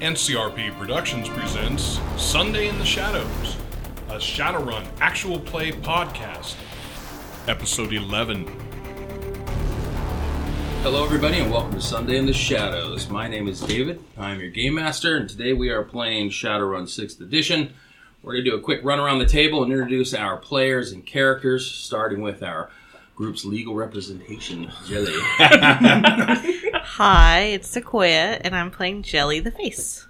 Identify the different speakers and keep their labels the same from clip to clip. Speaker 1: NCRP Productions presents Sunday in the Shadows, a Shadowrun actual play podcast, episode 11.
Speaker 2: Hello, everybody, and welcome to Sunday in the Shadows. My name is David. I'm your game master, and today we are playing Shadowrun 6th Edition. We're going to do a quick run around the table and introduce our players and characters, starting with our group's legal representation, Jelly.
Speaker 3: Hi, it's Sequoia, and I'm playing Jelly the Face.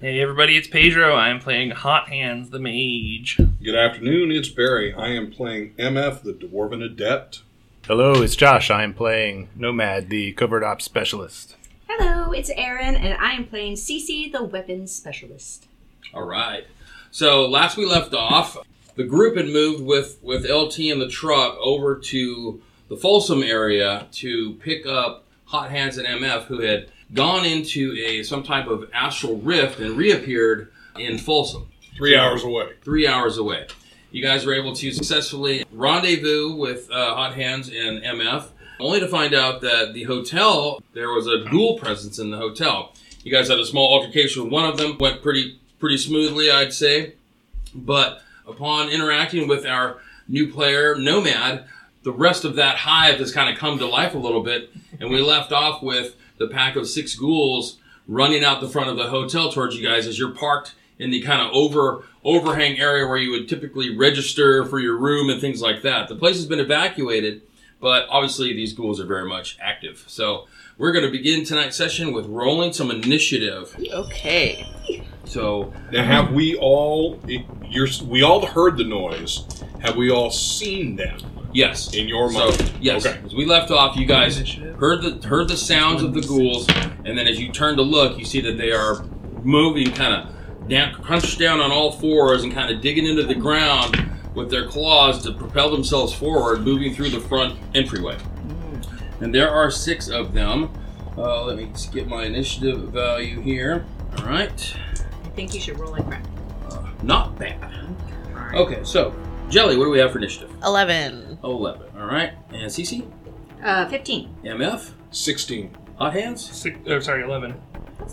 Speaker 4: Hey everybody, it's Pedro. I'm playing Hot Hands the Mage.
Speaker 5: Good afternoon, it's Barry. I am playing MF, the Dwarven Adept.
Speaker 6: Hello, it's Josh. I am playing Nomad, the covert ops specialist.
Speaker 7: Hello, it's Erin, and I am playing Cece, the weapons specialist.
Speaker 2: All right. So last we left off, the group had moved with with LT and the truck over to the Folsom area to pick up Hot Hands and MF, who had gone into a some type of astral rift and reappeared in Folsom,
Speaker 5: Three hours away.
Speaker 2: three hours away. You guys were able to successfully rendezvous with uh, Hot Hands and MF, only to find out that the hotel there was a dual presence in the hotel. You guys had a small altercation with one of them, went pretty pretty smoothly, I'd say. But upon interacting with our new player, Nomad, the rest of that hive has kind of come to life a little bit, and we left off with the pack of six ghouls running out the front of the hotel towards you guys as you're parked in the kind of over overhang area where you would typically register for your room and things like that. The place has been evacuated, but obviously these ghouls are very much active. So we're going to begin tonight's session with rolling some initiative.
Speaker 3: Okay.
Speaker 2: So
Speaker 5: Now, have we all, you're, we all heard the noise. Have we all seen them
Speaker 2: yes,
Speaker 5: in your
Speaker 2: So
Speaker 5: mind?
Speaker 2: yes,
Speaker 5: Okay.
Speaker 2: as we left off, you guys heard the heard the sounds of the ghouls, and then as you turn to look, you see that they are moving, kind of down, crunched down on all fours, and kind of digging into the ground with their claws to propel themselves forward, moving through the front entryway. And there are six of them. Uh, let me just get my initiative value here. All right,
Speaker 7: I think you should roll like crap.
Speaker 2: not bad. Okay, so Jelly, what do we have for initiative?
Speaker 3: 11.
Speaker 2: Eleven. All right, and Cece,
Speaker 7: Uh, 15.
Speaker 2: MF,
Speaker 5: 16.
Speaker 2: Hot Hands.
Speaker 4: Six, oh, sorry, eleven.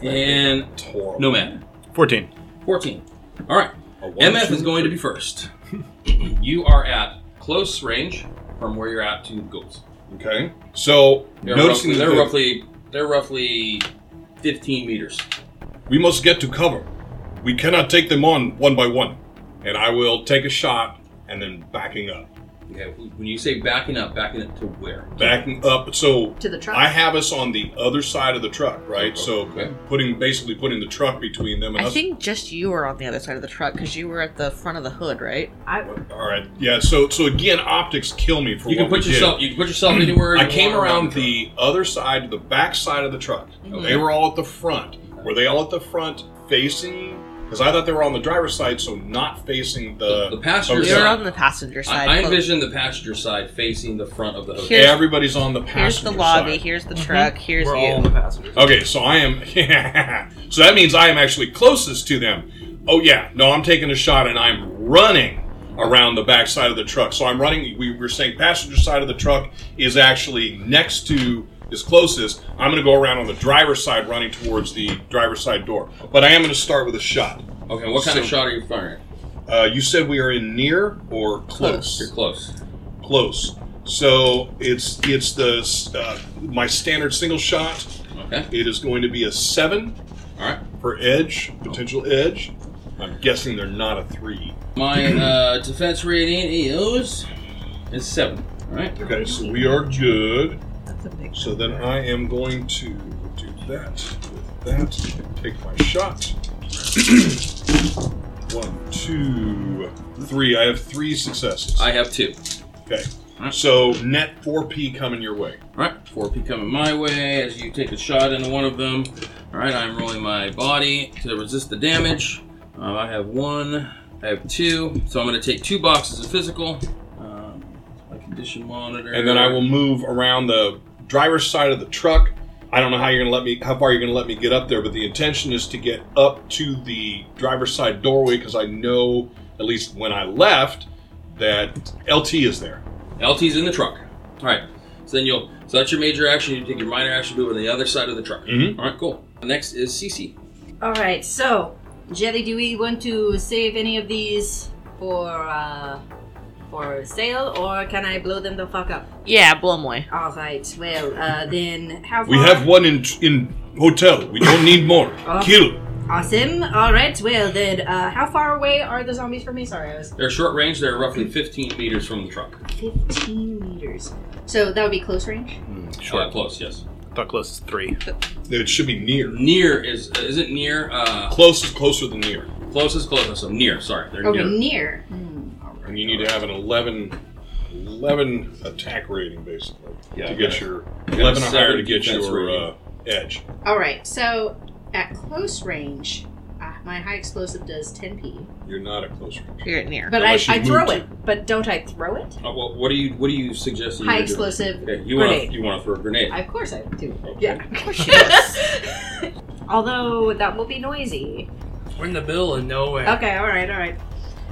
Speaker 2: And
Speaker 5: It's horrible.
Speaker 2: Nomad.
Speaker 6: 14.
Speaker 2: 14. All right.
Speaker 5: A one,
Speaker 2: MF
Speaker 5: two,
Speaker 2: is going to be first. you are at close range from where you're at to the ghouls.
Speaker 5: Okay. So,
Speaker 2: They're
Speaker 5: noticing
Speaker 2: roughly,
Speaker 5: that the-
Speaker 2: they're roughly they're roughly 15 meters.
Speaker 5: we must get to cover. We cannot take them on one by one. And I will take a shot and then backing up.
Speaker 2: Okay. When you say backing up, backing up to where?
Speaker 5: Backing up. So,
Speaker 7: To the truck.
Speaker 5: I have us on the other side of the truck, right? So
Speaker 2: Okay.
Speaker 5: putting basically putting the truck between them and
Speaker 3: I
Speaker 5: us.
Speaker 3: think just you were on the other side of the truck because you were at the front of the hood, right?
Speaker 7: I-
Speaker 5: All right, yeah. So so again, optics kill me for
Speaker 2: You can
Speaker 5: what we
Speaker 2: put
Speaker 5: did.
Speaker 2: yourself. You can put yourself anywhere.
Speaker 5: I
Speaker 2: you
Speaker 5: came
Speaker 2: want
Speaker 5: around
Speaker 2: truck.
Speaker 5: the other side, the back side of the truck.
Speaker 7: Mm-hmm.
Speaker 5: They were all at the front. Were they all at the front facing? Because I thought they were on the driver's side, so not facing the,
Speaker 2: The- the passenger
Speaker 3: We
Speaker 5: Okay.
Speaker 2: side.
Speaker 3: were on the passenger side.
Speaker 2: I, I
Speaker 3: Well,
Speaker 2: envision the passenger side facing the front of the hotel.
Speaker 3: Here- Here's-
Speaker 5: Everybody's on the
Speaker 3: here's
Speaker 5: passenger
Speaker 3: the lobby,
Speaker 5: side.
Speaker 3: here's the truck, here's
Speaker 4: Mm-hmm. We're
Speaker 3: you.
Speaker 4: all the passengers.
Speaker 5: Okay, so I am. so that means I am actually closest to them. Oh yeah, no, I'm taking a shot and I'm running around the back side of the truck. So I'm running. We were saying passenger side of the truck is actually next to is closest. I'm going to go around on the driver's side, running towards the driver's side door. But I am going to start with a shot.
Speaker 2: Okay. What kind of
Speaker 5: So-
Speaker 2: shot are you firing?
Speaker 5: Uh, you said we are in near or
Speaker 2: You're
Speaker 5: close?
Speaker 2: close.
Speaker 5: Close. So it's it's the uh, my standard single shot.
Speaker 2: Okay.
Speaker 5: It is going to be a seven.
Speaker 2: All right.
Speaker 5: for edge, potential edge. I'm guessing they're not a three.
Speaker 2: My uh, defense rating is is seven. All right.
Speaker 5: Okay, so we are good.
Speaker 7: That's a big
Speaker 5: So then I am going to do that with that. Take my shot. One, two, three. I have three successes.
Speaker 2: I have two.
Speaker 5: Okay. So net four P coming your way.
Speaker 2: All right, four P coming my way as you take a shot into one of them. All right, I'm rolling my body to resist the damage. Uh, I have one, I have two, so I'm going to take two boxes of physical. Um, my condition monitor,
Speaker 5: And then I will move around the driver's side of the truck. I don't know how you're gonna let me, how far you're gonna let me get up there, but the intention is to get up to the driver's side doorway because I know, at least when I left, that LT is there.
Speaker 2: LT's in the truck. All right, so then you'll so that's your major action. You take your minor action move on the other side of the truck.
Speaker 5: Mhm.
Speaker 2: All right, cool. Next is CC.
Speaker 7: All right, so Jelly, do we want to save any of these for uh, for sale, or can I blow them the fuck up?
Speaker 3: Yeah, blow 'em away.
Speaker 7: All right. Well, uh, then how far?
Speaker 5: We have one in in hotel. We don't need more.
Speaker 7: Oh.
Speaker 5: Kill.
Speaker 7: Awesome. All right. Well, then uh, how far away are the zombies from me? Sorry, I was
Speaker 2: They're short range. They're roughly 15 meters from the truck.
Speaker 7: 15 meters. So that would be close range.
Speaker 2: Short, close. Yes.
Speaker 6: Hmm, Thought close is three.
Speaker 5: It should be near.
Speaker 2: Near is is it near? Uh,
Speaker 5: Close is closer than near.
Speaker 2: close is close. So near. Sorry, they're
Speaker 7: Okay,
Speaker 2: near.
Speaker 7: near. Hmm.
Speaker 5: And you need to have an 11, 11 attack rating, basically,
Speaker 2: Yeah,
Speaker 5: to
Speaker 2: okay.
Speaker 5: get your 11 or higher to
Speaker 2: seven
Speaker 5: get
Speaker 2: defense
Speaker 5: your uh,
Speaker 2: rating.
Speaker 5: edge.
Speaker 7: All right. So at close range, uh, my high explosive does 10p.
Speaker 5: You're not at close range.
Speaker 3: You're at near.
Speaker 7: But I,
Speaker 5: Unless you
Speaker 7: I throw
Speaker 5: move to-
Speaker 7: it. But don't I throw it?
Speaker 2: Uh, well, what do you what do you suggest? that you
Speaker 7: High
Speaker 2: do?
Speaker 7: explosive
Speaker 2: Okay, you want
Speaker 7: grenade.
Speaker 2: you want to throw a grenade?
Speaker 7: Of course I do.
Speaker 2: Okay.
Speaker 7: Yeah. Although that will be noisy.
Speaker 4: We're in the middle of nowhere.
Speaker 7: Okay, all right, all right.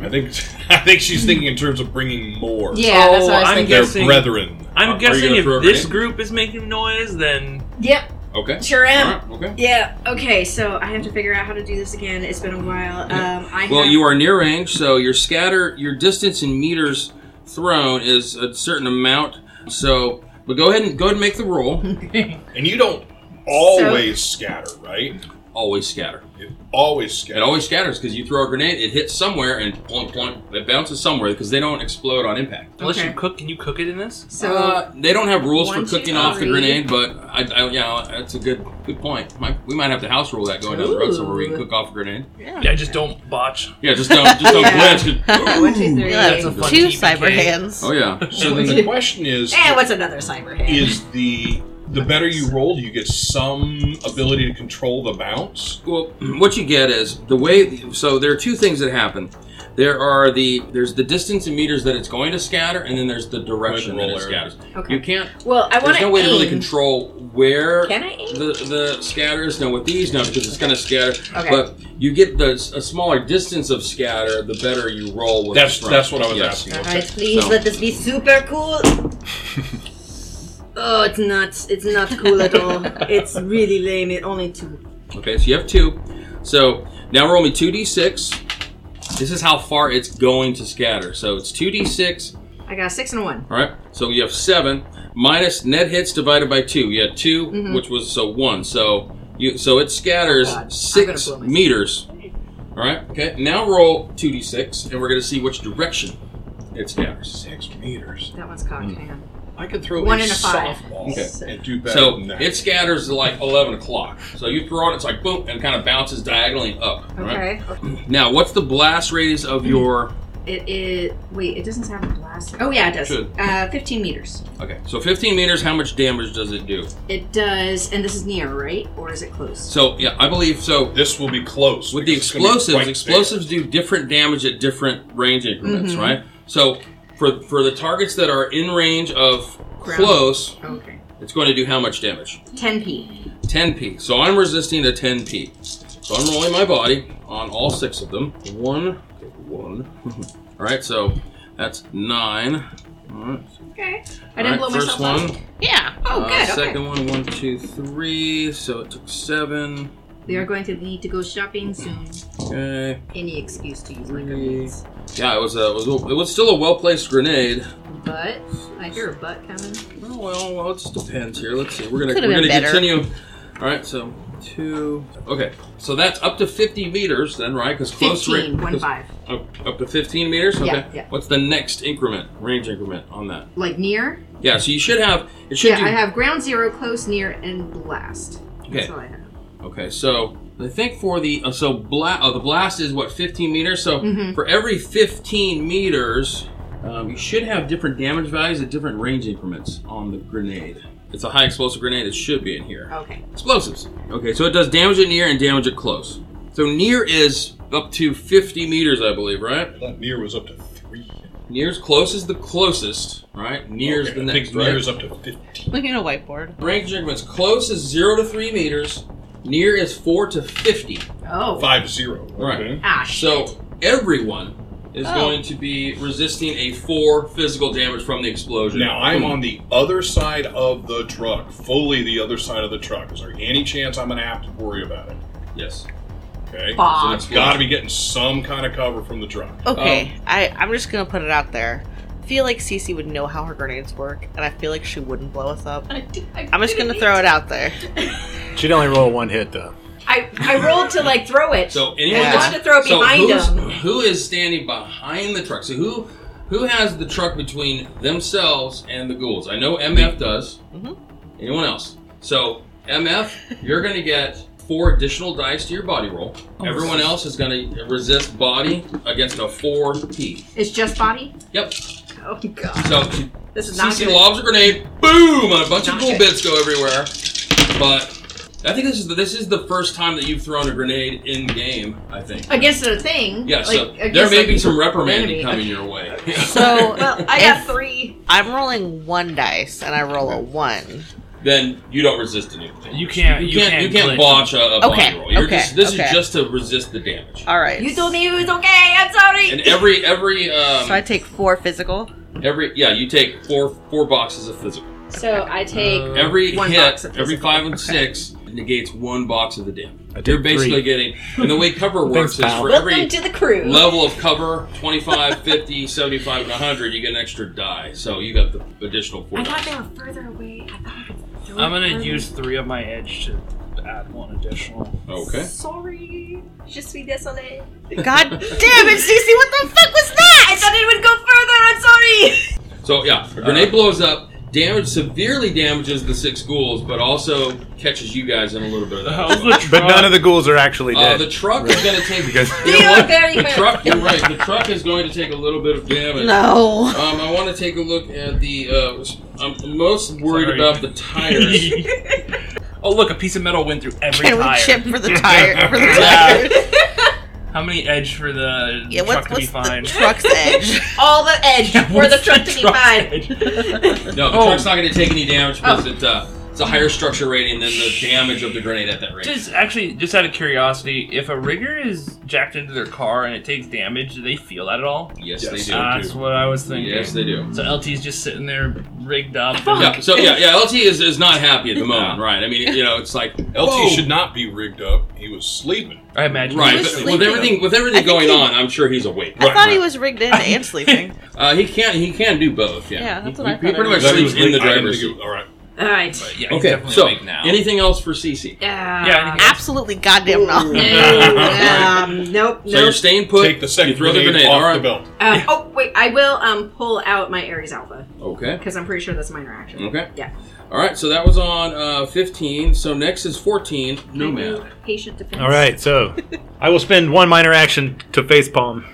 Speaker 5: I think I think she's thinking in terms of bringing more.
Speaker 7: Yeah, that's what I was
Speaker 4: I'm
Speaker 7: thinking.
Speaker 5: They're
Speaker 4: guessing-
Speaker 5: brethren.
Speaker 2: Are-
Speaker 4: I'm
Speaker 2: Uh, are you
Speaker 4: guessing
Speaker 2: gonna
Speaker 4: if
Speaker 2: throw a
Speaker 4: this
Speaker 2: grenade?
Speaker 4: group is making noise, then
Speaker 7: Yep,
Speaker 2: Okay.
Speaker 7: sure
Speaker 2: All
Speaker 7: am.
Speaker 2: right, okay.
Speaker 7: Yeah. Okay. So I have to figure out how to do this again. It's been a while. Um, I
Speaker 2: Well,
Speaker 7: have,
Speaker 2: you are near range, so your scatter, your distance in meters thrown is a certain amount. So, but go ahead and go ahead and make the roll.
Speaker 5: And you don't always scatter, right?
Speaker 2: always scatter.
Speaker 5: It always
Speaker 2: It
Speaker 5: scatters.
Speaker 2: always scatters because you throw a grenade, it hits somewhere and plunk, plunk, it bounces somewhere because they don't explode on impact.
Speaker 4: unless
Speaker 7: Okay.
Speaker 4: you cook, can you cook it in this?
Speaker 7: So
Speaker 2: uh, they don't have rules
Speaker 7: one,
Speaker 2: for
Speaker 7: two,
Speaker 2: cooking off the
Speaker 7: three.
Speaker 2: grenade, but I, I, yeah, that's a good good point. Might, we might have to house rule that going down the road somewhere we can
Speaker 7: Ooh.
Speaker 2: cook off a grenade.
Speaker 4: Yeah, I just don't botch.
Speaker 2: Yeah, just don't just don't
Speaker 7: Yeah.
Speaker 2: glance. 'cause-
Speaker 7: one, two, three.
Speaker 3: You'll have
Speaker 4: That's a fun
Speaker 3: two
Speaker 4: TPK.
Speaker 3: cyber hands.
Speaker 2: oh yeah.
Speaker 5: So then the question is,
Speaker 7: Eh, what's another cyber hand?
Speaker 5: is the the better you roll, do you get some ability to control the bounce?
Speaker 2: Well, what you get is the way. So there are two things that happen. There are the there's the distance in meters that it's going to scatter, and then there's the direction that
Speaker 5: Roll
Speaker 2: it
Speaker 5: area.
Speaker 2: scatters.
Speaker 7: Okay.
Speaker 2: You can't.
Speaker 7: well, I want
Speaker 2: There's
Speaker 7: to
Speaker 2: no way to really control where
Speaker 7: Can I aim?
Speaker 2: the the scatters. Now with these, no, because it's going to scatter.
Speaker 7: Okay.
Speaker 2: But you get the a smaller distance of scatter, the better you roll. With
Speaker 5: That's
Speaker 2: the front.
Speaker 5: that's what I was
Speaker 2: Yes.
Speaker 5: asking.
Speaker 7: All
Speaker 5: Okay.
Speaker 7: right, please
Speaker 2: So-
Speaker 7: let this be super cool. oh, it's not. It's not cool at all. It's really lame. It only two.
Speaker 2: Okay, so you have two. So now roll me 2d6. This is how far it's going to scatter. So it's 2d6
Speaker 7: I got a six and a one.
Speaker 2: All right. So you have seven minus net hits divided by two. You had 2
Speaker 7: Mhm.
Speaker 2: which was so one. So you so it scatters
Speaker 7: Oh, God, I'm
Speaker 2: six
Speaker 7: gonna blow myself.
Speaker 2: meters. All right. Okay. Now roll two d six, and we're gonna see which direction it scatters.
Speaker 5: Six meters.
Speaker 7: That one's
Speaker 2: Mm.
Speaker 7: cocked. Hang on.
Speaker 5: I could throw
Speaker 7: One
Speaker 5: a
Speaker 7: and a five.
Speaker 5: softball
Speaker 7: Okay.
Speaker 5: and do better
Speaker 2: So
Speaker 5: than that.
Speaker 2: it scatters at like eleven o'clock. So you throw it, it's like boom, and kind of bounces diagonally up. All right.
Speaker 7: Okay.
Speaker 2: Now, what's the blast radius of your?
Speaker 7: It is. Wait, it doesn't have a blast. Oh yeah, it does.
Speaker 2: Should.
Speaker 7: Uh, fifteen meters.
Speaker 2: Okay. So fifteen meters. How much damage does it do?
Speaker 7: It does, and this is near, right? Or is it close?
Speaker 2: So yeah, I believe so.
Speaker 5: this will be close
Speaker 2: With the
Speaker 5: because it's gonna be
Speaker 2: explosives,
Speaker 5: quite
Speaker 2: explosives do different damage at different range
Speaker 7: Mm-hmm.
Speaker 2: increments, right? So for for the targets that are in range of
Speaker 7: Ground.
Speaker 2: close,
Speaker 7: Okay.
Speaker 2: it's going to do how much damage?
Speaker 7: Ten p.
Speaker 2: 10p. So I'm resisting to 10p. So I'm rolling my body on all six of them. One, okay, one. all right, so that's nine. All right,
Speaker 7: Okay. I
Speaker 2: all
Speaker 7: didn't
Speaker 2: right,
Speaker 7: blow
Speaker 2: first
Speaker 7: myself
Speaker 2: one.
Speaker 7: up.
Speaker 3: Yeah.
Speaker 7: Oh,
Speaker 2: uh,
Speaker 7: good. Okay.
Speaker 2: Second one, one, two, three. So it took seven.
Speaker 7: We are going to need to go shopping soon.
Speaker 2: Okay.
Speaker 7: Any excuse to use my
Speaker 2: Three.
Speaker 7: grenades.
Speaker 2: Yeah, it was a, it was a, it was still a well placed grenade.
Speaker 7: But I hear a butt coming.
Speaker 2: Oh, well, well, it just depends here. Let's see. We're gonna
Speaker 3: Could've
Speaker 2: we're gonna
Speaker 3: been better.
Speaker 2: continue. All right, so two. Okay, so that's up to fifty meters then, right? Because close ra-
Speaker 7: Fifteen. One
Speaker 2: 'cause-
Speaker 7: five.
Speaker 2: Up, up to fifteen meters. Okay.
Speaker 7: Yeah, yeah.
Speaker 2: What's the next increment? Range increment on that?
Speaker 7: Like near?
Speaker 2: Yeah. So you should have. It should
Speaker 7: yeah,
Speaker 2: do.
Speaker 7: I have ground zero, close, near, and blast.
Speaker 2: okay.
Speaker 7: That's all I have.
Speaker 2: Okay. So I think for the uh, so blast. Oh, the blast is what fifteen meters. So for every fifteen meters. Um, you should have different damage values at different range increments on the grenade. It's a high explosive grenade. It should be in here.
Speaker 7: Okay.
Speaker 2: Explosives. Okay, so it does damage at near and damage at close. So near is up to 50 meters, I believe, right?
Speaker 5: big. I thought near was up to three.
Speaker 2: Near's close is the closest, right? Near's
Speaker 5: Okay,
Speaker 2: the
Speaker 5: I
Speaker 2: next,
Speaker 5: think
Speaker 2: right?
Speaker 5: Near is up to fifteen.
Speaker 3: Look at a whiteboard.
Speaker 2: Range increments. Close is 0 to 3 meters. Near is 4 to 50.
Speaker 7: Oh.
Speaker 5: Five zero.
Speaker 2: Right.
Speaker 5: Okay.
Speaker 7: Ah, shit.
Speaker 2: So everyone is
Speaker 3: Oh.
Speaker 2: going to be resisting a 4 physical damage from the explosion.
Speaker 5: Now I'm on the other side of the truck, fully the other side of the truck. Is there any chance I'm going to have to worry about it?
Speaker 2: Yes.
Speaker 5: Okay.
Speaker 7: Fuck.
Speaker 2: So that's good.
Speaker 5: Gotta be getting some kind of cover from the truck.
Speaker 3: Okay, I, I'm just gonna put it out there. I feel like Cece would know how her grenades work, and I feel like she wouldn't blow us up. I'm just gonna throw it out there.
Speaker 6: She'd only roll one hit though.
Speaker 7: I, I rolled to like throw it.
Speaker 2: So anyone
Speaker 3: Yeah.
Speaker 2: that's-
Speaker 7: I wanted to throw it
Speaker 2: so
Speaker 7: behind
Speaker 2: who's-
Speaker 7: him.
Speaker 2: Who is standing behind the truck? So who who has the truck between themselves and the ghouls? I know
Speaker 7: Mm-hmm.
Speaker 2: MF does.
Speaker 3: Mhm.
Speaker 2: Anyone else? So MF, you're going to get four additional dice to your body roll.
Speaker 7: Oh,
Speaker 2: Everyone else is going to resist body against a four P.
Speaker 7: it's just body.
Speaker 2: Yep.
Speaker 7: Oh god,
Speaker 2: So
Speaker 7: this is not
Speaker 2: CC
Speaker 7: good.
Speaker 2: lobs a grenade. Boom! And a bunch of
Speaker 7: Not
Speaker 2: ghoul
Speaker 7: good.
Speaker 2: bits go everywhere. But. I think this is the, this is the first time that you've thrown a grenade in game. I think.
Speaker 7: against a thing.
Speaker 2: Yeah, so
Speaker 7: like,
Speaker 2: there
Speaker 7: against
Speaker 2: may
Speaker 7: a-
Speaker 2: be some reprimanding
Speaker 7: enemy.
Speaker 2: coming your way.
Speaker 3: So
Speaker 7: Well, I
Speaker 3: If-
Speaker 7: got three.
Speaker 3: I'm rolling one dice, and I roll a one.
Speaker 2: then you don't resist anything.
Speaker 4: You can't-
Speaker 2: You
Speaker 4: you
Speaker 2: can't.
Speaker 4: can't
Speaker 2: You can't
Speaker 4: glitch.
Speaker 2: botch a, a body
Speaker 3: Okay,
Speaker 2: roll. You're
Speaker 3: okay,
Speaker 2: just, this
Speaker 3: okay.
Speaker 2: is just to resist the damage.
Speaker 3: All right.
Speaker 7: You told me it was okay. I'm sorry.
Speaker 2: And every every um,
Speaker 3: So I take four physical.
Speaker 2: every yeah, you take four four boxes of physical.
Speaker 7: so I take.
Speaker 4: Uh,
Speaker 2: Every
Speaker 3: One
Speaker 2: hit,
Speaker 3: box of
Speaker 2: every
Speaker 3: physical,
Speaker 2: five and
Speaker 3: okay.
Speaker 2: six negates one box of the damage.
Speaker 6: I did
Speaker 2: You're basically
Speaker 6: three.
Speaker 2: getting. And the way cover works is
Speaker 6: pal.
Speaker 2: for
Speaker 7: Welcome
Speaker 2: every
Speaker 7: to the crew.
Speaker 2: level of cover 25 50 75 and 100 you get an extra die so you got the additional four
Speaker 7: I thought they were further away. I thought I could throw
Speaker 4: I'm
Speaker 7: it
Speaker 4: gonna
Speaker 7: further.
Speaker 4: use three of my edge to add one additional.
Speaker 2: okay
Speaker 7: Sorry, je suis désolé.
Speaker 3: God damn it, Cece! What the fuck was
Speaker 7: I
Speaker 3: that?
Speaker 7: thought it would go further. I'm sorry.
Speaker 2: So yeah, a
Speaker 6: Uh,
Speaker 2: grenade blows up, damage severely damages the six ghouls, but also catches you guys in a little bit of that.
Speaker 4: How's
Speaker 2: as well.
Speaker 4: the truck?
Speaker 6: But none of the ghouls are actually
Speaker 2: Uh,
Speaker 6: Uh-huh. dead.
Speaker 2: the truck is going to take.
Speaker 6: Because-
Speaker 2: you
Speaker 7: They
Speaker 2: know
Speaker 7: are
Speaker 2: what?
Speaker 7: very
Speaker 2: the
Speaker 7: bad.
Speaker 2: truck. You're right. The truck is going to take a little bit of damage.
Speaker 3: No.
Speaker 2: Um, I want to take a look at the. Uh, I'm most worried
Speaker 4: Sorry.
Speaker 2: about the tires.
Speaker 4: oh look, a piece of metal went through every
Speaker 3: Can we
Speaker 4: tire.
Speaker 3: chip for the tire? For the
Speaker 4: Yeah.
Speaker 3: tire?
Speaker 4: How many edge for the
Speaker 3: Yeah, what's,
Speaker 4: truck to be
Speaker 3: what's the
Speaker 4: fine?
Speaker 3: truck's edge?
Speaker 7: All the edge
Speaker 4: Yeah,
Speaker 7: for the
Speaker 4: what's
Speaker 7: truck to be
Speaker 4: truck's
Speaker 7: fine.
Speaker 4: edge?
Speaker 2: No, the
Speaker 4: Oh.
Speaker 2: truck's not going to take any damage
Speaker 3: Oh.
Speaker 2: because it, uh, it's a higher structure rating than the damage of the grenade at that range.
Speaker 4: Just actually, just out of curiosity, if a rigger is jacked into their car and it takes damage, do they feel that at all?
Speaker 2: Yes,
Speaker 5: Yes.
Speaker 2: they do.
Speaker 4: Ah, that's what I was thinking.
Speaker 2: yes, they do.
Speaker 4: So LT's just sitting there rigged up.
Speaker 2: Yeah, so yeah, yeah, LT is, is not happy at the moment, right? I mean, you know, it's like LT
Speaker 5: LT should not be rigged up. He was sleeping.
Speaker 4: I imagine.
Speaker 2: Right,
Speaker 3: was
Speaker 2: but with
Speaker 3: sleeping.
Speaker 2: everything with
Speaker 3: I
Speaker 2: everything
Speaker 3: think
Speaker 2: going
Speaker 3: he-
Speaker 2: on, I'm sure he's awake.
Speaker 3: I thought he was rigged in and sleeping.
Speaker 2: Uh, he can he can do both. Yeah,
Speaker 3: Yeah, that's
Speaker 2: he,
Speaker 3: what I
Speaker 2: he
Speaker 3: thought
Speaker 2: pretty
Speaker 3: I
Speaker 2: much
Speaker 3: read.
Speaker 5: That he was
Speaker 2: sleeps in the
Speaker 5: rigged- I didn't
Speaker 2: driver's
Speaker 5: think
Speaker 2: seat.
Speaker 5: he- All right.
Speaker 7: All right.
Speaker 4: But yeah, he's
Speaker 2: Okay,
Speaker 4: definitely
Speaker 2: so
Speaker 4: awake now.
Speaker 2: anything else for Cece?
Speaker 4: Yeah, I think
Speaker 3: Absolutely goddamn
Speaker 7: Uh, No,
Speaker 3: no.
Speaker 7: um, nope,
Speaker 2: So you're
Speaker 7: nope.
Speaker 2: staying put.
Speaker 5: Take the second
Speaker 2: you throw the
Speaker 5: grenade,
Speaker 2: grenade.
Speaker 5: off
Speaker 2: all right.
Speaker 5: the belt.
Speaker 7: Um, oh wait, I will um pull out my Ares Alpha
Speaker 2: Okay.
Speaker 7: because I'm pretty sure that's a minor action.
Speaker 2: Okay.
Speaker 7: Yeah.
Speaker 2: All right. So that was on uh, 15. So next is 14. Nomad.
Speaker 7: Patient defense.
Speaker 6: All right, so I will spend one minor action to facepalm.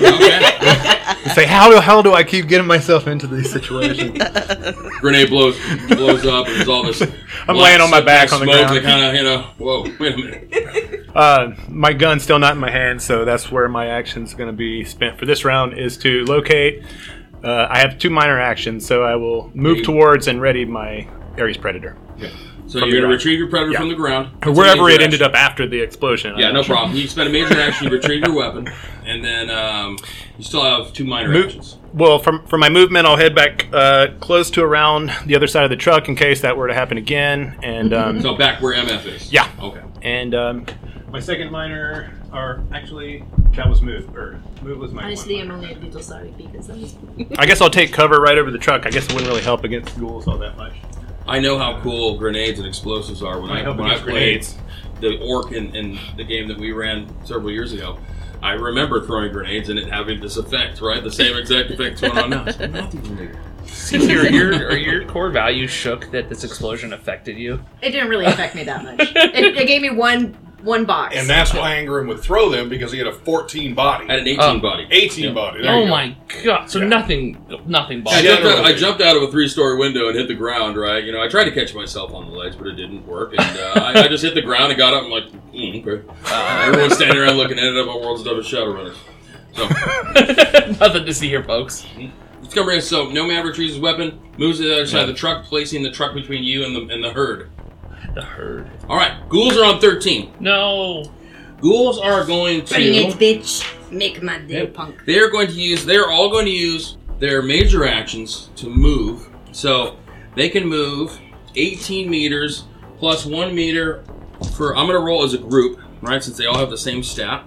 Speaker 2: Okay.
Speaker 6: Say, how the hell do I keep getting myself into these situations?
Speaker 2: grenade blows blows up. and There's all this.
Speaker 6: I'm
Speaker 2: black
Speaker 6: laying on my
Speaker 2: smoke-
Speaker 6: back on the
Speaker 2: smoke
Speaker 6: ground.
Speaker 2: That kind of you know. Whoa. Wait a minute.
Speaker 6: Uh, my gun's still not in my hand, so that's where my action's going to be spent for this round is to locate. Uh, I have two minor actions, so I will move
Speaker 2: You-
Speaker 6: towards and ready my Ares Predator.
Speaker 2: So
Speaker 6: From the
Speaker 2: you're gonna
Speaker 6: ground.
Speaker 2: retrieve your predator
Speaker 6: Yeah.
Speaker 2: from the ground.
Speaker 6: Or
Speaker 2: That's
Speaker 6: wherever
Speaker 2: amazing
Speaker 6: it ended
Speaker 2: action.
Speaker 6: up after the explosion.
Speaker 2: Yeah,
Speaker 6: I'm
Speaker 2: no
Speaker 6: not sure.
Speaker 2: problem. You spend a major action, you retrieve your weapon, and then um, you still have two minor
Speaker 6: Mo-
Speaker 2: actions.
Speaker 6: Well, from, from my movement, I'll head back uh, close to around the other side of the truck in case that were to happen again. And um,
Speaker 2: So back where MF is.
Speaker 6: Yeah.
Speaker 2: Okay.
Speaker 6: And um, my second minor, or actually, that was move, or move was my.
Speaker 7: Honestly, I'm only a little sorry because I was
Speaker 6: I guess I'll take cover right over the truck. I guess it wouldn't really help against ghouls all that much.
Speaker 2: I know how cool grenades and explosives are. When
Speaker 6: Might
Speaker 2: I
Speaker 6: help
Speaker 2: when I
Speaker 6: against
Speaker 2: played
Speaker 6: grenades.
Speaker 2: the orc in, in the game that we ran several years ago, I remember throwing grenades and it having this effect, right? The same exact effect going on now. It's nothing new.
Speaker 4: See, are your are your core values shook that this explosion affected you?
Speaker 7: It didn't really affect me that much. It, it gave me one one box.
Speaker 5: And that's why Ingram would throw them because he had a 14 body.
Speaker 2: At an 18
Speaker 6: Uh,
Speaker 4: Oh.
Speaker 2: body.
Speaker 5: 18
Speaker 2: Yeah.
Speaker 5: body. There
Speaker 4: Oh
Speaker 5: you go.
Speaker 4: my god! So nothing, nothing
Speaker 2: I
Speaker 4: bothered.
Speaker 2: jumped, out, I
Speaker 5: Generally.
Speaker 2: jumped out of a three-story window and hit the ground. Right, you know, I tried to catch myself on the ledge, but it didn't work. And uh, I, I just hit the ground and got up. and like, mm, okay. Uh, everyone's standing around looking at it. I'm a world's dumbest shadow runner. So
Speaker 4: nothing to see here, folks.
Speaker 2: It's coming in. So Nomad retrieves his weapon, moves to the other side of the truck, placing the truck between you and the and the herd.
Speaker 4: The herd.
Speaker 2: All right, ghouls are on thirteen.
Speaker 4: No.
Speaker 2: Ghouls are going
Speaker 7: Bring it,
Speaker 2: to.
Speaker 7: bitch. Make my day,
Speaker 2: Yep.
Speaker 7: punk.
Speaker 2: They are going to use. They are all going to use their major actions to move. So they can move eighteen meters plus one meter for. I'm going to roll as a group. right? Since they all have the same stat.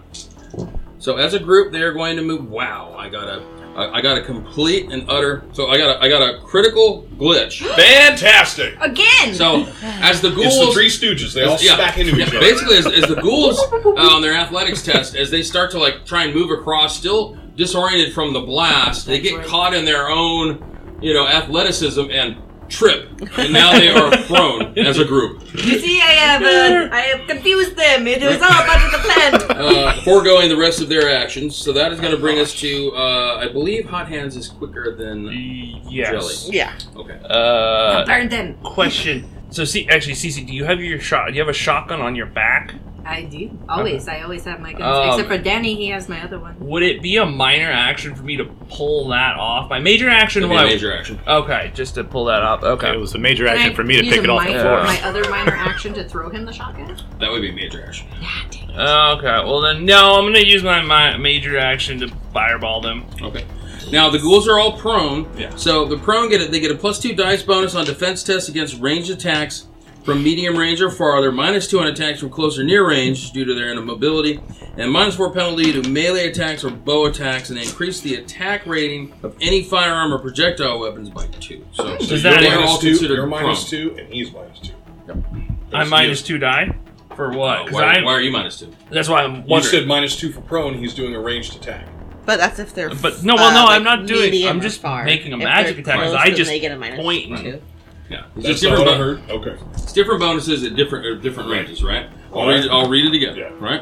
Speaker 2: So as a group, they are going to move. Wow, I got a, I I got a complete and utter. So I got a, I got a critical glitch.
Speaker 5: Fantastic!
Speaker 7: Again!
Speaker 2: So as the ghouls,
Speaker 5: It's the Three Stooges. They all
Speaker 2: yeah.
Speaker 5: smack into
Speaker 2: Yeah,
Speaker 5: each other.
Speaker 2: Basically, as, as the ghouls uh, on their athletics test, as they start to like try and move across, still disoriented from the blast, they get caught in their own, you know, athleticism and trip, and now they are prone as a group,
Speaker 7: you see, I have, uh, I have confused them. It was all part of the plan.
Speaker 2: uh, foregoing the rest of their actions. So that is going to bring us to, uh, I believe, Hot Hands is quicker than.
Speaker 4: Yes.
Speaker 3: Yeah.
Speaker 2: Okay.
Speaker 4: Uh,
Speaker 7: Burn them.
Speaker 4: question. So, see, actually, Cece, do you have your shot? Do you have a shotgun on your back?
Speaker 7: I do. Always. I always have my guns.
Speaker 4: Um,
Speaker 7: Except for Danny, he has my other one.
Speaker 4: Would it be a minor action for me to pull that off? My major action
Speaker 2: It'll be
Speaker 4: was
Speaker 2: a major action.
Speaker 4: okay, just to pull that off.
Speaker 6: It
Speaker 4: Okay.
Speaker 6: was a major
Speaker 7: Can
Speaker 6: action
Speaker 7: I
Speaker 6: for me to
Speaker 7: use
Speaker 6: pick
Speaker 7: a
Speaker 6: it off the
Speaker 7: minor-
Speaker 6: floor.
Speaker 7: My other minor action to throw him the shotgun?
Speaker 2: That would be a major action.
Speaker 4: Okay. Well, then, no, I'm gonna use my, my major action to fireball them.
Speaker 2: Okay. Now the ghouls are all prone.
Speaker 5: Yeah.
Speaker 2: So the prone get it. They get a plus two dice bonus on defense tests against ranged attacks from medium range or farther, minus two on attacks from close or near range due to their immobility, and minus four penalty to melee attacks or bow attacks, and increase the attack rating of any firearm or projectile weapons by two. So
Speaker 5: So
Speaker 4: Does
Speaker 5: you're
Speaker 4: that-
Speaker 2: they're all
Speaker 5: minus two,
Speaker 2: considered
Speaker 5: you're minus
Speaker 2: prone.
Speaker 5: two, and he's minus two.
Speaker 4: I'm minus two die for what? 'Cause
Speaker 2: Uh, Why,
Speaker 4: I'm-
Speaker 2: why are you minus two?
Speaker 4: that's why I'm
Speaker 5: You
Speaker 4: wondering.
Speaker 5: said minus two for prone. He's doing a ranged attack.
Speaker 3: But that's if they're.
Speaker 4: But no, well,
Speaker 3: uh,
Speaker 4: no,
Speaker 3: like
Speaker 4: I'm not doing.
Speaker 3: medium
Speaker 4: I'm
Speaker 3: or
Speaker 4: just
Speaker 3: far.
Speaker 4: making a
Speaker 3: If
Speaker 4: magic
Speaker 3: they're
Speaker 4: attack. 'cause
Speaker 3: close,
Speaker 4: I
Speaker 3: then
Speaker 4: just
Speaker 3: they get a minus
Speaker 4: pointing.
Speaker 3: two.
Speaker 2: Yeah. It's
Speaker 5: That's
Speaker 2: just
Speaker 5: not
Speaker 2: different,
Speaker 5: what I
Speaker 2: bo-
Speaker 5: heard. Okay.
Speaker 2: it's different bonuses at different at different ranges, right? I'll read, it, I'll read it again.
Speaker 5: Yeah.
Speaker 2: Right.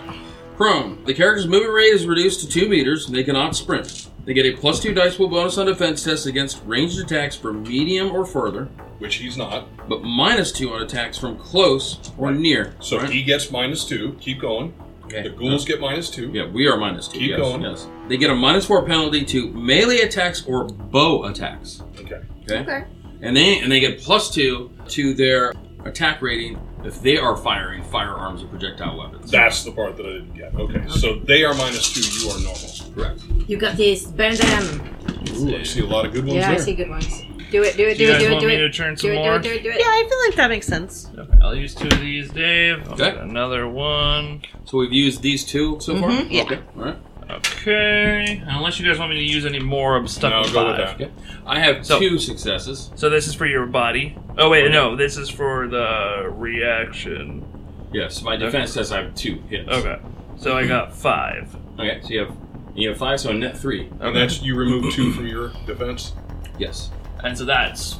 Speaker 2: Prone. The character's movement rate is reduced to two meters. and They cannot sprint. They get a plus two dice pool bonus on defense tests against ranged attacks from medium or further,
Speaker 5: Which he's not.
Speaker 2: but minus two on attacks from close or near.
Speaker 5: So
Speaker 2: right?
Speaker 5: he gets minus two. Keep going.
Speaker 2: Okay.
Speaker 5: The ghouls get minus two.
Speaker 2: Yeah, we are minus two.
Speaker 5: Keep
Speaker 2: yes,
Speaker 5: going.
Speaker 2: Yes. They get a minus four penalty to melee attacks or bow attacks.
Speaker 5: Okay.
Speaker 2: Okay.
Speaker 7: Okay.
Speaker 2: And they and they get plus two to their attack rating if they are firing firearms or projectile weapons.
Speaker 5: That's the part that I didn't get. Okay. So they are minus two. You are normal.
Speaker 2: correct.
Speaker 7: You got this. Burn them.
Speaker 5: Ooh, I see a lot of good ones
Speaker 7: Yeah, I
Speaker 5: there.
Speaker 7: see good ones. Do it, do it,
Speaker 4: Do
Speaker 7: do
Speaker 4: you
Speaker 7: it,
Speaker 4: guys
Speaker 7: do it,
Speaker 4: want
Speaker 7: do
Speaker 4: me to
Speaker 7: it.
Speaker 4: turn
Speaker 7: Do
Speaker 4: some
Speaker 7: it, do
Speaker 4: more?
Speaker 7: it, do it, do it.
Speaker 3: Yeah, I feel like that makes sense.
Speaker 4: Okay, I'll use two of these, Dave. I'll
Speaker 2: Okay.
Speaker 4: get Another one.
Speaker 2: So we've used these two so far.
Speaker 3: Mhm, yeah.
Speaker 2: Okay. All right.
Speaker 4: Okay. Unless you guys want me to use any more, I'm stuck
Speaker 5: No,
Speaker 4: with
Speaker 5: go with
Speaker 4: five.
Speaker 5: that.
Speaker 2: Okay. I have
Speaker 4: So-
Speaker 2: two successes.
Speaker 4: So this is for your body. Oh wait, no, this is for the reaction.
Speaker 2: Yes. My defense says I have two hits.
Speaker 4: Okay. So I got five.
Speaker 2: Okay. So you have you have five, so a net three.
Speaker 5: And that's you remove two from your defense.
Speaker 2: Yes.
Speaker 4: And so that's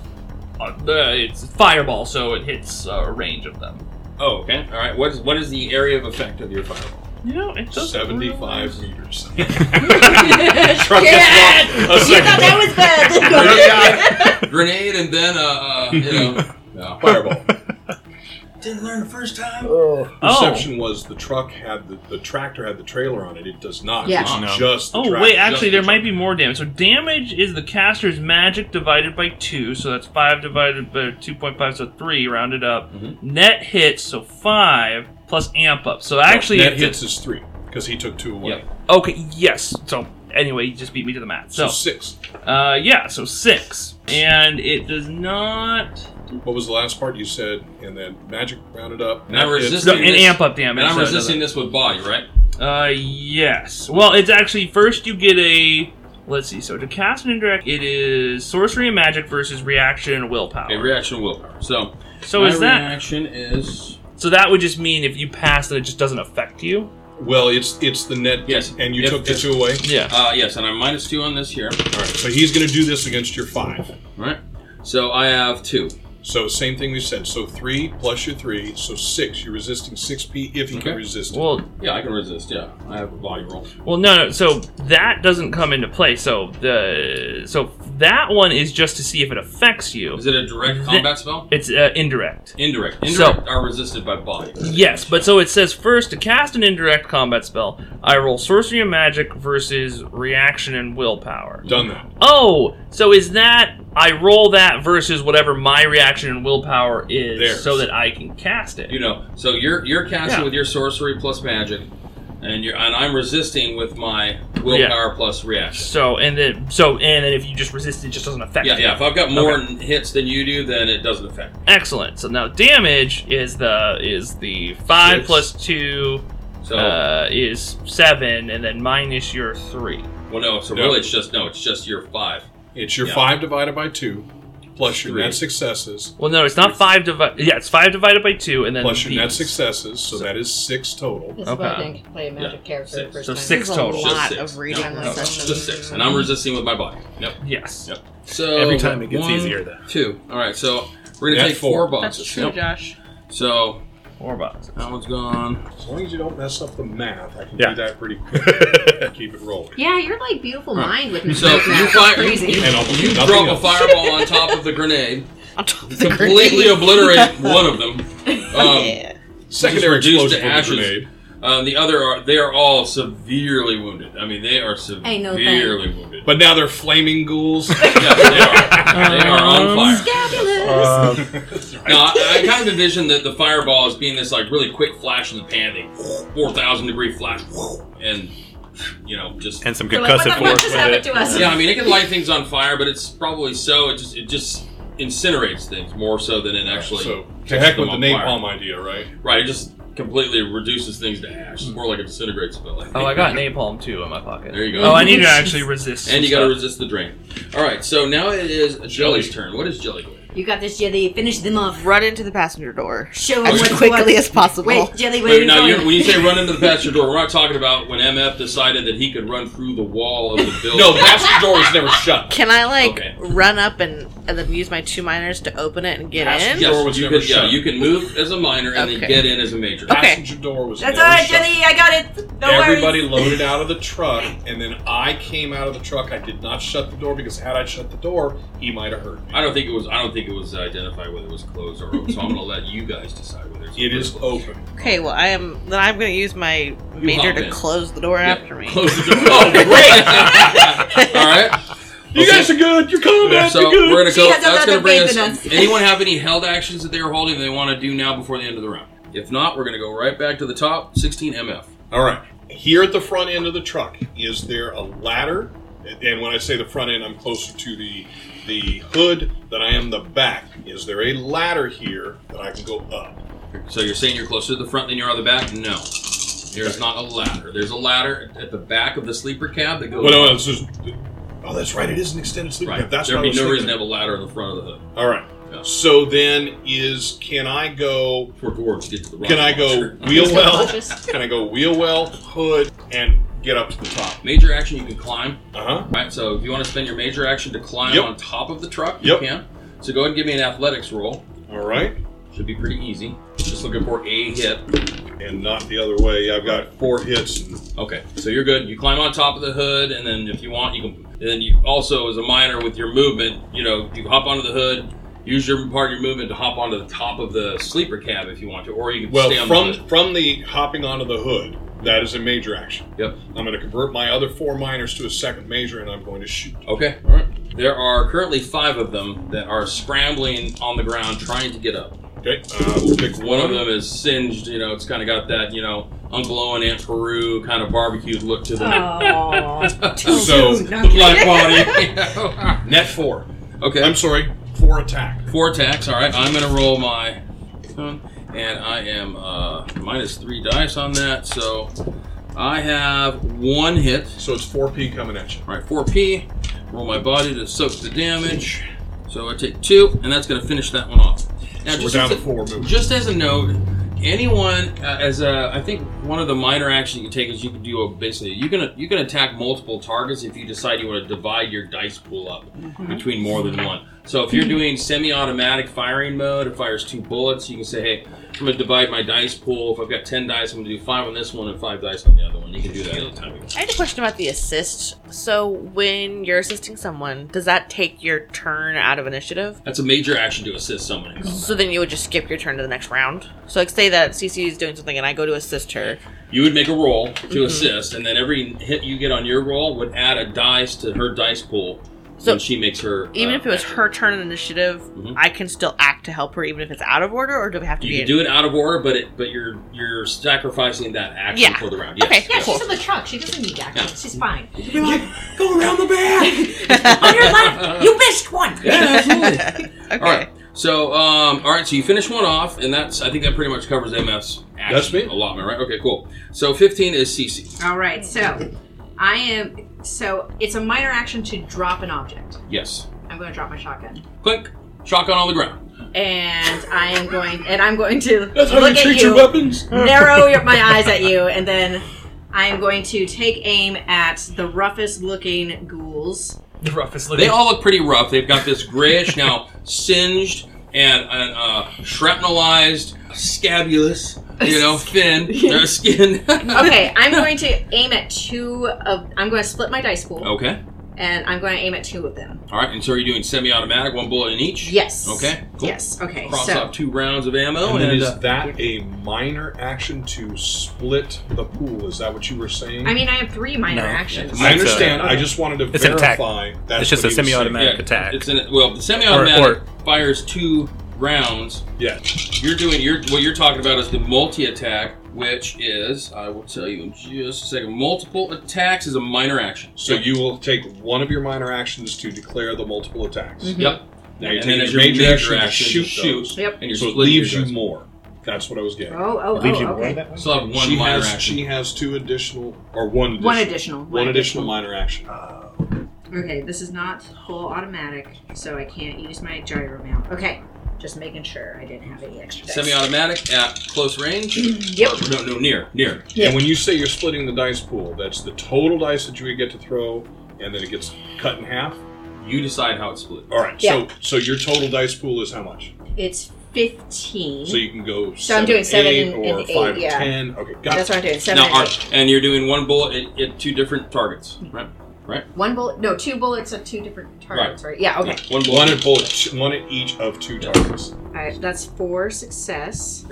Speaker 4: uh, the- it's fireball, so it hits uh, a range of them.
Speaker 2: Oh. Okay. All right. What is what is the area of effect of your fireball?
Speaker 4: You know, it doesn't
Speaker 5: Seventy-five meters.
Speaker 7: Shit! You thought that was bad.
Speaker 2: Grenade and then uh, uh you know. No.
Speaker 5: Fireball.
Speaker 2: Didn't learn the first time.
Speaker 4: Oh.
Speaker 5: Perception was the truck had the, the tractor had the trailer on it. It does not.
Speaker 7: Yeah.
Speaker 5: It's
Speaker 6: No.
Speaker 5: just the
Speaker 4: Oh
Speaker 5: tractor.
Speaker 4: wait, actually there
Speaker 2: just-
Speaker 4: might be more damage. So damage is the caster's magic divided by two, so that's five divided by two point five, so three rounded up.
Speaker 2: Mm-hmm.
Speaker 4: Net hits, so five plus amp up. So actually,
Speaker 5: that
Speaker 4: it's
Speaker 5: hits is three because he took two away.
Speaker 2: Yep.
Speaker 4: okay. Yes. So anyway, you just beat me to the math.
Speaker 5: So
Speaker 4: So
Speaker 5: six.
Speaker 4: uh, yeah, so six, and it does not.
Speaker 5: What was the last part you said? And then magic rounded up.
Speaker 2: Now
Speaker 5: It's-
Speaker 2: resist-
Speaker 4: No,
Speaker 2: Doing
Speaker 4: an
Speaker 2: this-
Speaker 4: amp up damage.
Speaker 2: And I'm
Speaker 4: so it doesn't-
Speaker 2: resisting this with body, right?
Speaker 4: Uh, yes. Well, it's actually first you get a. Let's see. So to cast an indirect, it is sorcery and magic versus reaction and willpower.
Speaker 2: Okay. Reaction willpower. So.
Speaker 4: so
Speaker 2: my
Speaker 4: is that?
Speaker 2: reaction is
Speaker 4: So that would just mean if you pass, then it just doesn't affect you.
Speaker 5: Well, it's it's the net.
Speaker 2: Yes.
Speaker 5: And you
Speaker 2: If-
Speaker 5: took the
Speaker 2: if-
Speaker 5: two away.
Speaker 4: Yeah.
Speaker 2: uh yes, and I'm minus two on this here. All right.
Speaker 5: So he's going to do this against your five.
Speaker 2: All right. So I have two.
Speaker 5: So same thing we said. So three plus your three, so six. You're resisting six P if you
Speaker 2: Okay.
Speaker 5: can resist. it.
Speaker 4: Well,
Speaker 2: Yeah, I can resist. Yeah, I have a body roll.
Speaker 4: well, no, no. So that doesn't come into play. So the so that one is just to see if it affects you.
Speaker 2: Is it a direct combat spell?
Speaker 4: It's uh, indirect.
Speaker 2: Indirect.
Speaker 4: So-
Speaker 2: Indirect are resisted by body.
Speaker 4: Yes, but so it says first to cast an indirect combat spell, I roll sorcery and magic versus reaction and willpower.
Speaker 5: Done that.
Speaker 4: Oh, so is that I roll that versus whatever my reaction and willpower is,
Speaker 5: Theirs.
Speaker 4: so that I can cast it?
Speaker 2: You know, so you're you're casting
Speaker 4: Yeah.
Speaker 2: with your sorcery plus magic, and you're and I'm resisting with my willpower plus reaction.
Speaker 4: So and then so and then if you just resist, it just doesn't affect.
Speaker 2: Yeah,
Speaker 4: you.
Speaker 2: yeah. If I've got more n hits than you do, then it doesn't affect. me.
Speaker 4: Excellent. So now damage is the is the five
Speaker 5: Six.
Speaker 4: plus two
Speaker 2: So,
Speaker 4: uh, is seven, and then minus your three.
Speaker 2: well, no. So
Speaker 5: No.
Speaker 2: really, it's just no. It's just your five.
Speaker 5: It's your
Speaker 2: Yeah.
Speaker 5: five divided by two, plus your
Speaker 2: Three.
Speaker 5: net successes,
Speaker 4: Well, no, it's not five divided. Yeah, it's five divided by two, and then
Speaker 5: plus your net
Speaker 4: these.
Speaker 5: successes. So that is six total.
Speaker 8: This is what I
Speaker 4: Okay.
Speaker 8: think play a magic
Speaker 2: Yeah.
Speaker 8: character
Speaker 2: Six.
Speaker 8: first
Speaker 4: So
Speaker 8: time.
Speaker 4: six
Speaker 3: There's a
Speaker 4: total.
Speaker 2: Just
Speaker 3: lot
Speaker 2: six.
Speaker 3: of reading
Speaker 2: No,
Speaker 3: on
Speaker 2: no,
Speaker 3: this session.
Speaker 2: Just six, and I'm resisting with my body. Yep.
Speaker 4: Yes.
Speaker 2: Yep. So
Speaker 6: Every time it gets
Speaker 2: one,
Speaker 6: easier, though.
Speaker 2: Two. All right. So we're gonna
Speaker 5: Net
Speaker 2: take four,
Speaker 5: four.
Speaker 2: boxes.
Speaker 3: That's true,
Speaker 2: Yep.
Speaker 3: Josh.
Speaker 2: So
Speaker 4: Four boxes.
Speaker 2: that one's gone.
Speaker 5: As long as you don't mess up the math, I can
Speaker 6: Yeah.
Speaker 5: do that pretty quick. Keep it rolling.
Speaker 7: Yeah, you're like beautiful mind with me.
Speaker 2: So you fire. You,
Speaker 7: crazy.
Speaker 2: you,
Speaker 5: And almost
Speaker 2: you
Speaker 5: nothing
Speaker 2: drop a
Speaker 5: else.
Speaker 2: fireball on top of the grenade.
Speaker 3: On top of the
Speaker 2: completely
Speaker 3: grenade.
Speaker 2: obliterate one of them. Um,
Speaker 3: yeah.
Speaker 5: Secondary
Speaker 2: Just reduced
Speaker 5: explosion
Speaker 2: to
Speaker 5: from the
Speaker 2: ashes.
Speaker 5: grenade.
Speaker 2: um, the other are they are all severely wounded. I mean, they are severely
Speaker 7: Ain't no thing.
Speaker 2: wounded.
Speaker 5: But now they're flaming ghouls.
Speaker 2: yeah, they are. They are on fire.
Speaker 7: Fabulous.
Speaker 6: Um,
Speaker 2: No, I, I kind of envision that the fireball as being this like really quick flash in the pan, like four thousand degree flash, and you know just.
Speaker 6: and some
Speaker 7: You're like, what the
Speaker 6: concussive
Speaker 7: fuck just
Speaker 6: force
Speaker 7: happened
Speaker 6: with
Speaker 7: to
Speaker 6: it.
Speaker 7: us?
Speaker 2: yeah, I mean, it can light things on fire, but it's probably so it just it just incinerates things more so than it actually.
Speaker 5: so to
Speaker 2: catches
Speaker 5: heck
Speaker 2: them
Speaker 5: with the
Speaker 2: on fire.
Speaker 5: napalm idea, right?
Speaker 2: Right, it just completely reduces things to ash. It's more like it disintegrates, but like
Speaker 4: Oh, I got napalm too in my
Speaker 2: there
Speaker 4: pocket.
Speaker 2: you go.
Speaker 4: Oh, I need to actually resist.
Speaker 2: And you
Speaker 4: some
Speaker 2: got to
Speaker 4: stuff.
Speaker 2: resist the drain. All right, so now it is Jelly's turn. What is Jelly going?
Speaker 7: You got this, Jelly. Finish them off.
Speaker 3: Run into the passenger door
Speaker 7: Show them
Speaker 3: as
Speaker 7: what's
Speaker 3: quickly
Speaker 7: what.
Speaker 3: as possible.
Speaker 7: Wait, Jelly, where are
Speaker 2: Wait,
Speaker 7: you
Speaker 2: now,
Speaker 7: going?
Speaker 2: you when you say run into the passenger door, we're not talking about when MF decided that he could run through the wall of the building.
Speaker 5: No, the passenger door is never shut.
Speaker 3: Can I like
Speaker 2: Okay.
Speaker 3: run up and and then use my two minors to open it and get in?
Speaker 5: Yes. door
Speaker 2: Yes,
Speaker 5: was
Speaker 2: you
Speaker 5: never
Speaker 2: can, yeah,
Speaker 5: shut.
Speaker 2: you can move as a minor and then
Speaker 3: Okay.
Speaker 2: get in as a major.
Speaker 3: Okay.
Speaker 5: Passenger door was
Speaker 7: That's all
Speaker 5: never
Speaker 7: right,
Speaker 5: shut.
Speaker 7: Jelly. I got it. Don't
Speaker 5: Everybody
Speaker 7: worry.
Speaker 5: loaded out of the truck, and then I came out of the truck. I did not shut the door because had I shut the door, he might have heard me.
Speaker 2: I don't think it was. I don't think it was identified whether it was closed or open. So I'm going to let you guys decide whether it's
Speaker 5: It
Speaker 2: open or
Speaker 5: is
Speaker 2: closed.
Speaker 5: open.
Speaker 3: Okay, well I am then I'm gonna use my major
Speaker 2: hop
Speaker 3: to
Speaker 2: in.
Speaker 3: close the door
Speaker 2: Yeah,
Speaker 3: after me.
Speaker 2: Close the door. Oh, great! All right.
Speaker 5: You guys are good. You're combat.
Speaker 2: So
Speaker 5: You're good.
Speaker 2: we're gonna
Speaker 7: She
Speaker 2: go.
Speaker 7: has a
Speaker 2: That's
Speaker 7: lot
Speaker 2: gonna
Speaker 7: of
Speaker 2: bring us.
Speaker 7: faith in us.
Speaker 2: Anyone have any held actions that they were holding that they want to do now before the end of the round? If not, we're gonna go right back to the top. 16 MF.
Speaker 5: All right. Here at the front end of the truck, is there a ladder? And when I say the front end, I'm closer to the the hood than I am the back. Is there a ladder here that I can go up?
Speaker 2: So you're saying you're closer to the front than you are the back? No. There's not a ladder. There's a ladder at the back of the sleeper cab that goes.
Speaker 5: Well, no, it's just. Oh, that's right. It is an extended sleep.
Speaker 2: right.
Speaker 5: That's
Speaker 2: There'd
Speaker 5: what I
Speaker 2: be
Speaker 5: was
Speaker 2: no
Speaker 5: thinking.
Speaker 2: reason to have a ladder in the front of the hood
Speaker 5: All right.
Speaker 2: Yeah.
Speaker 5: So then, is can I go?
Speaker 2: for Gorge to get to the rock.
Speaker 5: Can I go
Speaker 2: launcher.
Speaker 5: wheel well?
Speaker 8: Just-
Speaker 5: Can I go wheel well, hood, and get up to the top?
Speaker 2: Major action, you can climb.
Speaker 5: Uh huh.
Speaker 2: Right. So if you want to spend your major action to climb
Speaker 5: Yep.
Speaker 2: on top of the truck,
Speaker 5: Yep.
Speaker 2: you can. So go ahead and give me an athletics roll.
Speaker 5: All right.
Speaker 2: Should be pretty easy. Just looking for a hit.
Speaker 5: And not the other way. I've got four hits. And
Speaker 2: Okay, so you're good. You climb on top of the hood, and then if you want, you can. And then you also, as a minor, with your movement, you know, you hop onto the hood. Use your part of your movement to hop onto the top of the sleeper cab if you want to, or you can
Speaker 5: well,
Speaker 2: stay on the
Speaker 5: from
Speaker 2: hood.
Speaker 5: from the hopping onto the hood, that is a major action.
Speaker 2: Yep.
Speaker 5: I'm going to convert my other four minors to a second major, and I'm going to shoot.
Speaker 2: Okay. All right. There are currently five of them that are scrambling on the ground trying to get up.
Speaker 5: Okay. Uh, we'll pick
Speaker 2: One of them is singed. You know, it's kind of got that you know Uncle Owen, Aunt Peru kind of barbecued look to them.
Speaker 7: Aw.
Speaker 5: So
Speaker 2: Black body.
Speaker 5: net four.
Speaker 2: okay.
Speaker 5: I'm sorry, four attack.
Speaker 2: Four attacks. All right, I'm gonna roll my, and I am uh, minus three dice on that. So I have one hit.
Speaker 5: So it's four P coming at you.
Speaker 2: All right, four P. Roll my body to soak the damage. So I take two, and that's gonna finish that one off. Now,
Speaker 5: So we're
Speaker 2: just
Speaker 5: down to
Speaker 2: as a-
Speaker 5: four moves.
Speaker 2: Just as a note, anyone uh, as a, I think one of the minor actions you can take is you can do a basically you can you can attack multiple targets if you decide you want to divide your dice pool up between more than one. So if you're doing semi-automatic firing mode, it fires two bullets. You can say, hey, I'm going to divide my dice pool. If I've got ten dice, I'm going to do five on this one and five dice on the other one. You can do that anytime. you want.
Speaker 3: I had a question about the assist. So when you're assisting someone, does that take your turn out of initiative?
Speaker 2: That's a major action to assist someone. in combat.
Speaker 3: So then you would just skip your turn to the next round. So like say that CC is doing something and I go to assist her.
Speaker 2: You would make a roll to
Speaker 3: Mm-hmm.
Speaker 2: assist, and then every hit you get on your roll would add a dice to her dice pool.
Speaker 3: So-
Speaker 2: when she makes her
Speaker 3: Even
Speaker 2: uh,
Speaker 3: if it was
Speaker 2: action.
Speaker 3: her turn in initiative,
Speaker 2: Mhm.
Speaker 3: I can still act to help her even if it's out of order or do we have to
Speaker 2: You
Speaker 3: be
Speaker 2: can do it out of order, but it but you're you're sacrificing that action
Speaker 3: Yeah.
Speaker 2: for the round. Yes.
Speaker 3: Okay.
Speaker 8: Yeah,
Speaker 2: yes.
Speaker 8: she's in the truck. She doesn't need action. She's fine.
Speaker 5: Go around the back.
Speaker 7: On your left, you missed one.
Speaker 2: Yeah, absolutely.
Speaker 3: Okay.
Speaker 2: All right. So, um, all right. So you finish one off, and that's I think that pretty much covers MF's action
Speaker 5: That's me.
Speaker 2: allotment, right? Okay, cool. So 15 is CC.
Speaker 7: All right, so I am. So it's a minor action to drop an object.
Speaker 2: Yes.
Speaker 7: I'm going to drop my shotgun,
Speaker 2: Click. Shotgun on the ground.
Speaker 7: and I am going, and I'm going to
Speaker 5: That's how
Speaker 7: look
Speaker 5: you
Speaker 7: at
Speaker 5: treat your
Speaker 7: you,
Speaker 5: weapons.
Speaker 7: narrow your- my eyes at you, and then I am going to take aim at the roughest looking ghouls.
Speaker 4: The roughest looking.
Speaker 2: They all look pretty rough. They've got this grayish now singed and, and uh, shrapnelized scabulous, you know, fin. Their skin.
Speaker 7: Okay, I'm going to aim at two of. I'm going to split my dice pool,
Speaker 2: okay.
Speaker 7: and I'm going to aim at two of them.
Speaker 2: All right, and so are you doing semi-automatic, one bullet in each?
Speaker 7: Yes.
Speaker 2: Okay. Cool.
Speaker 7: Yes. Okay.
Speaker 2: Cross
Speaker 7: so
Speaker 2: off two rounds of ammo,
Speaker 5: And
Speaker 2: and,
Speaker 5: then
Speaker 2: uh,
Speaker 5: is that a minor action to split the pool? Is that what you were saying?
Speaker 7: I mean, I have three minor
Speaker 6: No.
Speaker 7: actions.
Speaker 5: I
Speaker 6: It's a-
Speaker 5: understand. I just wanted to
Speaker 6: It's an attack.
Speaker 5: verify. That's
Speaker 6: It's just
Speaker 5: what
Speaker 6: a
Speaker 5: he was saying.
Speaker 6: semi-automatic attack.
Speaker 2: It's in well, the semi-automatic
Speaker 6: Or-
Speaker 2: fires two rounds.
Speaker 5: Yeah.
Speaker 2: You're doing your what you're talking about is the multi-attack, which is I will tell you in just a second. Multiple attacks is a minor action.
Speaker 5: So you will take one of your minor actions to declare the multiple attacks.
Speaker 7: Mm-hmm.
Speaker 2: Yep.
Speaker 5: Now you're
Speaker 2: and then
Speaker 5: taking
Speaker 2: as
Speaker 5: your major, action, to
Speaker 2: you
Speaker 5: shoot,
Speaker 2: shoot,
Speaker 5: those.
Speaker 7: Yep.
Speaker 2: and you're
Speaker 5: So it
Speaker 2: splitting your
Speaker 5: leaves you
Speaker 2: dice.
Speaker 5: more. That's what I was getting. at.
Speaker 7: Oh, oh,
Speaker 6: Leaves you
Speaker 7: oh, okay.
Speaker 2: Still have one
Speaker 5: she
Speaker 2: minor
Speaker 5: has
Speaker 2: action.
Speaker 5: she has two additional or one additional,
Speaker 7: One additional.
Speaker 5: one additional minor action.
Speaker 7: Okay, this is not full automatic, so I can't use my gyro mount. Okay, just making sure I didn't have any extra. dice.
Speaker 2: Semi-automatic at close range.
Speaker 7: Yep.
Speaker 2: No, no, near, near.
Speaker 5: And when you say you're splitting the dice pool, that's the total dice that you would get to throw, and then it gets cut in half.
Speaker 2: You decide how it's split.
Speaker 5: All right. So
Speaker 7: Yeah.
Speaker 5: so your total dice pool is how much?
Speaker 7: It's fifteen.
Speaker 5: So you can go.
Speaker 7: So I'm doing seven
Speaker 5: eight,
Speaker 7: and-
Speaker 5: or
Speaker 7: and eight,
Speaker 5: five,
Speaker 7: yeah.
Speaker 5: ten. Okay, got
Speaker 7: That's
Speaker 5: it.
Speaker 7: what I'm doing. Seven.
Speaker 2: Now,
Speaker 7: and
Speaker 2: are,
Speaker 7: eight.
Speaker 2: and you're doing one bullet at, at two different targets, right?
Speaker 7: One bullet. No, two bullets at two different targets. Right. Yeah. Okay.
Speaker 2: One
Speaker 5: One
Speaker 2: bullet.
Speaker 5: at bullet, two- one at each of two targets.
Speaker 7: All right. That's four success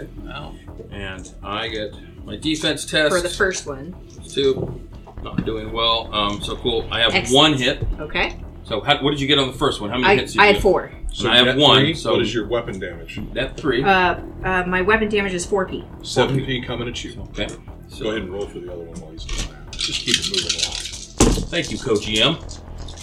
Speaker 2: And I get my defense test.
Speaker 7: for the first one.
Speaker 2: Two. Not doing well. Um, so cool. I have one
Speaker 7: Excellent.
Speaker 2: hit.
Speaker 7: Okay.
Speaker 2: So how, what did you get on the first one? How many
Speaker 7: I,
Speaker 2: hits did you
Speaker 7: I had
Speaker 2: get?
Speaker 7: four.
Speaker 5: So
Speaker 2: I have
Speaker 5: net
Speaker 2: one,
Speaker 5: three,
Speaker 2: so-
Speaker 5: what is your weapon damage?
Speaker 2: That three.
Speaker 7: Uh, uh, my weapon damage is four p.
Speaker 5: Seven P coming at you.
Speaker 2: okay. So
Speaker 5: Go ahead and roll for the other one while he's doing that. Just keep it moving along.
Speaker 2: thank you, Coach E EM.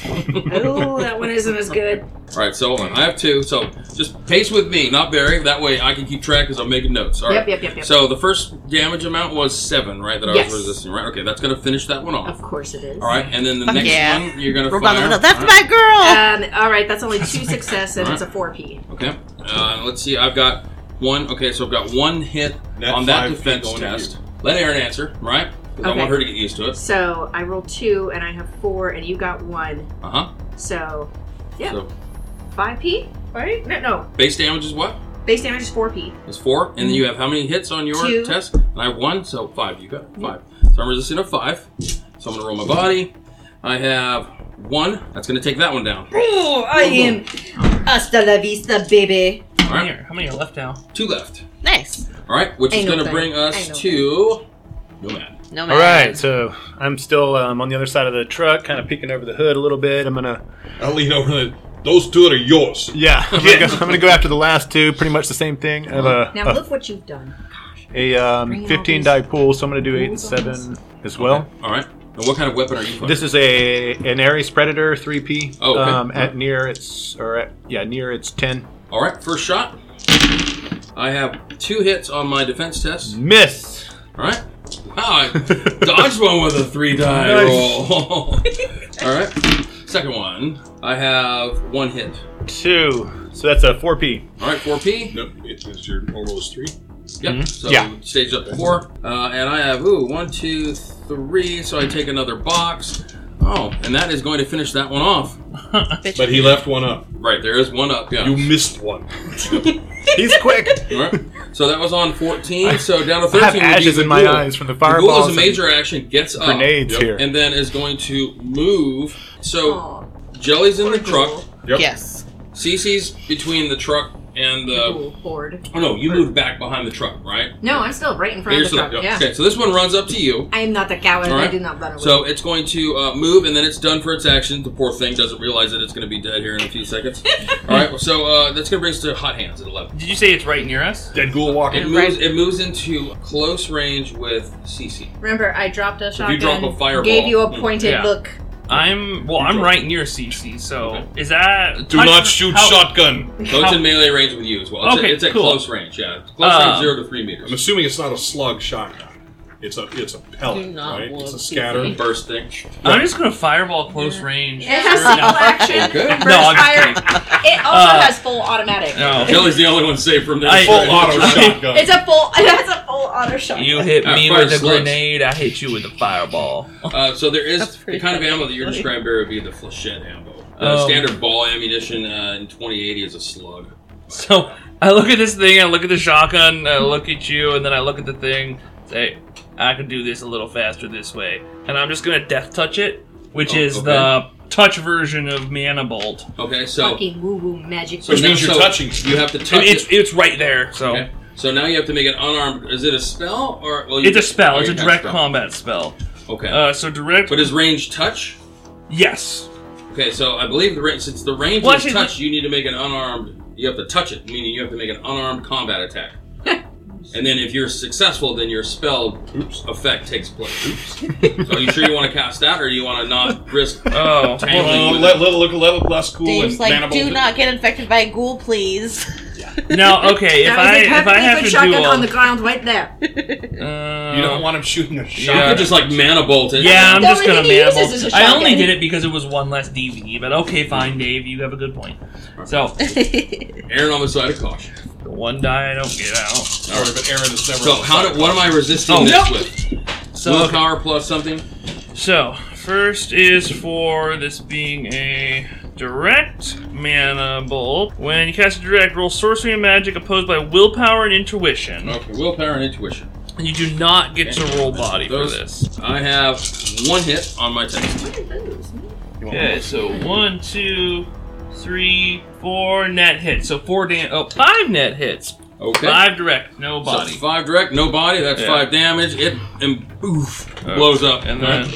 Speaker 2: All
Speaker 7: oh, that one isn't as good.
Speaker 2: right. So hold on. I have two. So just pace with me, not Barry. That way I can keep track as I'm making notes. All right.
Speaker 7: Yep. Yep. Yep. Yep.
Speaker 2: So the first damage amount was seven, right? That I
Speaker 7: Yes.
Speaker 2: was resisting, right? Okay, that's gonna finish that one
Speaker 7: of
Speaker 2: off.
Speaker 7: course it is.
Speaker 2: All right, and then the
Speaker 3: Fuck
Speaker 2: next
Speaker 3: yeah.
Speaker 2: one you're gonna
Speaker 3: We're about to
Speaker 2: fire.
Speaker 3: look up. That's
Speaker 2: All
Speaker 3: my girl.
Speaker 7: Um, all right, that's only two success, and it's a four P.
Speaker 2: Okay. Uh, let's see. I've got one. Okay, so I've got one hit
Speaker 5: Net
Speaker 2: on that
Speaker 5: five, keep
Speaker 2: defense
Speaker 5: going at
Speaker 2: test. Let Aaron answer, right? 'Cause I
Speaker 7: Okay.
Speaker 2: want her to get used to it.
Speaker 7: So I rolled two, and I have four, and you got one.
Speaker 2: Uh huh.
Speaker 7: So Yeah.
Speaker 2: So
Speaker 7: five P, right? No, no.
Speaker 2: base damage is what?
Speaker 7: Base damage is four P.
Speaker 2: It's four, and then you have how many hits on your
Speaker 7: Mm-hmm. Two.
Speaker 2: test? And I have one, so five. You got it. five. So I'm resisting a five. So I'm gonna roll my body. I have one. That's gonna take that one down.
Speaker 7: Oh, I am hasta la vista, baby.
Speaker 2: All right,
Speaker 4: Here, how many are left now?
Speaker 2: two left.
Speaker 3: Nice.
Speaker 2: All right, which
Speaker 7: I
Speaker 2: is
Speaker 7: know
Speaker 2: gonna
Speaker 7: that.
Speaker 2: bring
Speaker 7: I
Speaker 2: us
Speaker 7: know
Speaker 2: to Nomad.
Speaker 3: No
Speaker 6: All
Speaker 3: matter.
Speaker 6: right, so I'm still um, on the other side of the truck, kind of peeking over the hood a little bit. I'm gonna,
Speaker 5: I'll lean over the. Those two are yours.
Speaker 6: yeah, I'm gonna, go, I'm gonna go after the last two. Pretty much the same thing. I have a,
Speaker 7: Now look what you've done.
Speaker 6: a, a, um, 15 die pool, so I'm gonna do eight and seven as well.
Speaker 2: All right. And what kind of weapon are you? Playing?
Speaker 6: This is a an Ares Predator 3P.
Speaker 2: Oh, okay.
Speaker 6: um, at near its or at, yeah near its 10
Speaker 2: All right, first shot. I have two hits on my defense test.
Speaker 6: miss.
Speaker 2: All right. Wow, I dodged one with a three die
Speaker 6: Nice.
Speaker 2: roll. All right. Second one, I have one hit.
Speaker 6: Two, so that's a 4P.
Speaker 2: All right, four P.
Speaker 5: No, it is your normal is three.
Speaker 2: Yep. So
Speaker 6: Mm-hmm. Yeah.
Speaker 2: stage up to four, uh, and I have ooh one, two, three. So I take another box. Oh, and that is going to finish that one off.
Speaker 5: But he left one up.
Speaker 2: Right, there is one up. Yeah.
Speaker 5: You missed one.
Speaker 6: He's quick.
Speaker 2: All right. So that was on fourteen. So down to
Speaker 6: I
Speaker 2: thirteen.
Speaker 6: have
Speaker 2: would be
Speaker 6: ashes
Speaker 2: the
Speaker 6: in my
Speaker 2: ghoul.
Speaker 6: eyes from the
Speaker 2: The ghoul
Speaker 6: fireballs.
Speaker 2: is a major action. Gets up.
Speaker 6: and grenades
Speaker 5: Yep.
Speaker 6: here.
Speaker 2: and then is going to move. So uh,
Speaker 7: Aw.
Speaker 2: Jelly's in the truck.
Speaker 5: Yep.
Speaker 3: Yes.
Speaker 2: Cece's between the truck and the.
Speaker 7: Cool horde.
Speaker 2: Oh no, you moved back behind the truck, right?
Speaker 7: No, I'm still right in front
Speaker 2: You're
Speaker 7: of the
Speaker 2: still-
Speaker 7: truck. Yeah.
Speaker 2: Okay, so this one runs up to you.
Speaker 7: I am not a coward. and
Speaker 2: Alright.
Speaker 7: I do not run away.
Speaker 2: So it's going to uh, move, and then it's done for its action. The poor thing doesn't realize that it's going to be dead here in a few seconds. All right, so uh, that's going to bring us to Hot Hands at eleven.
Speaker 9: Did you say it's right near us?
Speaker 5: Dead ghoul
Speaker 2: It
Speaker 5: walking.
Speaker 2: moves. It moves into close range with Cece.
Speaker 7: Remember, I dropped a
Speaker 2: you
Speaker 7: shotgun.
Speaker 2: drop a fireball- hmm.
Speaker 7: Gave you a pointed
Speaker 9: Yeah.
Speaker 7: look.
Speaker 4: I'm well. I'm right near CC. So
Speaker 2: Okay.
Speaker 4: is that?
Speaker 5: Do
Speaker 4: touch-
Speaker 5: not shoot
Speaker 4: how-
Speaker 5: shotgun.
Speaker 2: So it's in melee range with you as well. It's,
Speaker 4: Okay,
Speaker 2: at, it's at
Speaker 4: cool.
Speaker 2: close range, yeah. Close range,
Speaker 4: Um,
Speaker 2: zero to three
Speaker 5: I'm
Speaker 2: meters.
Speaker 5: assuming it's not a slug shotgun. It's a it's a
Speaker 3: Do
Speaker 5: pellet,
Speaker 3: not
Speaker 5: right? It's a
Speaker 3: look
Speaker 5: scatter.
Speaker 2: Burst thing.
Speaker 4: I'm just gonna fireball close range.
Speaker 8: It has
Speaker 4: Sure
Speaker 8: full
Speaker 4: enough.
Speaker 8: action.
Speaker 2: Good.
Speaker 8: Burst
Speaker 4: No, I'm just
Speaker 8: fire. It also
Speaker 4: Uh,
Speaker 8: has full automatic.
Speaker 4: No,
Speaker 2: Jelly's the only one safe from
Speaker 4: I-
Speaker 2: that.
Speaker 5: Full auto shotgun.
Speaker 8: It's a full. It has a full auto shot.
Speaker 4: you hit
Speaker 2: Uh,
Speaker 4: me
Speaker 2: fire
Speaker 4: with a
Speaker 2: slugs.
Speaker 4: grenade. I hit you with a fireball.
Speaker 2: Uh, so there is
Speaker 3: That's
Speaker 2: the
Speaker 3: pretty
Speaker 2: kind of
Speaker 3: funny,
Speaker 2: ammo that you're
Speaker 3: actually.
Speaker 2: describing Barry, would be the flechette ammo. Uh,
Speaker 4: Oh.
Speaker 2: standard ball ammunition uh, in 2080 is a slug.
Speaker 4: So I look at this thing. I look at the shotgun. I look at you, and then I look at the thing. Say, I can do this a little faster this way, and I'm just gonna death touch it, which
Speaker 2: Oh,
Speaker 4: is
Speaker 2: okay.
Speaker 4: the touch version of Manibolt.
Speaker 2: Okay, so
Speaker 7: Fucking woo woo magic.
Speaker 2: so
Speaker 5: Which
Speaker 2: now-
Speaker 5: means you're
Speaker 2: so
Speaker 5: touching.
Speaker 2: You have to
Speaker 4: I
Speaker 2: touch
Speaker 4: mean, it's
Speaker 2: it.
Speaker 4: it's right there. So
Speaker 2: Okay. So now you have to make an unarmed. Is it a spell or? Well, you
Speaker 4: it's a
Speaker 2: just-
Speaker 4: spell.
Speaker 2: oh,
Speaker 4: It's
Speaker 2: you
Speaker 4: a
Speaker 2: cast
Speaker 4: direct
Speaker 2: spell.
Speaker 4: combat spell.
Speaker 2: Okay.
Speaker 4: Uh, so direct.
Speaker 2: but is range touch?
Speaker 4: yes.
Speaker 2: Okay, so I believe the range. Since the range
Speaker 4: Well,
Speaker 2: is
Speaker 4: actually,
Speaker 2: touch, you need to make an unarmed. You have to touch it, meaning you have to make an unarmed combat attack. and then if you're successful, then your spell effect takes place. so are you sure you want to cast that, or do you want to not risk?
Speaker 4: Oh,
Speaker 2: Tangling
Speaker 5: Uh,
Speaker 2: with
Speaker 5: let, let it look a little less cool
Speaker 3: Dave's
Speaker 5: and
Speaker 3: like,
Speaker 5: manable.
Speaker 3: do not get infected by a ghoul, please.
Speaker 4: Now, okay, if
Speaker 8: That was a
Speaker 4: I if I
Speaker 8: perfectly
Speaker 4: have
Speaker 8: good
Speaker 4: to do
Speaker 8: shotgun
Speaker 4: all,
Speaker 8: on the ground right there.
Speaker 4: uh,
Speaker 5: You don't want him shooting a
Speaker 2: You
Speaker 5: shotgun.
Speaker 2: could just like mana bolt it.
Speaker 4: yeah, I'm
Speaker 8: The
Speaker 4: just
Speaker 8: only
Speaker 4: gonna
Speaker 8: thing he uses
Speaker 4: manable.
Speaker 8: is a
Speaker 4: I only
Speaker 8: shotgun.
Speaker 4: did it because it was one less DVD. But okay, fine,
Speaker 5: Mm-hmm.
Speaker 4: Dave, you have a good point. So
Speaker 2: Aaron on the side of caution.
Speaker 4: the one die I don't get out.
Speaker 5: Sorry, but Aaron is never.
Speaker 2: So how do? What am I resisting
Speaker 4: Oh.
Speaker 2: this
Speaker 4: Nope.
Speaker 2: with?
Speaker 4: So okay.
Speaker 2: Willpower plus something.
Speaker 4: so first is for this being a direct mana bolt. When you cast a direct, roll sorcery and magic opposed by willpower and
Speaker 5: Oh.
Speaker 4: intuition,
Speaker 2: Okay, willpower and intuition.
Speaker 4: and you do not get to roll body for
Speaker 2: Those-
Speaker 4: this.
Speaker 2: I have one hit on my test.
Speaker 4: Okay, so one, two, three, four net hits. So four damage. Oh, five net hits.
Speaker 2: Okay.
Speaker 4: Five direct, no
Speaker 2: So
Speaker 4: body.
Speaker 2: five direct, no body. That's
Speaker 4: Yeah.
Speaker 2: five damage. It and oof blows up.
Speaker 4: and then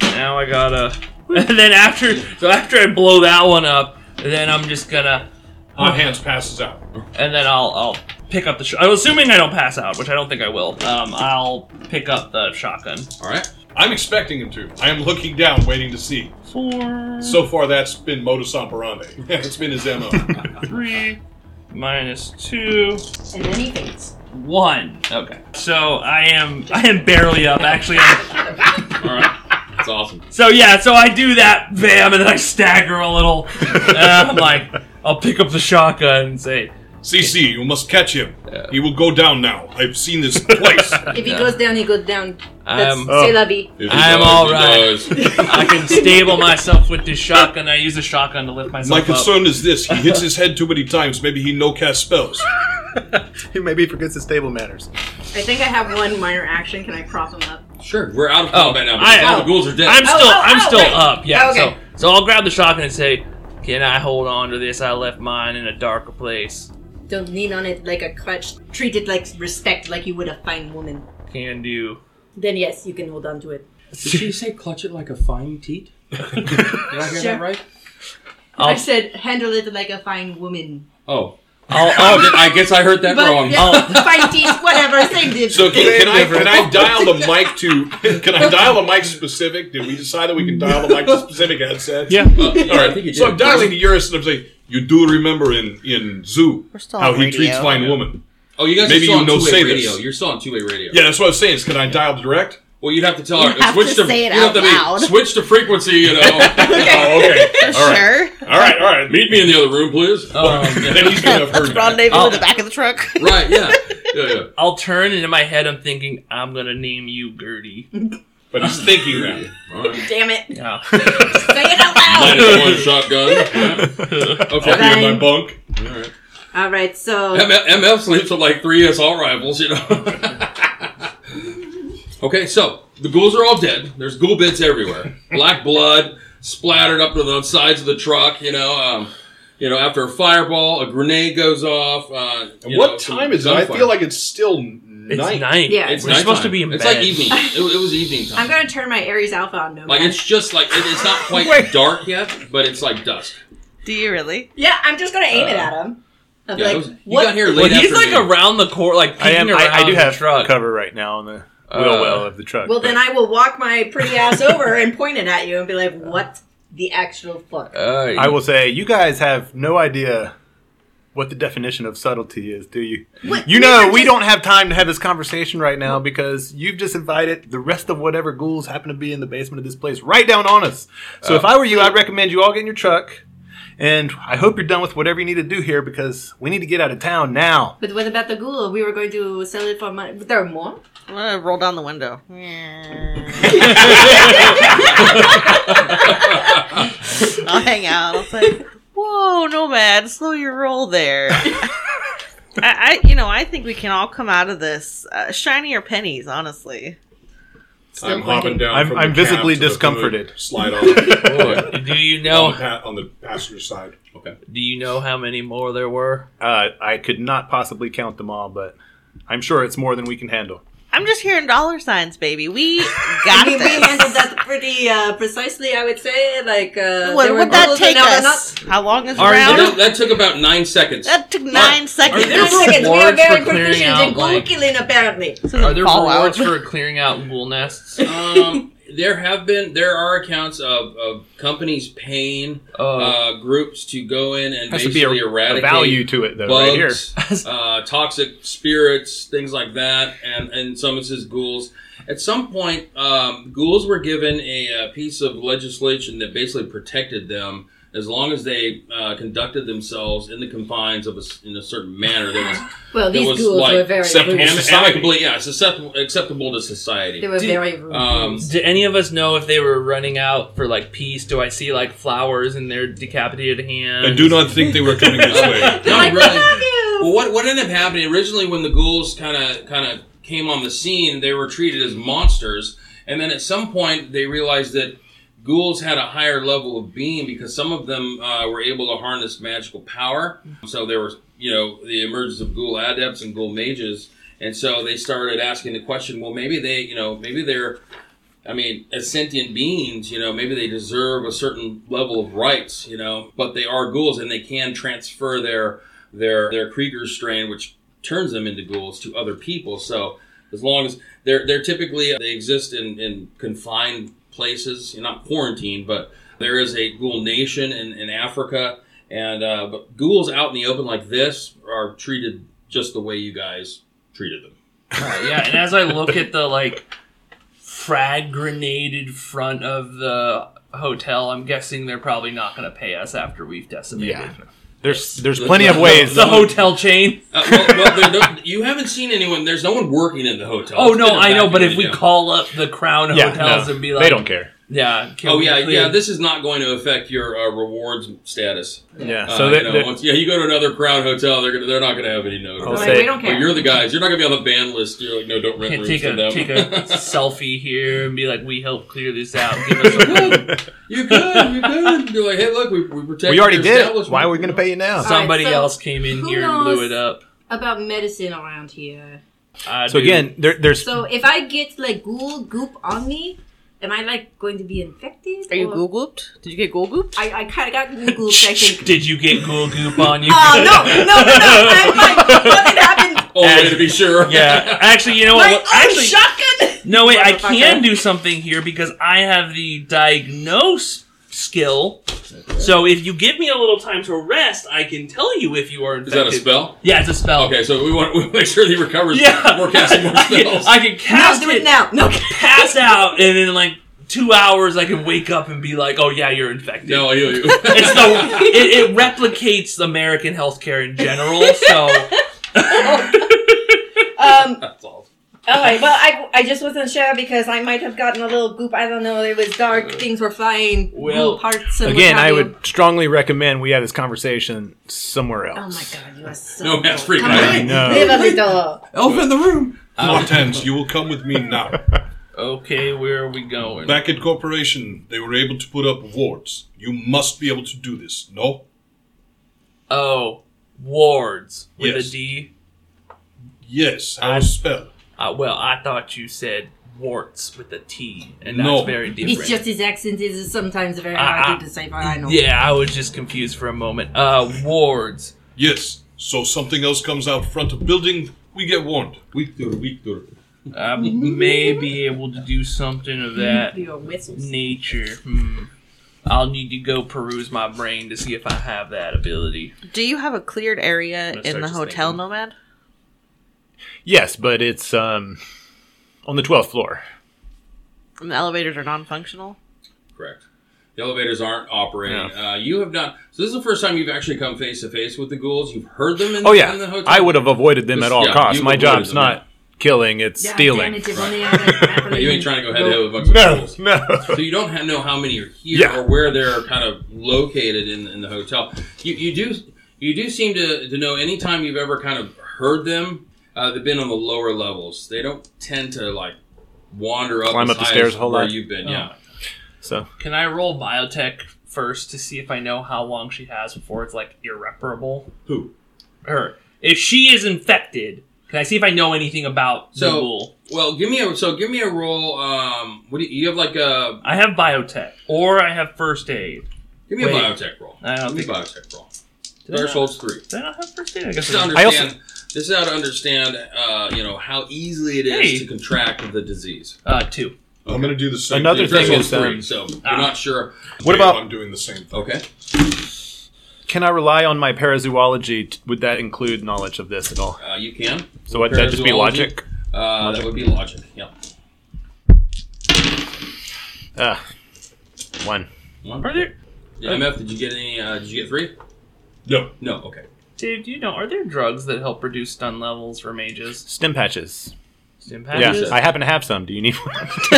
Speaker 4: now I gotta. And then after, so after I blow that one up, then I'm just gonna,
Speaker 5: Hot hands passes out.
Speaker 4: and then I'll I'll pick up the. Sh- I'm assuming I don't pass out, which I don't think I will. Um, I'll pick up the shotgun.
Speaker 2: all right.
Speaker 5: I'm expecting him to. I am looking down, waiting to see.
Speaker 4: Four,
Speaker 5: So far, that's been modus operandi. it's been his mo.
Speaker 4: three, minus two,
Speaker 8: And then he faints.
Speaker 4: one. Okay, so I am I am barely up. Actually, I'm
Speaker 2: All right. That's awesome.
Speaker 4: So yeah, so I do that, bam, and then I stagger a little. and I'm like, I'll pick up the shotgun and say,
Speaker 5: CC, you must catch him. He will go down now. I've seen this twice.
Speaker 4: Uh,
Speaker 8: If he goes down, he goes down. That's
Speaker 4: I'm,
Speaker 8: say la vie.
Speaker 4: I am all right. I can stable myself with this shotgun. I use a shotgun to lift myself
Speaker 5: My
Speaker 4: up.
Speaker 5: concern is this: he hits his head too many times. Maybe he no cast spells.
Speaker 6: He maybe forgets his table manners.
Speaker 8: I think I have one minor action. Can I prop him up?
Speaker 2: Sure. We're out of
Speaker 4: Oh,
Speaker 2: combat now.
Speaker 4: I-
Speaker 2: Because all the
Speaker 4: oh.
Speaker 2: ghouls are dead.
Speaker 4: I'm still,
Speaker 8: oh,
Speaker 4: I'm
Speaker 8: oh,
Speaker 4: still
Speaker 8: wait.
Speaker 4: up. Yeah.
Speaker 8: Okay.
Speaker 4: So, so I'll grab the shotgun and say, "Can I hold on to this? I left mine in a darker place.
Speaker 8: Don't lean on it like a crutch. Treat it like respect, like you would a fine woman.
Speaker 4: Can do."
Speaker 8: Then yes, you can hold on to it.
Speaker 2: Did she say clutch it like a fine teat? Did I hear that right?
Speaker 4: I'll,
Speaker 8: I said handle it like a fine woman.
Speaker 2: Oh.
Speaker 4: I'll,
Speaker 2: Oh,
Speaker 4: I'll,
Speaker 2: did- I guess I heard that
Speaker 8: But
Speaker 2: wrong.
Speaker 8: yeah, fine teeth, whatever, same difference.
Speaker 5: So can, can I can I dial the mic to? Can I dial the mic specific? Did we decide that we can dial the mic to specific headsets?
Speaker 4: yeah.
Speaker 2: Uh, yeah,
Speaker 5: All right.
Speaker 2: I think you did.
Speaker 5: so I'm dialing to Uris, and I'm saying, you do remember in in Zoo
Speaker 3: We're still
Speaker 5: how
Speaker 3: on
Speaker 5: he
Speaker 3: radio.
Speaker 5: treats fine woman.
Speaker 2: Oh, you guys
Speaker 5: Maybe
Speaker 2: are still
Speaker 5: you
Speaker 2: on
Speaker 5: know
Speaker 2: two-way
Speaker 5: say this.
Speaker 2: radio. You're still on two-way radio.
Speaker 5: Yeah, that's what I was saying. Is can I dial direct?
Speaker 2: Well, you'd have to tell her.
Speaker 3: You have
Speaker 2: switch
Speaker 3: to say it
Speaker 2: you'd have
Speaker 3: out
Speaker 2: to be-
Speaker 3: loud.
Speaker 2: switch the frequency. You know.
Speaker 5: Oh, okay. All right.
Speaker 3: sure.
Speaker 5: All right. All right.
Speaker 2: Meet me in the other room, please.
Speaker 4: Um,
Speaker 5: Then he's gonna have heard.
Speaker 3: Let's
Speaker 5: that.
Speaker 3: rendezvous
Speaker 4: I'll-
Speaker 3: in the back of the truck.
Speaker 2: right. Yeah. Yeah. Yeah.
Speaker 4: I'll turn, and in my head, I'm thinking, "I'm gonna name you Gertie."
Speaker 5: But he's thinking that.
Speaker 2: All right.
Speaker 8: Damn it.
Speaker 4: Yeah.
Speaker 8: Say it out loud.
Speaker 2: Minus one shotgun. Yeah. Okay.
Speaker 5: I'll be in my bunk.
Speaker 2: All right.
Speaker 8: All right, so
Speaker 2: M- MF sleeps with like three SL rivals, you know. okay, so the ghouls are all dead. There's ghoul bits everywhere. Black blood splattered up to the sides of the truck. You know, um, you know, after a fireball, a grenade goes off. Uh, you
Speaker 5: what
Speaker 2: know, some
Speaker 5: time is it? I
Speaker 2: gunfire.
Speaker 5: feel like it's still night.
Speaker 4: It's night.
Speaker 8: Yeah.
Speaker 2: it's
Speaker 4: We're supposed
Speaker 2: nighttime.
Speaker 4: to be in
Speaker 2: It's
Speaker 4: bed.
Speaker 2: like evening. It, it was evening time.
Speaker 8: I'm gonna turn my Aries Alpha on Nomad.
Speaker 2: like it's just like it, it's not quite dark yet, but it's like dusk.
Speaker 3: Do you really?
Speaker 8: yeah, I'm just gonna aim it at him. I'm
Speaker 2: Uh, Yeah, it
Speaker 8: like,
Speaker 2: was- you
Speaker 8: what?
Speaker 2: got here
Speaker 4: Well,
Speaker 2: late
Speaker 4: he's like
Speaker 2: afternoon.
Speaker 4: around the corner, like
Speaker 6: I
Speaker 4: peeking
Speaker 6: am.
Speaker 4: around
Speaker 6: I, I do
Speaker 4: the
Speaker 6: have
Speaker 4: truck.
Speaker 6: cover right now on the wheel well of the truck.
Speaker 10: Well, then I will walk my pretty ass over and point it at you and be like, "What the actual fuck?"
Speaker 2: Uh,
Speaker 6: I will say, you guys have no idea what the definition of subtlety is, do you? You know, we don't have time to have this conversation right now because you've just invited the rest of whatever ghouls happen to be in the basement of this place right down on us. So if I were you, I'd recommend you all get in your truck. And I hope you're done with whatever you need to do here because we need to get out of town now.
Speaker 7: But what about the ghoul? We were going to sell it for money. There are more?
Speaker 3: I'm gonna roll down the window. I'll hang out. I'll say, "Whoa, nomad, slow your roll there." I, I, you know, I think we can all come out of this uh, shinier pennies. Honestly,
Speaker 5: I'm hopping down.
Speaker 6: I'm-
Speaker 5: from
Speaker 6: I'm
Speaker 5: the cab
Speaker 6: visibly
Speaker 5: to the hood,
Speaker 6: discomforted.
Speaker 5: slide off
Speaker 4: Boy, do you
Speaker 5: on, the
Speaker 4: know?
Speaker 5: pa- on the passenger side.
Speaker 2: okay.
Speaker 4: Do you know how many more there were?
Speaker 6: Uh, I could not possibly count them all, but I'm sure it's more than we can handle.
Speaker 3: I'm just hearing dollar signs, baby. We got
Speaker 7: We, we handled
Speaker 3: this.
Speaker 7: that pretty uh, precisely, I would say. Like, uh,
Speaker 3: What
Speaker 7: there were
Speaker 3: would that
Speaker 7: ghouls and
Speaker 3: take
Speaker 7: now they're
Speaker 3: us? How long is the
Speaker 4: Are
Speaker 2: Well,
Speaker 4: Ow.
Speaker 2: that,
Speaker 3: round?
Speaker 2: that took about nine seconds.
Speaker 3: That took nine seconds.
Speaker 4: are there
Speaker 7: Nine seconds. We are
Speaker 4: Rewards for
Speaker 7: very
Speaker 4: clearing
Speaker 7: proficient
Speaker 4: out,
Speaker 7: in ghoul
Speaker 4: like-
Speaker 7: killing, apparently.
Speaker 3: This
Speaker 4: Are
Speaker 3: isn't
Speaker 4: there
Speaker 3: Fallout.
Speaker 4: rewards for clearing out ghoul nests?
Speaker 2: um, there have been there are accounts of, of companies paying
Speaker 4: Oh.
Speaker 2: uh, groups to go in and
Speaker 6: Has to be a,
Speaker 2: basically
Speaker 6: a
Speaker 2: eradicate
Speaker 6: value to it, though, right here.
Speaker 2: bugs, uh, toxic spirits, things like that, and and some instances ghouls. At some point, um, ghouls were given a, uh piece of legislation that basically protected them as long as they uh, conducted themselves in the confines of a, s- in a certain manner that was,
Speaker 7: Well,
Speaker 2: that
Speaker 7: these
Speaker 2: was
Speaker 7: ghouls
Speaker 2: like
Speaker 7: were very
Speaker 5: acceptable.
Speaker 7: rude.
Speaker 2: am-
Speaker 5: Society.
Speaker 2: amicable. Yeah, it's acceptable, acceptable to society.
Speaker 7: They were
Speaker 4: Did-
Speaker 7: very rude.
Speaker 2: um,
Speaker 4: Do any of us know if they were running out for like peace? Do I see like flowers in their decapitated hands?
Speaker 5: I do not think they were coming this way.
Speaker 2: No,
Speaker 7: Like,
Speaker 2: really.
Speaker 7: fuck you!
Speaker 2: Well, what what ended up happening originally when the ghouls kind of kind of came on the scene, they were treated as monsters, and then at some point they realized that ghouls had a higher level of being because some of them uh, were able to harness magical power. So there were you know the emergence of ghoul adepts and ghoul mages, and so they started asking the question, well, maybe they you know maybe they're I mean, as sentient beings, you know, maybe they deserve a certain level of rights, you know, but they are ghouls and they can transfer their their their Krieger strain, which turns them into ghouls, to other people. So as long as they're they're typically uh, they exist in, in confined places, you know, not quarantined, but there is a ghoul nation in, in Africa, and uh, but ghouls out in the open like this are treated just the way you guys treated them.
Speaker 4: yeah, and as I look at the like frag grenaded front of the hotel, I'm guessing they're probably not going to pay us after we've decimated
Speaker 6: Yeah. There's there's plenty of ways.
Speaker 4: the hotel chain.
Speaker 2: Uh, well, well, there- there- you haven't seen anyone. There's no one working in the hotel.
Speaker 4: Oh
Speaker 2: It's been
Speaker 4: no, I know, but if we
Speaker 2: evacuated now.
Speaker 4: call up the Crown
Speaker 6: yeah,
Speaker 4: hotels
Speaker 6: no,
Speaker 4: and be like,
Speaker 6: they don't care.
Speaker 4: Yeah. can
Speaker 2: oh
Speaker 4: we
Speaker 2: yeah,
Speaker 4: clear-
Speaker 2: yeah, this is not going to affect your uh, rewards status.
Speaker 6: Yeah,
Speaker 2: Uh,
Speaker 6: so
Speaker 2: you
Speaker 6: they,
Speaker 2: know,
Speaker 6: they-
Speaker 2: once, yeah, you go to another Crown hotel, they're gonna, they're not going to have any notice.
Speaker 6: I'll
Speaker 10: Like,
Speaker 6: say-
Speaker 10: we don't
Speaker 2: Well,
Speaker 10: care.
Speaker 2: you're the guys. You're not going to be on the ban list. You're like, no, don't rent
Speaker 4: Can't
Speaker 2: rooms
Speaker 4: take
Speaker 2: to
Speaker 4: a
Speaker 2: them.
Speaker 4: take a selfie here and be like, we help clear this out. Give us a
Speaker 2: you could, you could. You're like, hey, look, we, we protected.
Speaker 6: we already
Speaker 2: your
Speaker 6: did. it.
Speaker 2: establishment.
Speaker 6: Why are we going to pay you now?
Speaker 7: All right,
Speaker 4: Somebody
Speaker 7: so
Speaker 4: else came in
Speaker 7: who
Speaker 4: here and blew
Speaker 7: knows?
Speaker 4: it up.
Speaker 7: About medicine around here.
Speaker 4: I
Speaker 6: So
Speaker 4: do-
Speaker 6: again, there, there's
Speaker 7: So if I get, like, ghoul goop on me, am I, like, going to be infected?
Speaker 3: Are you
Speaker 7: or-
Speaker 3: ghoul gooped? Did you get ghoul gooped?
Speaker 7: I, I kind of got ghoul gooped, I think.
Speaker 4: did you get ghoul goop on you?
Speaker 10: Oh no, no, no, no! I'm fine. Nothing happened.
Speaker 2: Oh, to be sure.
Speaker 4: Yeah, actually, you know what?
Speaker 10: Like, oh,
Speaker 4: actually,
Speaker 10: shotgun.
Speaker 4: no wait, I
Speaker 10: Motherfucker.
Speaker 4: can do something here because I have the diagnose skill. So if you give me a little time to rest, I can tell you if you are
Speaker 2: Is
Speaker 4: infected.
Speaker 2: that a spell?
Speaker 4: Yeah, it's a spell.
Speaker 2: Okay, so we want we want to make sure that he recovers.
Speaker 4: Yeah,
Speaker 2: We're casting more
Speaker 4: I can-
Speaker 2: spells.
Speaker 4: I can
Speaker 10: No,
Speaker 4: cast
Speaker 10: do it
Speaker 4: it,
Speaker 10: now. No.
Speaker 4: pass out, and in like two hours, I can wake up and be like, "Oh yeah, you're infected."
Speaker 2: no, I heal you.
Speaker 4: It's the it, it replicates American healthcare in general. So
Speaker 10: Um,
Speaker 2: That's all.
Speaker 10: All right. Well, I, I just wasn't sure because I might have gotten a little goop. I don't know. It was
Speaker 7: Uh,
Speaker 10: dark. Things were flying.
Speaker 4: Well,
Speaker 10: goop parts. And what
Speaker 6: again,
Speaker 10: have
Speaker 6: I
Speaker 10: you.
Speaker 7: Oh
Speaker 6: would strongly recommend we have this conversation somewhere
Speaker 10: Oh my
Speaker 6: else.
Speaker 10: god, you are so.
Speaker 2: No, that's free.
Speaker 10: Come
Speaker 2: I
Speaker 10: on,
Speaker 6: know.
Speaker 10: leave us alone.
Speaker 2: Elf in the room.
Speaker 5: Martens, you will come with me now.
Speaker 4: okay, where are we going?
Speaker 5: Back at corporation, they were able to put up wards. You must be able to do this. No,
Speaker 4: Oh, wards with
Speaker 5: Yes.
Speaker 4: a D.
Speaker 5: yes, how
Speaker 4: I-
Speaker 5: to spell?
Speaker 4: Uh, well, I thought you said warts with a T, and that's
Speaker 5: No.
Speaker 4: very different.
Speaker 7: It's just his accent is sometimes very
Speaker 4: Ah,
Speaker 7: hard
Speaker 4: ah.
Speaker 7: to decipher. I know.
Speaker 4: yeah, I was just confused for a moment. Uh, wards.
Speaker 5: Yes. So something else comes out front of building, we get warned. Victor, Victor.
Speaker 4: I
Speaker 10: Mm-hmm.
Speaker 4: may be able to do something of that
Speaker 8: Your whistles.
Speaker 4: nature. Hmm. I'll need to go peruse my brain to see if I have that ability.
Speaker 3: Do you have a cleared area
Speaker 4: gonna
Speaker 3: in
Speaker 4: start
Speaker 3: the
Speaker 4: just
Speaker 3: hotel,
Speaker 4: thinking.
Speaker 3: Nomad?
Speaker 6: Yes, but it's um on the twelfth floor.
Speaker 3: And the elevators are non-functional.
Speaker 2: Correct. The elevators aren't operating. Uh, you have not. So this is the first time you've actually come face to face with the ghouls. You've heard them in,
Speaker 6: Oh
Speaker 2: in the
Speaker 6: yeah,
Speaker 2: hotel.
Speaker 6: I would have avoided them at all
Speaker 2: Yeah,
Speaker 6: costs.
Speaker 2: you
Speaker 6: My
Speaker 2: avoided
Speaker 6: job's
Speaker 2: them,
Speaker 6: not killing; it's
Speaker 8: God
Speaker 6: stealing.
Speaker 8: damn it, if only I had
Speaker 2: But You ain't trying to go head to head with a bunch of
Speaker 6: No,
Speaker 2: ghouls.
Speaker 6: no.
Speaker 2: So you don't ha know how many are here
Speaker 6: Yeah.
Speaker 2: or where they're kind of located in, in the hotel. You, you do you do seem to, to know anytime you've ever kind of heard them, uh, they've been on the lower levels. They don't tend to like wander up
Speaker 6: Climb
Speaker 2: as
Speaker 6: up the
Speaker 2: high
Speaker 6: stairs
Speaker 2: as
Speaker 6: a whole
Speaker 2: where
Speaker 6: lot.
Speaker 2: you've been.
Speaker 11: Oh.
Speaker 2: Yeah,
Speaker 6: So
Speaker 11: Can I roll biotech first to see if I know how long she has before it's like irreparable?
Speaker 2: Who?
Speaker 11: Her. If she is infected, can I see if I know anything about the
Speaker 2: So-
Speaker 11: ghoul?
Speaker 2: Well, give me a so give me a roll. Um, what do you, you have like a
Speaker 4: I have biotech, or I have first aid.
Speaker 2: give me
Speaker 11: Wait.
Speaker 2: a biotech roll.
Speaker 4: I don't
Speaker 2: give me a
Speaker 4: think-
Speaker 2: biotech roll.
Speaker 4: Did I
Speaker 2: Dark
Speaker 4: not-
Speaker 2: Souls three.
Speaker 4: did I not have first aid? I guess
Speaker 2: Just to
Speaker 4: I did.
Speaker 6: I also-
Speaker 2: understand. This is how to understand, uh, you know, how easily it is
Speaker 4: Hey.
Speaker 2: to contract the disease.
Speaker 11: Uh, two.
Speaker 5: I'm going to do the same.
Speaker 6: Another
Speaker 5: thing.
Speaker 6: thing
Speaker 2: Threshold's
Speaker 6: is,
Speaker 2: three,
Speaker 6: um,
Speaker 2: so you're
Speaker 11: ah.
Speaker 2: not sure.
Speaker 6: what
Speaker 5: Dave,
Speaker 6: about?
Speaker 5: I'm doing the same thing.
Speaker 2: Okay.
Speaker 6: Can I rely on my parazoology? T- Would that include knowledge of this at all?
Speaker 2: Uh, you can.
Speaker 6: So would that just be
Speaker 2: Parazoology?
Speaker 6: logic?
Speaker 2: Uh, that would be logic. Yeah.
Speaker 6: Ah, one.
Speaker 2: One.
Speaker 4: Are there,
Speaker 2: Yeah, MF, did you get any? Uh, did you get three?
Speaker 5: No.
Speaker 2: No. Okay.
Speaker 11: Dave, do you know, are there drugs that help reduce stun levels for mages?
Speaker 6: Stim patches.
Speaker 11: Stim
Speaker 6: Yeah,
Speaker 11: patches?
Speaker 6: I happen to have some. Do you need one?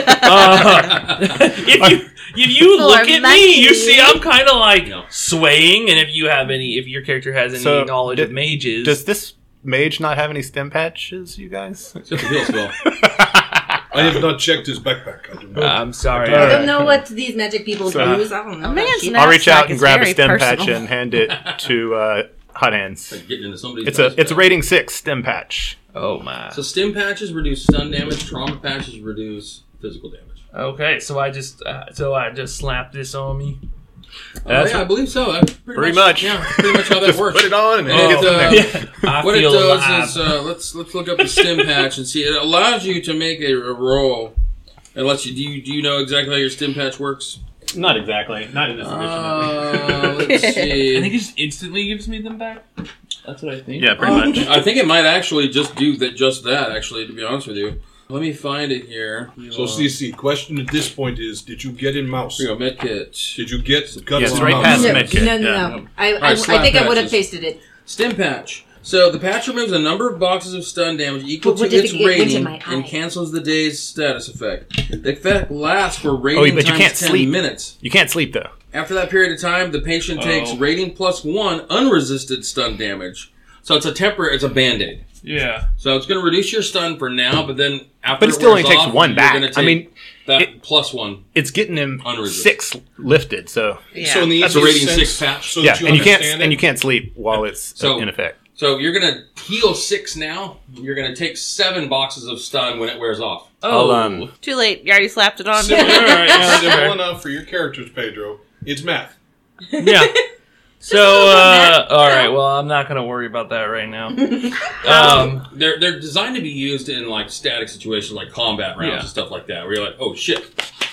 Speaker 11: if you if you
Speaker 3: For
Speaker 11: look at me, you
Speaker 3: money.
Speaker 11: see I'm kind of like
Speaker 2: No.
Speaker 11: swaying. And if you have any, if your character has any
Speaker 6: So,
Speaker 11: knowledge
Speaker 6: d-
Speaker 11: of mages,
Speaker 6: Does this mage not have any stem patches, you guys?
Speaker 2: Except the heal spell.
Speaker 5: I have not checked his backpack. I do not.
Speaker 11: uh, I'm sorry.
Speaker 6: All
Speaker 7: I
Speaker 6: right.
Speaker 7: don't know what these magic people
Speaker 6: So-
Speaker 7: use. I don't know.
Speaker 3: A
Speaker 7: that
Speaker 3: man's
Speaker 7: shit.
Speaker 3: not-
Speaker 6: I'll reach
Speaker 3: Knapsack
Speaker 6: out and
Speaker 3: is
Speaker 6: grab a
Speaker 3: very
Speaker 6: stem patch
Speaker 3: personal.
Speaker 6: and hand it to uh, Hot Hands.
Speaker 2: Like getting into somebody's.
Speaker 6: It's a
Speaker 2: dice
Speaker 6: it's a
Speaker 2: bag.
Speaker 6: rating six stem patch.
Speaker 11: Oh my.
Speaker 2: So stim patches reduce stun damage. Trauma patches reduce physical damage.
Speaker 11: Okay, so I just uh, so I just slapped this on me.
Speaker 2: Uh,
Speaker 6: That's
Speaker 2: yeah, I
Speaker 6: what-
Speaker 2: believe so. That's pretty,
Speaker 6: Pretty much.
Speaker 2: Yeah, pretty much how that
Speaker 6: Just
Speaker 2: works.
Speaker 6: put it on and
Speaker 2: Oh.
Speaker 6: it gets in there.
Speaker 2: Yeah.
Speaker 11: I
Speaker 2: what it
Speaker 11: feel
Speaker 2: does
Speaker 11: alive.
Speaker 2: is uh, let's let's look up the stim patch and see. It allows you to make a, a roll. It lets you do you do you know exactly how your stim patch works?
Speaker 6: Not exactly. Not in this
Speaker 2: Uh, let's see.
Speaker 11: I think it just instantly gives me them back. That's what I think.
Speaker 6: Yeah, pretty much.
Speaker 2: Um, I think it might actually just do that. Just that, actually, to be honest with you. Let me find it here.
Speaker 5: So, CC, question at this point is Did you get in mouse?
Speaker 2: Here you go, medkit.
Speaker 5: Did you get guns
Speaker 6: Yes,
Speaker 5: in
Speaker 6: right
Speaker 5: mouse?
Speaker 6: past
Speaker 7: no,
Speaker 6: med kit,
Speaker 7: no, no,
Speaker 6: yeah.
Speaker 7: no. I,
Speaker 2: right,
Speaker 7: I, I
Speaker 2: slap
Speaker 7: think I would have
Speaker 2: patches.
Speaker 7: tasted it.
Speaker 2: Stim patch. So the patch removes a number of boxes of stun damage equal
Speaker 7: But what
Speaker 2: to
Speaker 7: if
Speaker 2: its
Speaker 7: it gets into
Speaker 2: rating
Speaker 7: my eye?
Speaker 2: and cancels the day's status effect. The effect lasts for rating
Speaker 6: Oh, but you
Speaker 2: times
Speaker 6: can't
Speaker 2: ten
Speaker 6: sleep.
Speaker 2: minutes.
Speaker 6: You can't sleep though.
Speaker 2: After that period of time, the patient
Speaker 6: Oh.
Speaker 2: takes rating plus one unresisted stun damage. So it's a temporary, it's a band aid.
Speaker 4: yeah.
Speaker 2: So it's going to reduce your stun for now, but then after
Speaker 6: But it still only takes one
Speaker 2: back.
Speaker 6: back. I mean,
Speaker 2: that
Speaker 6: it-
Speaker 2: plus one.
Speaker 6: it's getting him
Speaker 2: Unresisted.
Speaker 6: six lifted. So
Speaker 3: Yeah.
Speaker 5: So, in the
Speaker 2: That's a
Speaker 5: easiest
Speaker 2: rating
Speaker 5: sense-
Speaker 2: six patch.
Speaker 5: So
Speaker 6: yeah,
Speaker 5: that you
Speaker 6: and you can't
Speaker 5: understand
Speaker 6: and you
Speaker 5: it,
Speaker 6: can't sleep while it's
Speaker 2: So-
Speaker 6: in effect.
Speaker 2: So you're gonna heal six now. You're gonna take seven boxes of stun when it wears off.
Speaker 6: I'll, um,
Speaker 3: Too late. You already slapped it on.
Speaker 5: Similar,
Speaker 4: right, yeah,
Speaker 5: similar
Speaker 4: fair.
Speaker 5: enough for your characters, Pedro. It's math.
Speaker 4: Yeah. So, uh, all right. Well, I'm not gonna worry about that right now. Um,
Speaker 2: They're they're designed to be used in like static situations, like combat rounds
Speaker 4: Yeah.
Speaker 2: and stuff like that, where you're like, oh shit,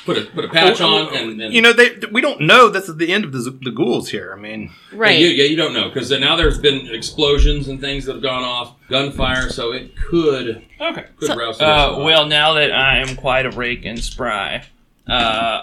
Speaker 2: put a put a patch on, and, and
Speaker 6: You know, they we don't know. This is the end of the, the ghouls here. I mean,
Speaker 3: right.
Speaker 2: You, yeah, you don't know because now there's been explosions and things that have gone off, gunfire, so it could
Speaker 4: okay.
Speaker 2: could rouse.
Speaker 11: Uh, well, now that I am quite awake and spry, uh,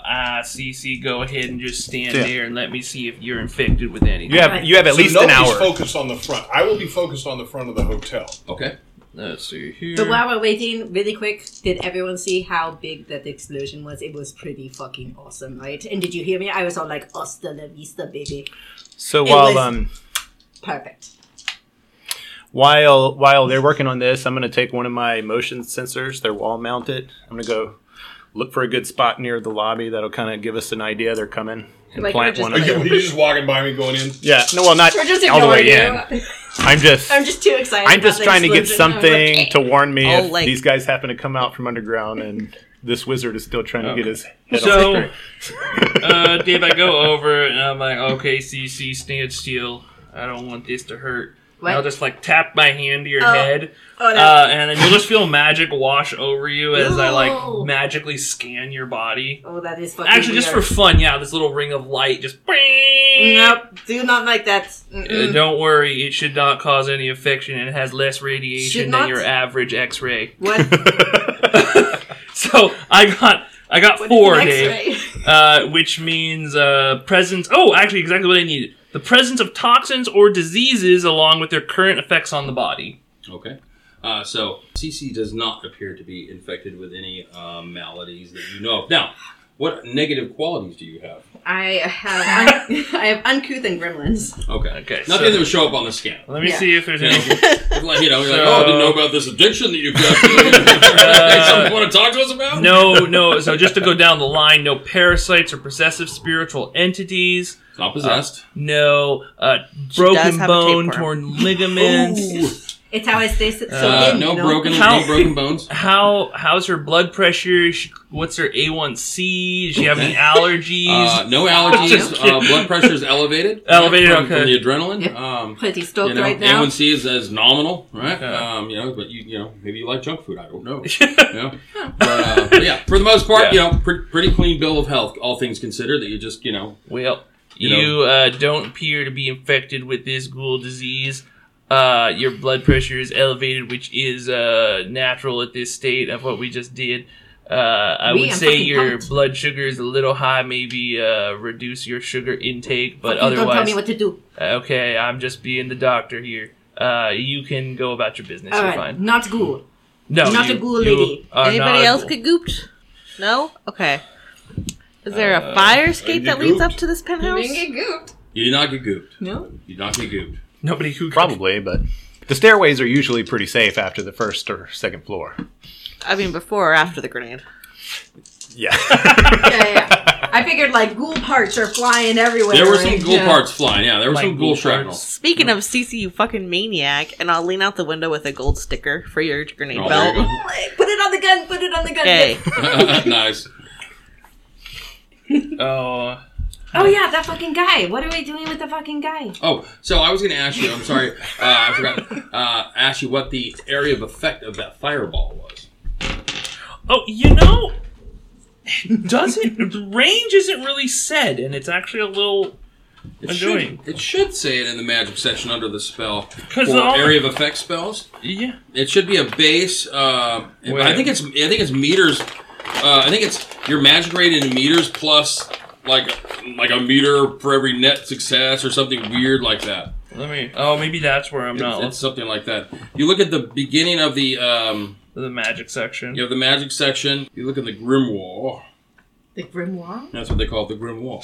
Speaker 11: I CC go ahead and just stand
Speaker 6: Yeah.
Speaker 11: there and let me see if you're infected with anything.
Speaker 6: you have you have at
Speaker 5: so
Speaker 6: least an
Speaker 5: nobody's
Speaker 6: hour.
Speaker 5: focused on the front. I will be focused on the front of the hotel.
Speaker 2: okay.
Speaker 11: Let's see here.
Speaker 7: But while we're waiting, really quick, did everyone see how big that explosion was? It was pretty fucking awesome, right? And did you hear me? I was all like, "Hasta la vista, baby."
Speaker 6: So
Speaker 7: It
Speaker 6: while
Speaker 7: was-
Speaker 6: um
Speaker 7: Perfect.
Speaker 6: while while they're working on this, I'm going to take one of my motion sensors. They're wall mounted. I'm going to go look for a good spot near the lobby that'll kind of give us an idea they're coming and
Speaker 8: Like,
Speaker 6: plant
Speaker 8: we're
Speaker 6: one.
Speaker 5: Are
Speaker 6: of
Speaker 5: you,
Speaker 6: them.
Speaker 5: are you just walking by me going in?
Speaker 6: Yeah, no, well, not
Speaker 7: We're just
Speaker 6: all the
Speaker 7: ignoring
Speaker 6: way
Speaker 7: you.
Speaker 6: in. I'm just
Speaker 7: I'm just too excited.
Speaker 6: I'm just
Speaker 7: about the
Speaker 6: trying to get
Speaker 7: explosion. I'm
Speaker 6: something
Speaker 7: like,
Speaker 6: to warn me
Speaker 3: I'll
Speaker 6: if
Speaker 3: like-
Speaker 6: these guys happen to come out from underground and this wizard is still trying to get his head
Speaker 4: So-
Speaker 6: on straight.
Speaker 4: Uh, Dave, I go over and I'm like, okay, CC, stand still. I don't want this to hurt.
Speaker 12: What?
Speaker 4: And I'll just like tap my hand to your
Speaker 12: Oh.
Speaker 4: head,
Speaker 12: Oh, no.
Speaker 4: uh, and then you'll just feel magic wash over you as I
Speaker 12: No.
Speaker 4: like magically scan your body.
Speaker 12: oh, that is fucking
Speaker 4: Actually, just for
Speaker 12: weird.
Speaker 4: fun, yeah, this little ring of light just. bing.
Speaker 12: Nope, do not like that.
Speaker 4: Uh,
Speaker 12: Mm-mm.
Speaker 4: don't worry, it should not cause any affection and it has less
Speaker 12: Should
Speaker 4: radiation
Speaker 12: not?
Speaker 4: than your average X-ray.
Speaker 12: What?
Speaker 4: so I got I got
Speaker 12: What
Speaker 4: four,
Speaker 12: is
Speaker 4: Dave.
Speaker 12: an X-ray?
Speaker 4: uh, which means uh, presence. Oh, actually, exactly what I needed. The presence of toxins or diseases, along with their current effects on the body.
Speaker 2: Okay. Uh, so CC does not appear to be infected with any uh, maladies that you know of. Now, what negative qualities do you have?
Speaker 7: I have un- I have uncouth and gremlins.
Speaker 2: Okay.
Speaker 4: Okay,
Speaker 2: Nothing
Speaker 4: so-
Speaker 2: that would show up on the scan.
Speaker 4: Let me
Speaker 7: Yeah.
Speaker 4: see if there's
Speaker 2: You
Speaker 4: any.
Speaker 2: know, like, you know, you're like, oh, I didn't know about this addiction that you've got. Something you want to talk to us about?
Speaker 4: No, no. So just to go down the line, no parasites or possessive spiritual entities.
Speaker 2: It's not possessed.
Speaker 4: No uh,
Speaker 3: does
Speaker 4: broken
Speaker 3: have a
Speaker 4: bone,
Speaker 3: tapeworm.
Speaker 4: torn ligaments.
Speaker 7: It's how I stay so
Speaker 2: Uh,
Speaker 7: hidden,
Speaker 2: no
Speaker 7: you know?
Speaker 2: broken,
Speaker 4: How-
Speaker 2: no broken bones.
Speaker 4: How how's her blood pressure? Is she- What's her A1C? Does she have any allergies?
Speaker 2: Uh, no allergies.
Speaker 4: Just
Speaker 2: Uh, blood pressure is elevated.
Speaker 4: Elevated,
Speaker 2: From, from
Speaker 4: okay.
Speaker 2: the adrenaline.
Speaker 7: Yep.
Speaker 2: Um,
Speaker 7: Pretty
Speaker 2: you
Speaker 7: stoked
Speaker 2: know,
Speaker 7: right now.
Speaker 2: A1C is, is nominal, right?
Speaker 4: Yeah.
Speaker 2: Um, you know, but you, you know, maybe you like junk food. I don't know. you know? But, uh, but yeah, for the most part,
Speaker 4: Yeah.
Speaker 2: you know, pre- pretty clean bill of health, all things considered. That you just, you know,
Speaker 4: Well,
Speaker 2: You
Speaker 4: you,
Speaker 2: know-
Speaker 4: uh, don't appear to be infected with this ghoul disease. Uh, your blood pressure is elevated, which is uh, natural at this state of what we just did. Uh, I
Speaker 7: Me,
Speaker 4: would
Speaker 7: I'm
Speaker 4: say
Speaker 7: fucking
Speaker 4: your
Speaker 7: pumped.
Speaker 4: blood sugar is a little high. Maybe uh, reduce your sugar intake, but
Speaker 7: You don't tell
Speaker 4: otherwise, uh,
Speaker 7: me what to do.
Speaker 4: okay. I'm just being the doctor here. Uh, you can go about your business.
Speaker 7: All
Speaker 4: You're
Speaker 7: right,
Speaker 4: fine.
Speaker 7: not ghoul.
Speaker 4: No,
Speaker 7: not
Speaker 4: you-
Speaker 7: a ghoul
Speaker 4: you
Speaker 7: lady.
Speaker 4: are not
Speaker 3: Anybody
Speaker 4: a
Speaker 3: else
Speaker 4: ghoul.
Speaker 3: get gooped? No? Okay. Is there
Speaker 4: Uh,
Speaker 3: a fire escape that leads up to this penthouse?
Speaker 7: gooped.
Speaker 2: you do not get gooped.
Speaker 7: No.
Speaker 2: You do not get gooped.
Speaker 4: Nobody who
Speaker 6: Probably, but the stairways are usually pretty safe after the first or second floor.
Speaker 3: I mean, before or after the grenade?
Speaker 6: Yeah.
Speaker 7: Yeah, yeah. I figured like ghoul parts are flying everywhere.
Speaker 2: There were some
Speaker 7: and,
Speaker 2: ghoul
Speaker 7: yeah.
Speaker 2: parts flying. Yeah, there was
Speaker 4: Like
Speaker 2: some ghoul
Speaker 4: ghoul
Speaker 2: shrapnel.
Speaker 4: parts.
Speaker 3: Speaking of CC, you fucking maniac, and I'll lean out the window with a gold sticker for your grenade
Speaker 2: Oh, there
Speaker 3: belt.
Speaker 2: you
Speaker 7: Put it on the gun. Put it on the gun.
Speaker 3: Okay.
Speaker 2: go. nice.
Speaker 4: Oh,
Speaker 7: Oh yeah, that fucking guy. What are we doing with the fucking guy?
Speaker 2: Oh, so I was going to ask you. I'm sorry, uh, I forgot. Uh, ask you what the area of effect of that fireball was.
Speaker 4: Oh, you know, it doesn't the range isn't really said, and it's actually a little
Speaker 2: It
Speaker 4: Annoying.
Speaker 2: should, it should say it in the magic section under the spell for
Speaker 4: 'Cause all-
Speaker 2: area of effect spells.
Speaker 4: yeah.
Speaker 2: It should be a base. Uh,
Speaker 4: Wait.
Speaker 2: I think it's I think it's meters. Uh, I think it's your magic rate in meters plus like like a meter for every net success or something weird like that.
Speaker 4: Let me. Oh, maybe that's where I'm
Speaker 2: It's,
Speaker 4: not
Speaker 2: it's something like that. You look at the beginning of the um,
Speaker 4: the magic section.
Speaker 2: you have the magic section. You look in the grim war.
Speaker 7: The grimoire.
Speaker 2: That's what they call it, the grim war.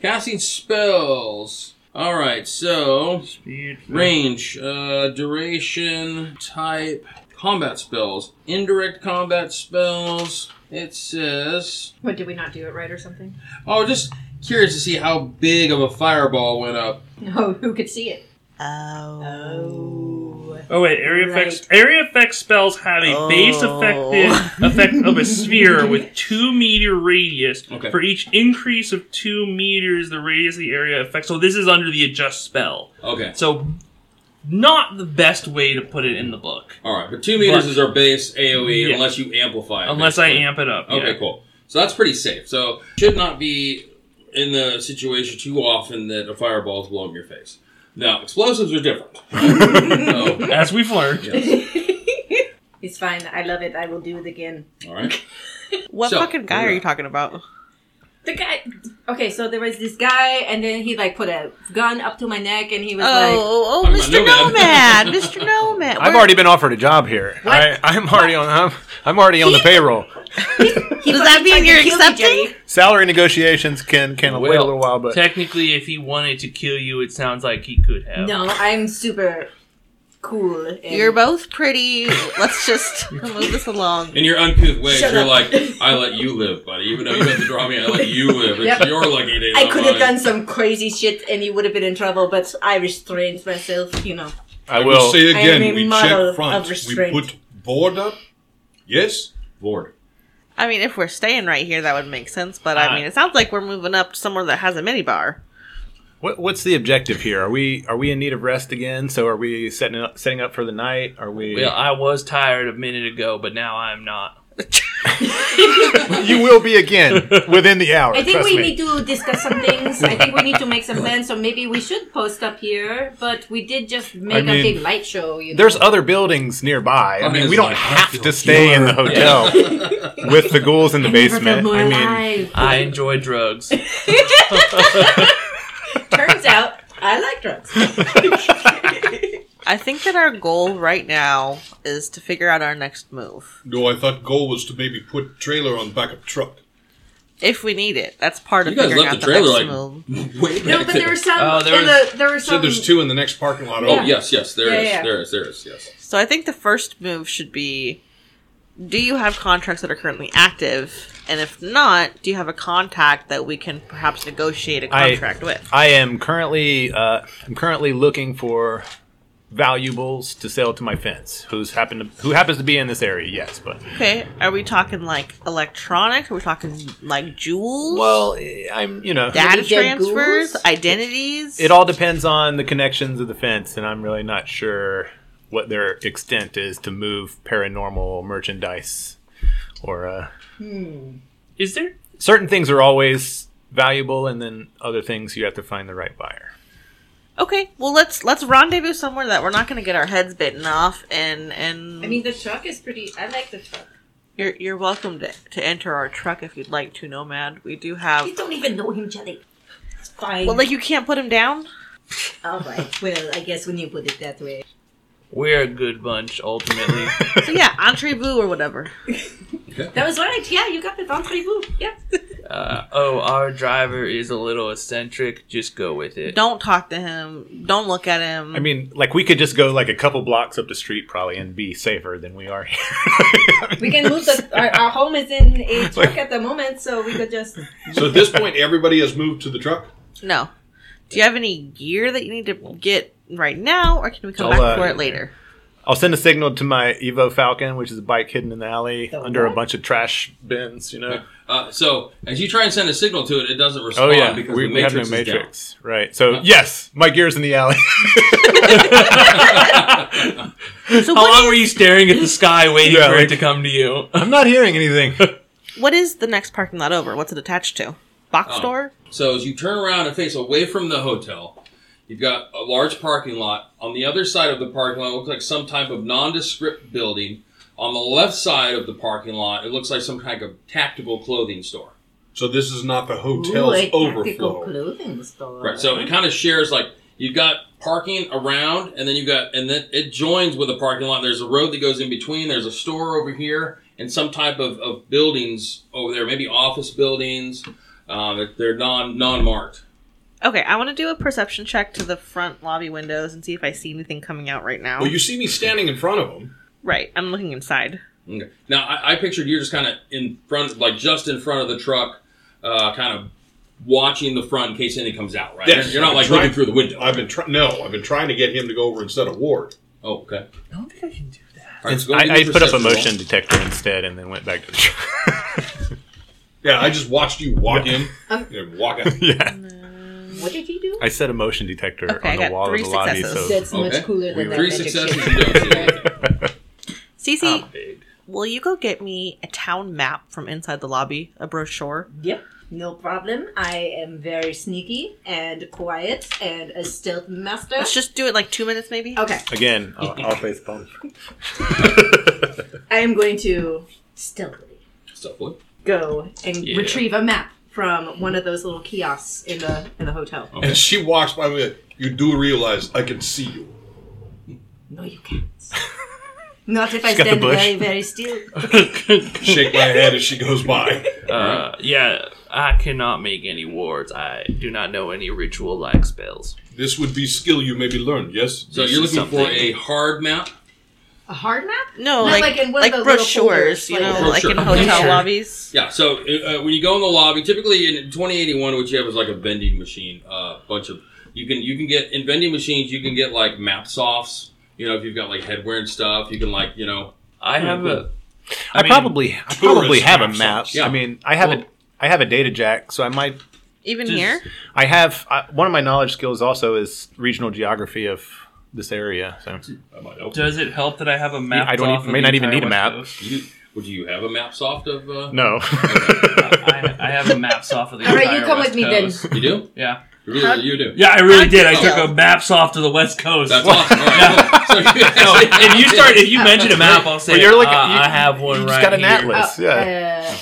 Speaker 2: Casting spells. All right, so
Speaker 4: Speed,
Speaker 2: Range, uh, duration, type, combat spells, indirect combat spells. It says,
Speaker 7: What did we not do it right or something?
Speaker 2: oh, just curious to see how big of a fireball went up.
Speaker 7: Oh, who could see it?
Speaker 3: Oh.
Speaker 4: Oh wait, area
Speaker 7: Right.
Speaker 4: effects. Area effect spells have a base effective effect of a sphere with two meter radius.
Speaker 2: Okay.
Speaker 4: For each increase of two meters, the radius of the area affects. So this is under the adjust spell.
Speaker 2: Okay,
Speaker 4: So, not the best way to put it in the book,
Speaker 2: all right, but two meters
Speaker 4: But-
Speaker 2: is our base AOE
Speaker 4: Yeah.
Speaker 2: unless you amplify it.
Speaker 4: unless I
Speaker 2: basically.
Speaker 4: amp it up.
Speaker 2: Okay,
Speaker 4: yeah.
Speaker 2: cool. So that's pretty safe. So should not be in the situation too often that a fireball is blown in your face. Now, explosives are different. so,
Speaker 4: As we've learned.
Speaker 7: It's fine. I love it. I will do it again.
Speaker 2: all right.
Speaker 3: What
Speaker 2: So,
Speaker 3: fucking guy
Speaker 2: yeah.
Speaker 3: are you talking about?
Speaker 7: The guy. Okay, so there was this guy, and then he like put a gun up to my neck, and he was like,
Speaker 3: Oh, oh,
Speaker 2: I'm
Speaker 3: Mr.
Speaker 2: not
Speaker 3: Nomad! Mr. Nomad!
Speaker 6: I've
Speaker 3: Where-
Speaker 6: already been offered a job here. I, I'm already on. I'm, I'm already on the payroll.
Speaker 3: Does that mean
Speaker 7: fucking
Speaker 3: you're
Speaker 7: killed me,
Speaker 3: accepting?
Speaker 6: Salary negotiations can can wait a little while, but
Speaker 4: Technically, if he wanted to kill you, it sounds like he could have.
Speaker 7: "No, I'm super cool." And
Speaker 3: You're both pretty. Let's just move this along.
Speaker 2: In your uncouth ways,
Speaker 7: Shut
Speaker 2: you're
Speaker 7: up.
Speaker 2: like, I let you live, buddy. Even though you had to draw me, I let you live. It's
Speaker 7: Yep.
Speaker 2: your lucky day.
Speaker 7: I
Speaker 2: not
Speaker 7: could have
Speaker 2: mine."
Speaker 7: done some crazy shit, and you would have been in trouble, but I restrained myself. You know,
Speaker 6: I
Speaker 5: We'll
Speaker 6: will.
Speaker 5: say
Speaker 7: I am a
Speaker 5: again, we
Speaker 7: model
Speaker 5: check
Speaker 7: of
Speaker 5: front. We
Speaker 7: restraint.
Speaker 5: put board up. Yes?
Speaker 2: Lord.
Speaker 3: I mean, if we're staying right here, that would make sense. But I
Speaker 4: Uh,
Speaker 3: mean, it sounds like we're moving up to somewhere that has a mini bar.
Speaker 6: What, what's the objective here? Are we are we in need of rest again? So are we setting up setting up for the night? Are we?
Speaker 11: Well, I was tired a minute ago, but now I'm not.
Speaker 6: you will be again within the hour.
Speaker 7: I think
Speaker 6: trust
Speaker 7: we
Speaker 6: me.
Speaker 7: need to discuss some things. I think we need to make some plans, so maybe we should post up here. But we did just make
Speaker 6: mean,
Speaker 7: a big light show. You know?
Speaker 6: There's other buildings nearby. I
Speaker 2: mean,
Speaker 6: mean,
Speaker 2: it's
Speaker 6: we don't
Speaker 2: like, I
Speaker 6: have
Speaker 2: feel
Speaker 6: to stay in the hotel with the ghouls in the
Speaker 7: Never felt
Speaker 6: basement.
Speaker 7: more
Speaker 6: I mean,
Speaker 7: alive.
Speaker 11: I enjoy drugs.
Speaker 7: Turns out I like drugs.
Speaker 3: I think that our goal right now is to figure out our next move.
Speaker 5: No, I thought goal was to maybe put trailer on the back of truck.
Speaker 3: If we need it. That's part
Speaker 2: You
Speaker 3: of
Speaker 2: guys
Speaker 3: figuring
Speaker 2: left
Speaker 3: out
Speaker 2: the
Speaker 3: the,
Speaker 2: trailer
Speaker 3: next
Speaker 2: like
Speaker 3: move.
Speaker 2: way back
Speaker 8: No, but there
Speaker 2: there.
Speaker 8: were some.
Speaker 11: Oh, there
Speaker 8: in
Speaker 11: was-
Speaker 8: the, there were
Speaker 5: So
Speaker 8: some.
Speaker 7: Um,
Speaker 5: there's two in the next parking lot.
Speaker 2: Oh
Speaker 5: over.
Speaker 2: yes, yes, there
Speaker 8: Yeah,
Speaker 2: is,
Speaker 8: yeah.
Speaker 2: there is, there is, yes.
Speaker 3: So I think the first move should be do you have contracts that are currently active? And if not, do you have a contact that we can perhaps negotiate a
Speaker 6: I-
Speaker 3: contract with?
Speaker 6: I am currently uh, I'm currently looking for valuables to sell to my fence, who's happened to, who happens to be in this area. Yes, but
Speaker 3: Okay, are we talking like electronics? Are we talking like jewels?
Speaker 6: well, eh, I'm you know
Speaker 3: data
Speaker 7: Maybe dead
Speaker 3: transfers,
Speaker 7: ghouls?
Speaker 3: identities?
Speaker 6: it all depends on the connections of the fence, and I'm really not sure what their extent is to move paranormal merchandise or. Uh,
Speaker 11: Is there?
Speaker 6: certain things are always valuable and then other things you have to find the right buyer
Speaker 3: Okay, well let's let's rendezvous somewhere that we're not going to get our heads bitten off, and and
Speaker 8: I mean, the truck is pretty. I like the truck.
Speaker 3: you're you're welcome to, to enter our truck if you'd like to, Nomad. We do have.
Speaker 7: You don't even know him, Jelly. It's fine.
Speaker 3: Well, like you can't put him down.
Speaker 7: All right. Well, I guess when you put it that way.
Speaker 11: We're a good bunch, ultimately.
Speaker 3: So yeah, entree boo or whatever.
Speaker 7: That was all right. Yeah, you got the rendezvous. Yeah.
Speaker 11: uh, oh, our driver is a little eccentric. Just go with it.
Speaker 3: Don't talk to him. Don't look at him.
Speaker 6: i mean like we could just go like a couple blocks up the street probably and be safer than we are here I mean,
Speaker 7: We can move the. Our, our home is in a truck at the moment, so we could just.
Speaker 5: Oh, So at this point, everybody has moved to the truck.
Speaker 3: no. Do you have any gear that you need to get right now, or can we come
Speaker 6: I'll,
Speaker 3: back
Speaker 6: uh,
Speaker 3: for it later?
Speaker 6: i'll send a signal to my evo falcon which is a bike hidden in the alley
Speaker 7: The
Speaker 6: under a
Speaker 7: what?
Speaker 6: bunch of trash bins you know
Speaker 2: Uh, so as you try and send a signal to it, it doesn't
Speaker 6: oh
Speaker 2: respond
Speaker 6: yeah
Speaker 2: because
Speaker 6: we,
Speaker 2: the
Speaker 6: we have no
Speaker 2: matrix is down.
Speaker 6: matrix right so yes my gear's in the alley
Speaker 3: So
Speaker 11: How
Speaker 3: what
Speaker 11: long were you staring at the sky waiting
Speaker 6: Yeah,
Speaker 11: for
Speaker 6: like-
Speaker 11: it to come to you?
Speaker 6: i'm not hearing anything
Speaker 3: is, what is the next parking lot over? What's it attached to? Box
Speaker 2: Oh.
Speaker 3: store.
Speaker 2: So as you turn around and face away from the hotel, you've got a large parking lot. On the other side of the parking lot looks like some type of nondescript building. On the left side of the parking lot, it looks like some kind of tactical clothing store.
Speaker 5: So this is not the
Speaker 7: Ooh,
Speaker 5: hotel's
Speaker 7: a tactical
Speaker 5: overflow.
Speaker 7: clothing store.
Speaker 2: Right. So it kind of shares like you've got parking around, and then you've got and then it joins with a parking lot. There's a road that goes in between. There's a store over here, and some type of, of buildings over there, maybe office buildings. Uh, they're- they're non non marked.
Speaker 3: Okay, I want to do a perception check to the front lobby windows and see if I see anything coming out right now.
Speaker 5: Well, you see me standing in front of them.
Speaker 3: right, I'm looking inside.
Speaker 2: Okay. Now I, I pictured you're just kind of in front, like just in front of the truck, uh, kind of watching the front in case anything comes out. Right.
Speaker 5: Yes.
Speaker 2: You're not like
Speaker 5: Right.
Speaker 2: looking through the window.
Speaker 5: I've been try- no, I've been trying to get him to go over and set a ward.
Speaker 2: oh, okay.
Speaker 11: I don't think I can do that.
Speaker 2: All right, so go ahead
Speaker 6: I, I
Speaker 2: and
Speaker 6: put up a
Speaker 2: perception roll.
Speaker 6: motion detector instead and then went back to the truck
Speaker 5: Yeah, I just watched you walk
Speaker 6: Yeah.
Speaker 5: in
Speaker 2: Um,
Speaker 5: and walk out.
Speaker 6: yeah
Speaker 7: What did he do?
Speaker 6: I set a motion detector
Speaker 3: Okay, I
Speaker 6: on the
Speaker 3: got
Speaker 6: wall of
Speaker 3: three
Speaker 6: the lobby,
Speaker 3: successes.
Speaker 6: so
Speaker 7: That's much
Speaker 2: Okay.
Speaker 7: cooler
Speaker 2: We
Speaker 7: than that.
Speaker 2: three
Speaker 7: magic
Speaker 2: successes.
Speaker 7: shit.
Speaker 2: You don't see anything.
Speaker 3: Cece,
Speaker 4: Um.
Speaker 3: will you go get me a town map from inside the lobby, a brochure?
Speaker 7: Yep, no problem. I am very sneaky and quiet and a stealth master.
Speaker 3: Let's just do it like two minutes, maybe.
Speaker 7: okay,
Speaker 6: again, I'll, I'll face palm.
Speaker 7: I am going to stealthily
Speaker 2: Stealthily.
Speaker 7: go and
Speaker 11: Yeah.
Speaker 7: retrieve a map from one of those little kiosks in the in the hotel.
Speaker 2: Oh.
Speaker 5: And she walks by me. You do realize I can see you.
Speaker 7: No, you can't. Not if I
Speaker 6: got the
Speaker 7: stand
Speaker 6: bush.
Speaker 7: very, very still.
Speaker 5: Shake my head as she goes by.
Speaker 11: Uh, yeah, I cannot make any wards. I do not know any ritual-like spells.
Speaker 5: This would be skill you maybe learned. Yes.
Speaker 2: So
Speaker 11: This
Speaker 2: you're
Speaker 11: is
Speaker 2: looking for
Speaker 11: something.
Speaker 2: a hard map.
Speaker 8: A hard map? Not
Speaker 3: No, like
Speaker 8: like
Speaker 3: like,
Speaker 8: in one of those little
Speaker 3: brochures,
Speaker 8: folders,
Speaker 3: you
Speaker 8: like-
Speaker 3: know, like in
Speaker 2: Brochure.
Speaker 3: hotel
Speaker 11: Brochure.
Speaker 3: lobbies.
Speaker 2: Yeah. So uh, uh, when you go in the lobby, typically in 2081, what you have is like a vending machine. A bunch of you can you can get in vending machines. You can get like map softs. You know, if you've got like headwear and stuff, you can like you know.
Speaker 4: Hmm.
Speaker 11: I have a.
Speaker 6: I,
Speaker 11: mean,
Speaker 6: probably, I probably have a
Speaker 5: maps.
Speaker 6: map.
Speaker 2: Yeah.
Speaker 6: I mean, I have
Speaker 2: Well-
Speaker 6: a, I have a data jack, so I might
Speaker 3: Even
Speaker 4: Just-
Speaker 3: here?
Speaker 6: I have I, one of my knowledge skills also is regional geography of this area. So
Speaker 5: That might help.
Speaker 4: Does it help that I have a map?
Speaker 6: I don't
Speaker 4: off
Speaker 6: even-
Speaker 4: of
Speaker 6: may
Speaker 4: the
Speaker 6: not even
Speaker 4: entire
Speaker 6: need a
Speaker 4: West
Speaker 6: map.
Speaker 4: Coast?
Speaker 2: You, would you have a map soft of? Uh,
Speaker 6: no,
Speaker 4: I, I have a map off of the
Speaker 8: All right, you
Speaker 4: entire
Speaker 8: come
Speaker 4: West
Speaker 8: with me then.
Speaker 4: Coast.
Speaker 2: You do?
Speaker 4: Yeah.
Speaker 2: You really, you do.
Speaker 4: Yeah, I really did. I
Speaker 3: Oh.
Speaker 4: took a maps off to the West Coast.
Speaker 2: That's awesome. All right, cool. So you,
Speaker 4: No, if you start, if you mention a map, I'll say
Speaker 6: Well, you're like-
Speaker 4: uh,
Speaker 6: you-
Speaker 4: I have one
Speaker 6: you
Speaker 4: right
Speaker 6: just got an
Speaker 4: here.
Speaker 6: atlas.
Speaker 8: Oh,
Speaker 6: yeah,
Speaker 8: uh,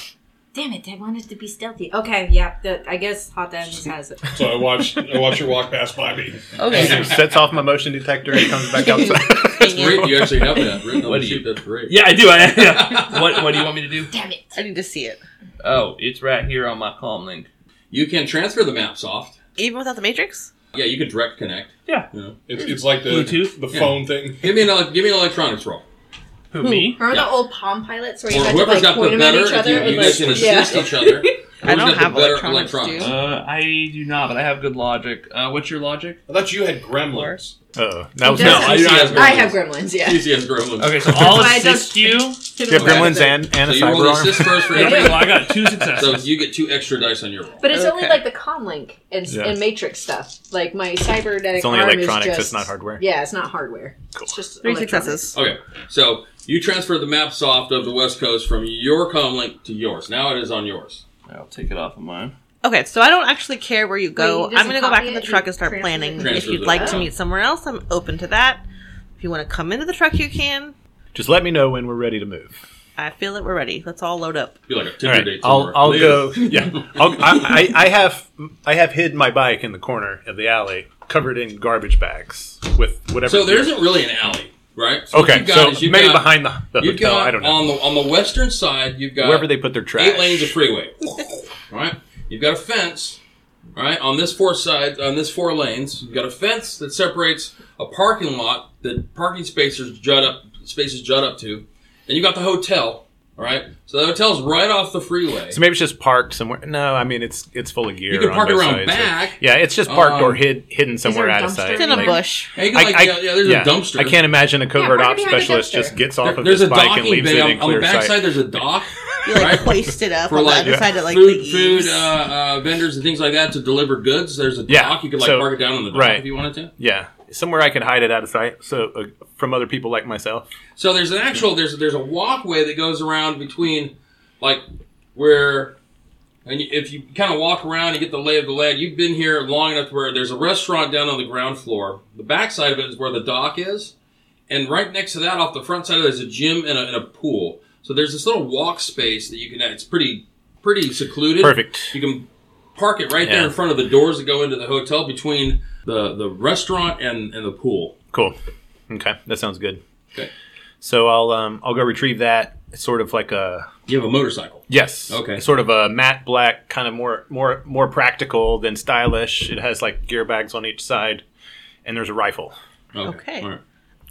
Speaker 8: damn it! I wanted to be stealthy. Okay, yeah. The, I guess Hot Ends has it.
Speaker 5: So I watched I watched her walk past by me.
Speaker 3: Okay.
Speaker 6: sets off my motion detector and comes back outside.
Speaker 3: Dang it.
Speaker 2: Great, you actually have that written on
Speaker 11: What
Speaker 2: the
Speaker 11: do you-
Speaker 2: sheet. That's great.
Speaker 4: Yeah, I do. I, yeah.
Speaker 11: What What do you want me to do?
Speaker 8: Damn it!
Speaker 3: I need to see it.
Speaker 11: Oh, it's right here on my comm link.
Speaker 2: You can transfer the map soft.
Speaker 3: Even without the Matrix?
Speaker 2: Yeah, you could direct connect.
Speaker 5: It's, it's like the
Speaker 4: Bluetooth?
Speaker 5: the
Speaker 2: Yeah.
Speaker 5: phone thing.
Speaker 2: Give me an ele- give me an electronics roll.
Speaker 4: Who, me?
Speaker 8: Remember
Speaker 2: Yeah.
Speaker 8: the old Palm Pilots where
Speaker 2: Or
Speaker 8: you had to
Speaker 2: whoever's
Speaker 8: like
Speaker 2: got
Speaker 8: point
Speaker 2: the
Speaker 8: them
Speaker 2: better,
Speaker 8: at each other?
Speaker 2: if you, you
Speaker 8: and,
Speaker 2: guys
Speaker 8: like,
Speaker 2: can
Speaker 8: yeah.
Speaker 2: assist each other.
Speaker 3: I
Speaker 2: Who's
Speaker 3: don't
Speaker 2: got the
Speaker 3: have
Speaker 2: better
Speaker 3: electronics,
Speaker 2: electronics?
Speaker 3: do you?
Speaker 11: Uh, I do not, but I have good logic. Uh, what's your logic?
Speaker 5: I thought you had gremlins.
Speaker 6: Oh, that was
Speaker 8: It does-
Speaker 6: no.
Speaker 2: I do not have gremlins.
Speaker 8: I have gremlins. Yeah.
Speaker 2: Easy as gremlins.
Speaker 4: Okay, so I'll
Speaker 8: But I
Speaker 4: assist
Speaker 8: don't-
Speaker 4: you.
Speaker 6: You have gremlins and and
Speaker 2: So
Speaker 6: a
Speaker 2: you roll the assist
Speaker 6: cyber arm.
Speaker 2: first for
Speaker 4: Yeah, well,
Speaker 2: everyone.
Speaker 4: I got two
Speaker 2: So
Speaker 4: successes.
Speaker 2: you get two extra dice on your roll.
Speaker 8: But it's only
Speaker 3: Okay.
Speaker 8: like the comlink and,
Speaker 6: Yeah.
Speaker 8: and matrix stuff. Like my cybernetic
Speaker 6: It's only
Speaker 8: arm
Speaker 6: electronics,
Speaker 8: Is just,
Speaker 6: it's not hardware.
Speaker 8: Yeah, it's not hardware. It's just
Speaker 3: Three
Speaker 8: electronics.
Speaker 3: successes.
Speaker 2: Okay, so you transfer the map soft of the West Coast from your comlink to yours. Now it is on yours.
Speaker 11: I'll take it off of mine.
Speaker 3: Okay, so I don't actually care where you go.
Speaker 8: Wait, he
Speaker 3: I'm going to
Speaker 8: doesn't
Speaker 3: go back
Speaker 8: copy
Speaker 3: in the
Speaker 8: it,
Speaker 3: truck
Speaker 8: he
Speaker 3: and start
Speaker 8: transfers
Speaker 3: planning.
Speaker 8: it.
Speaker 2: Transfers
Speaker 3: If you'd
Speaker 2: it.
Speaker 3: like to
Speaker 2: Oh.
Speaker 3: meet somewhere else, I'm open to that. If you want to come into the truck, you can.
Speaker 6: Just let me know when we're ready to move.
Speaker 3: I feel that we're ready. Let's all load up.
Speaker 2: Be like a Tinder
Speaker 6: All right,
Speaker 2: date.
Speaker 6: I'll
Speaker 2: somewhere.
Speaker 6: I'll
Speaker 2: Later.
Speaker 6: go. Yeah, I'll, I, I I have I have hid my bike in the corner of the alley, covered in garbage bags with whatever.
Speaker 2: So there isn't really an alley, right? So what
Speaker 6: Okay,
Speaker 2: you've got
Speaker 6: so
Speaker 2: is you've
Speaker 6: maybe
Speaker 2: got-
Speaker 6: behind the, the
Speaker 2: You've
Speaker 6: hotel.
Speaker 2: got
Speaker 6: I don't know.
Speaker 2: on the on the western side. You've got
Speaker 6: Wherever they put their trash.
Speaker 2: eight lanes of freeway. all right, you've got a fence. All right, on this four side, on this four lanes, you've got a fence that separates a parking lot that parking spacers jut up spaces jut up to, and you've got the hotel. All right, so the hotel's right off the freeway.
Speaker 6: So maybe it's just parked somewhere. No, I mean it's it's full of gear.
Speaker 2: You can
Speaker 6: on
Speaker 2: park
Speaker 6: both
Speaker 2: around
Speaker 6: sides.
Speaker 2: back.
Speaker 6: Yeah, it's just parked
Speaker 2: Um,
Speaker 6: or hid hidden somewhere
Speaker 8: a
Speaker 6: out of
Speaker 8: dumpster?
Speaker 6: sight.
Speaker 3: It's in a
Speaker 8: Like-
Speaker 3: bush.
Speaker 2: And you can, like,
Speaker 6: I- I-
Speaker 2: yeah, yeah, there's
Speaker 6: yeah,
Speaker 2: a dumpster.
Speaker 6: I can't imagine a
Speaker 8: park
Speaker 6: covert
Speaker 8: it
Speaker 6: ops
Speaker 8: behind a
Speaker 6: specialist
Speaker 8: dumpster.
Speaker 6: just gets
Speaker 2: There-
Speaker 6: off of
Speaker 2: there's
Speaker 6: his
Speaker 2: a
Speaker 6: bike and
Speaker 2: docking
Speaker 6: leaves
Speaker 2: bay
Speaker 6: it
Speaker 2: on, on
Speaker 6: in
Speaker 2: the
Speaker 6: clear
Speaker 2: back
Speaker 6: sight.
Speaker 2: side. There's a dock.
Speaker 3: You like
Speaker 2: Right.
Speaker 3: hoist it up
Speaker 2: For
Speaker 3: on
Speaker 2: like
Speaker 3: the other side to like
Speaker 2: food,
Speaker 3: the
Speaker 2: food
Speaker 3: eaves.
Speaker 2: uh, uh, vendors and things like that to deliver goods. There's a dock.
Speaker 6: Yeah,
Speaker 2: You could like
Speaker 6: so-
Speaker 2: park it down on the dock
Speaker 6: right.
Speaker 2: if you wanted to.
Speaker 6: Yeah, somewhere I could hide it out of sight. So uh, from other people like myself.
Speaker 2: So there's an actual there's there's a walkway that goes around between like where and you, if you kind of walk around and get the lay of the land, you've been here long enough to where there's a restaurant down on the ground floor. The back side of it is where the dock is, and right next to that, off the front side, there's a gym and a, and a pool. So there's this little walk space that you can. It's pretty pretty secluded.
Speaker 6: Perfect.
Speaker 2: You can park it right there
Speaker 6: Yeah.
Speaker 2: in front of the doors that go into the hotel between the the restaurant and and the pool.
Speaker 6: Cool. Okay, that sounds good.
Speaker 2: Okay.
Speaker 6: So I'll um I'll go retrieve that. It's sort of like a
Speaker 2: You have a motorcycle.
Speaker 6: yes.
Speaker 2: Okay.
Speaker 6: Sort of a matte black, kind of more more more practical than stylish. It has like gear bags on each side, and there's a rifle.
Speaker 3: Okay.
Speaker 2: All right.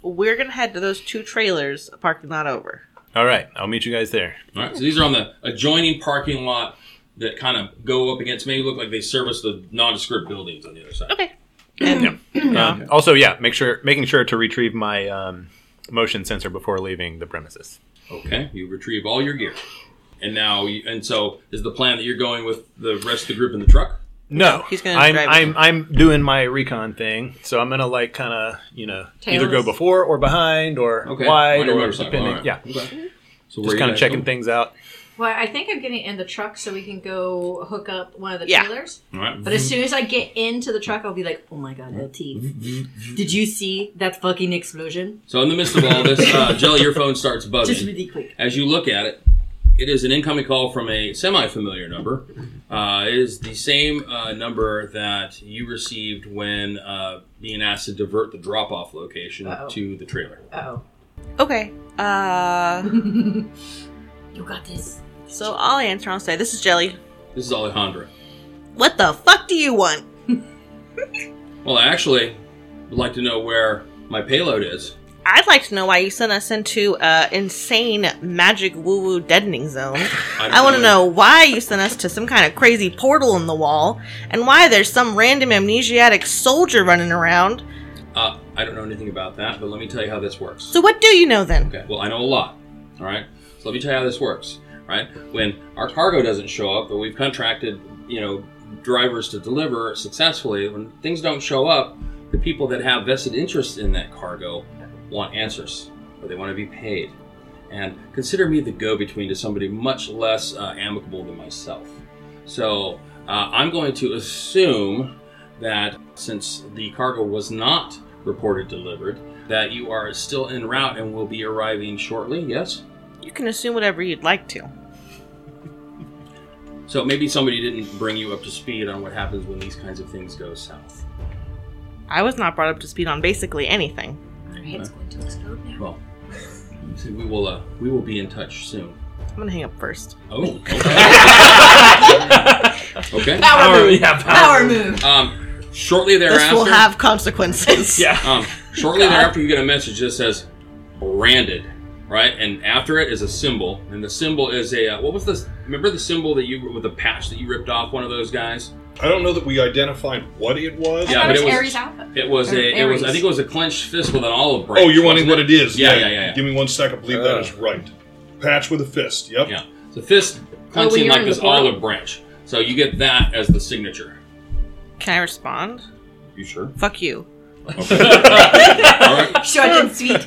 Speaker 3: We're going to head to those two trailers, parking lot over.
Speaker 6: All right, I'll meet you guys there.
Speaker 2: All right, so these are on the adjoining parking lot that kind of go up against. Maybe look like they service the nondescript buildings on the other side.
Speaker 3: Okay. And
Speaker 6: Um, also, yeah, make sure making sure to retrieve my um, motion sensor before leaving the premises.
Speaker 2: Okay, you retrieve all your gear, and now you, and so is the plan that you're going with the rest of the group in the truck.
Speaker 6: No,
Speaker 3: He's gonna
Speaker 6: I'm
Speaker 3: drive-
Speaker 6: I'm I'm doing my recon thing, so I'm gonna like kind of you know either go
Speaker 8: Tails.
Speaker 6: before or behind or wide
Speaker 2: on your
Speaker 6: or
Speaker 2: motorcycle.
Speaker 6: depending.
Speaker 2: All right.
Speaker 6: Yeah,
Speaker 2: Okay. So where
Speaker 6: just
Speaker 2: you
Speaker 6: kind of
Speaker 2: guys
Speaker 6: checking
Speaker 2: going?
Speaker 6: things out.
Speaker 8: Well, I think I'm getting in the truck so we can go hook up one of the
Speaker 3: Yeah.
Speaker 8: trailers.
Speaker 2: All right.
Speaker 8: But as soon as I get into the truck, I'll be like, "Oh my god, LT! Did you see that fucking explosion?
Speaker 2: So in the midst of all this, uh, Jelly, your phone starts buzzing.
Speaker 8: Just really quick."
Speaker 2: As you look at it, it is an incoming call from a semi-familiar number. Uh, it is the same uh, number that you received when uh, being asked to divert the drop-off location
Speaker 8: Uh-oh.
Speaker 2: to the trailer.
Speaker 8: Oh,
Speaker 3: okay. Uh,
Speaker 8: you got this.
Speaker 3: so I'll answer. I'll say, "This is Jelly.
Speaker 2: This is Alejandra.
Speaker 3: What the fuck do you want?"
Speaker 2: Well, I actually would like to know where my payload is.
Speaker 3: I'd like to know why you sent us into uh, insane magic woo woo deadening zone.
Speaker 2: don't
Speaker 3: I want to know why you sent us to some kind of crazy portal in the wall, and why there's some random amnesiatic soldier running around.
Speaker 2: Uh, I don't know anything about that, but let me tell you how this works.
Speaker 3: So what do you know then?
Speaker 2: Okay, well, I know a lot. All right, so let me tell you how this works. All right, when our cargo doesn't show up, but we've contracted, you know, drivers to deliver successfully, when things don't show up, the people that have vested interest in that cargo want answers, or they want to be paid. And consider me the go-between to somebody much less uh, amicable than myself. So uh, I'm going to assume that since the cargo was not reported delivered, that you are still en route and will be arriving shortly. Yes.
Speaker 3: You can assume whatever you'd like to.
Speaker 2: So maybe somebody didn't bring you up to speed on what happens when these kinds of things go south.
Speaker 3: I was not brought up to speed on basically anything.
Speaker 8: My head's going to explode now.
Speaker 2: Well, so we will uh, we will be in touch soon.
Speaker 3: I'm gonna hang up first.
Speaker 2: Oh, okay. okay.
Speaker 7: Power move.
Speaker 11: yeah,
Speaker 7: Power move.
Speaker 2: Um, shortly
Speaker 3: This
Speaker 2: thereafter,
Speaker 3: will have consequences.
Speaker 11: Yeah.
Speaker 2: um, shortly thereafter, you get a message that says "branded," right? And after it is a symbol, and the symbol is a uh, what was this? Remember the symbol that you with the patch that you ripped off one of those guys?
Speaker 5: I don't know that we identified what it was.
Speaker 8: That
Speaker 2: Yeah, but
Speaker 8: was
Speaker 2: it was-
Speaker 8: Aries Alpha.
Speaker 2: It was a it was I think it was a clenched fist with an olive branch.
Speaker 5: Oh, you're wanting what
Speaker 2: wasn't
Speaker 5: it is?
Speaker 2: Yeah, yeah, yeah. yeah.
Speaker 5: Give me one second. I believe that
Speaker 6: Uh.
Speaker 5: is right. Patch with a fist. Yep.
Speaker 2: Yeah. So
Speaker 8: Oh,
Speaker 2: fist
Speaker 8: when
Speaker 2: clenching
Speaker 8: you're
Speaker 2: like
Speaker 8: in the
Speaker 2: this
Speaker 8: portal.
Speaker 2: olive branch. So you get that as the signature.
Speaker 3: Can I respond?
Speaker 2: You sure?
Speaker 3: Fuck you.
Speaker 2: All right.
Speaker 7: Short and sweet.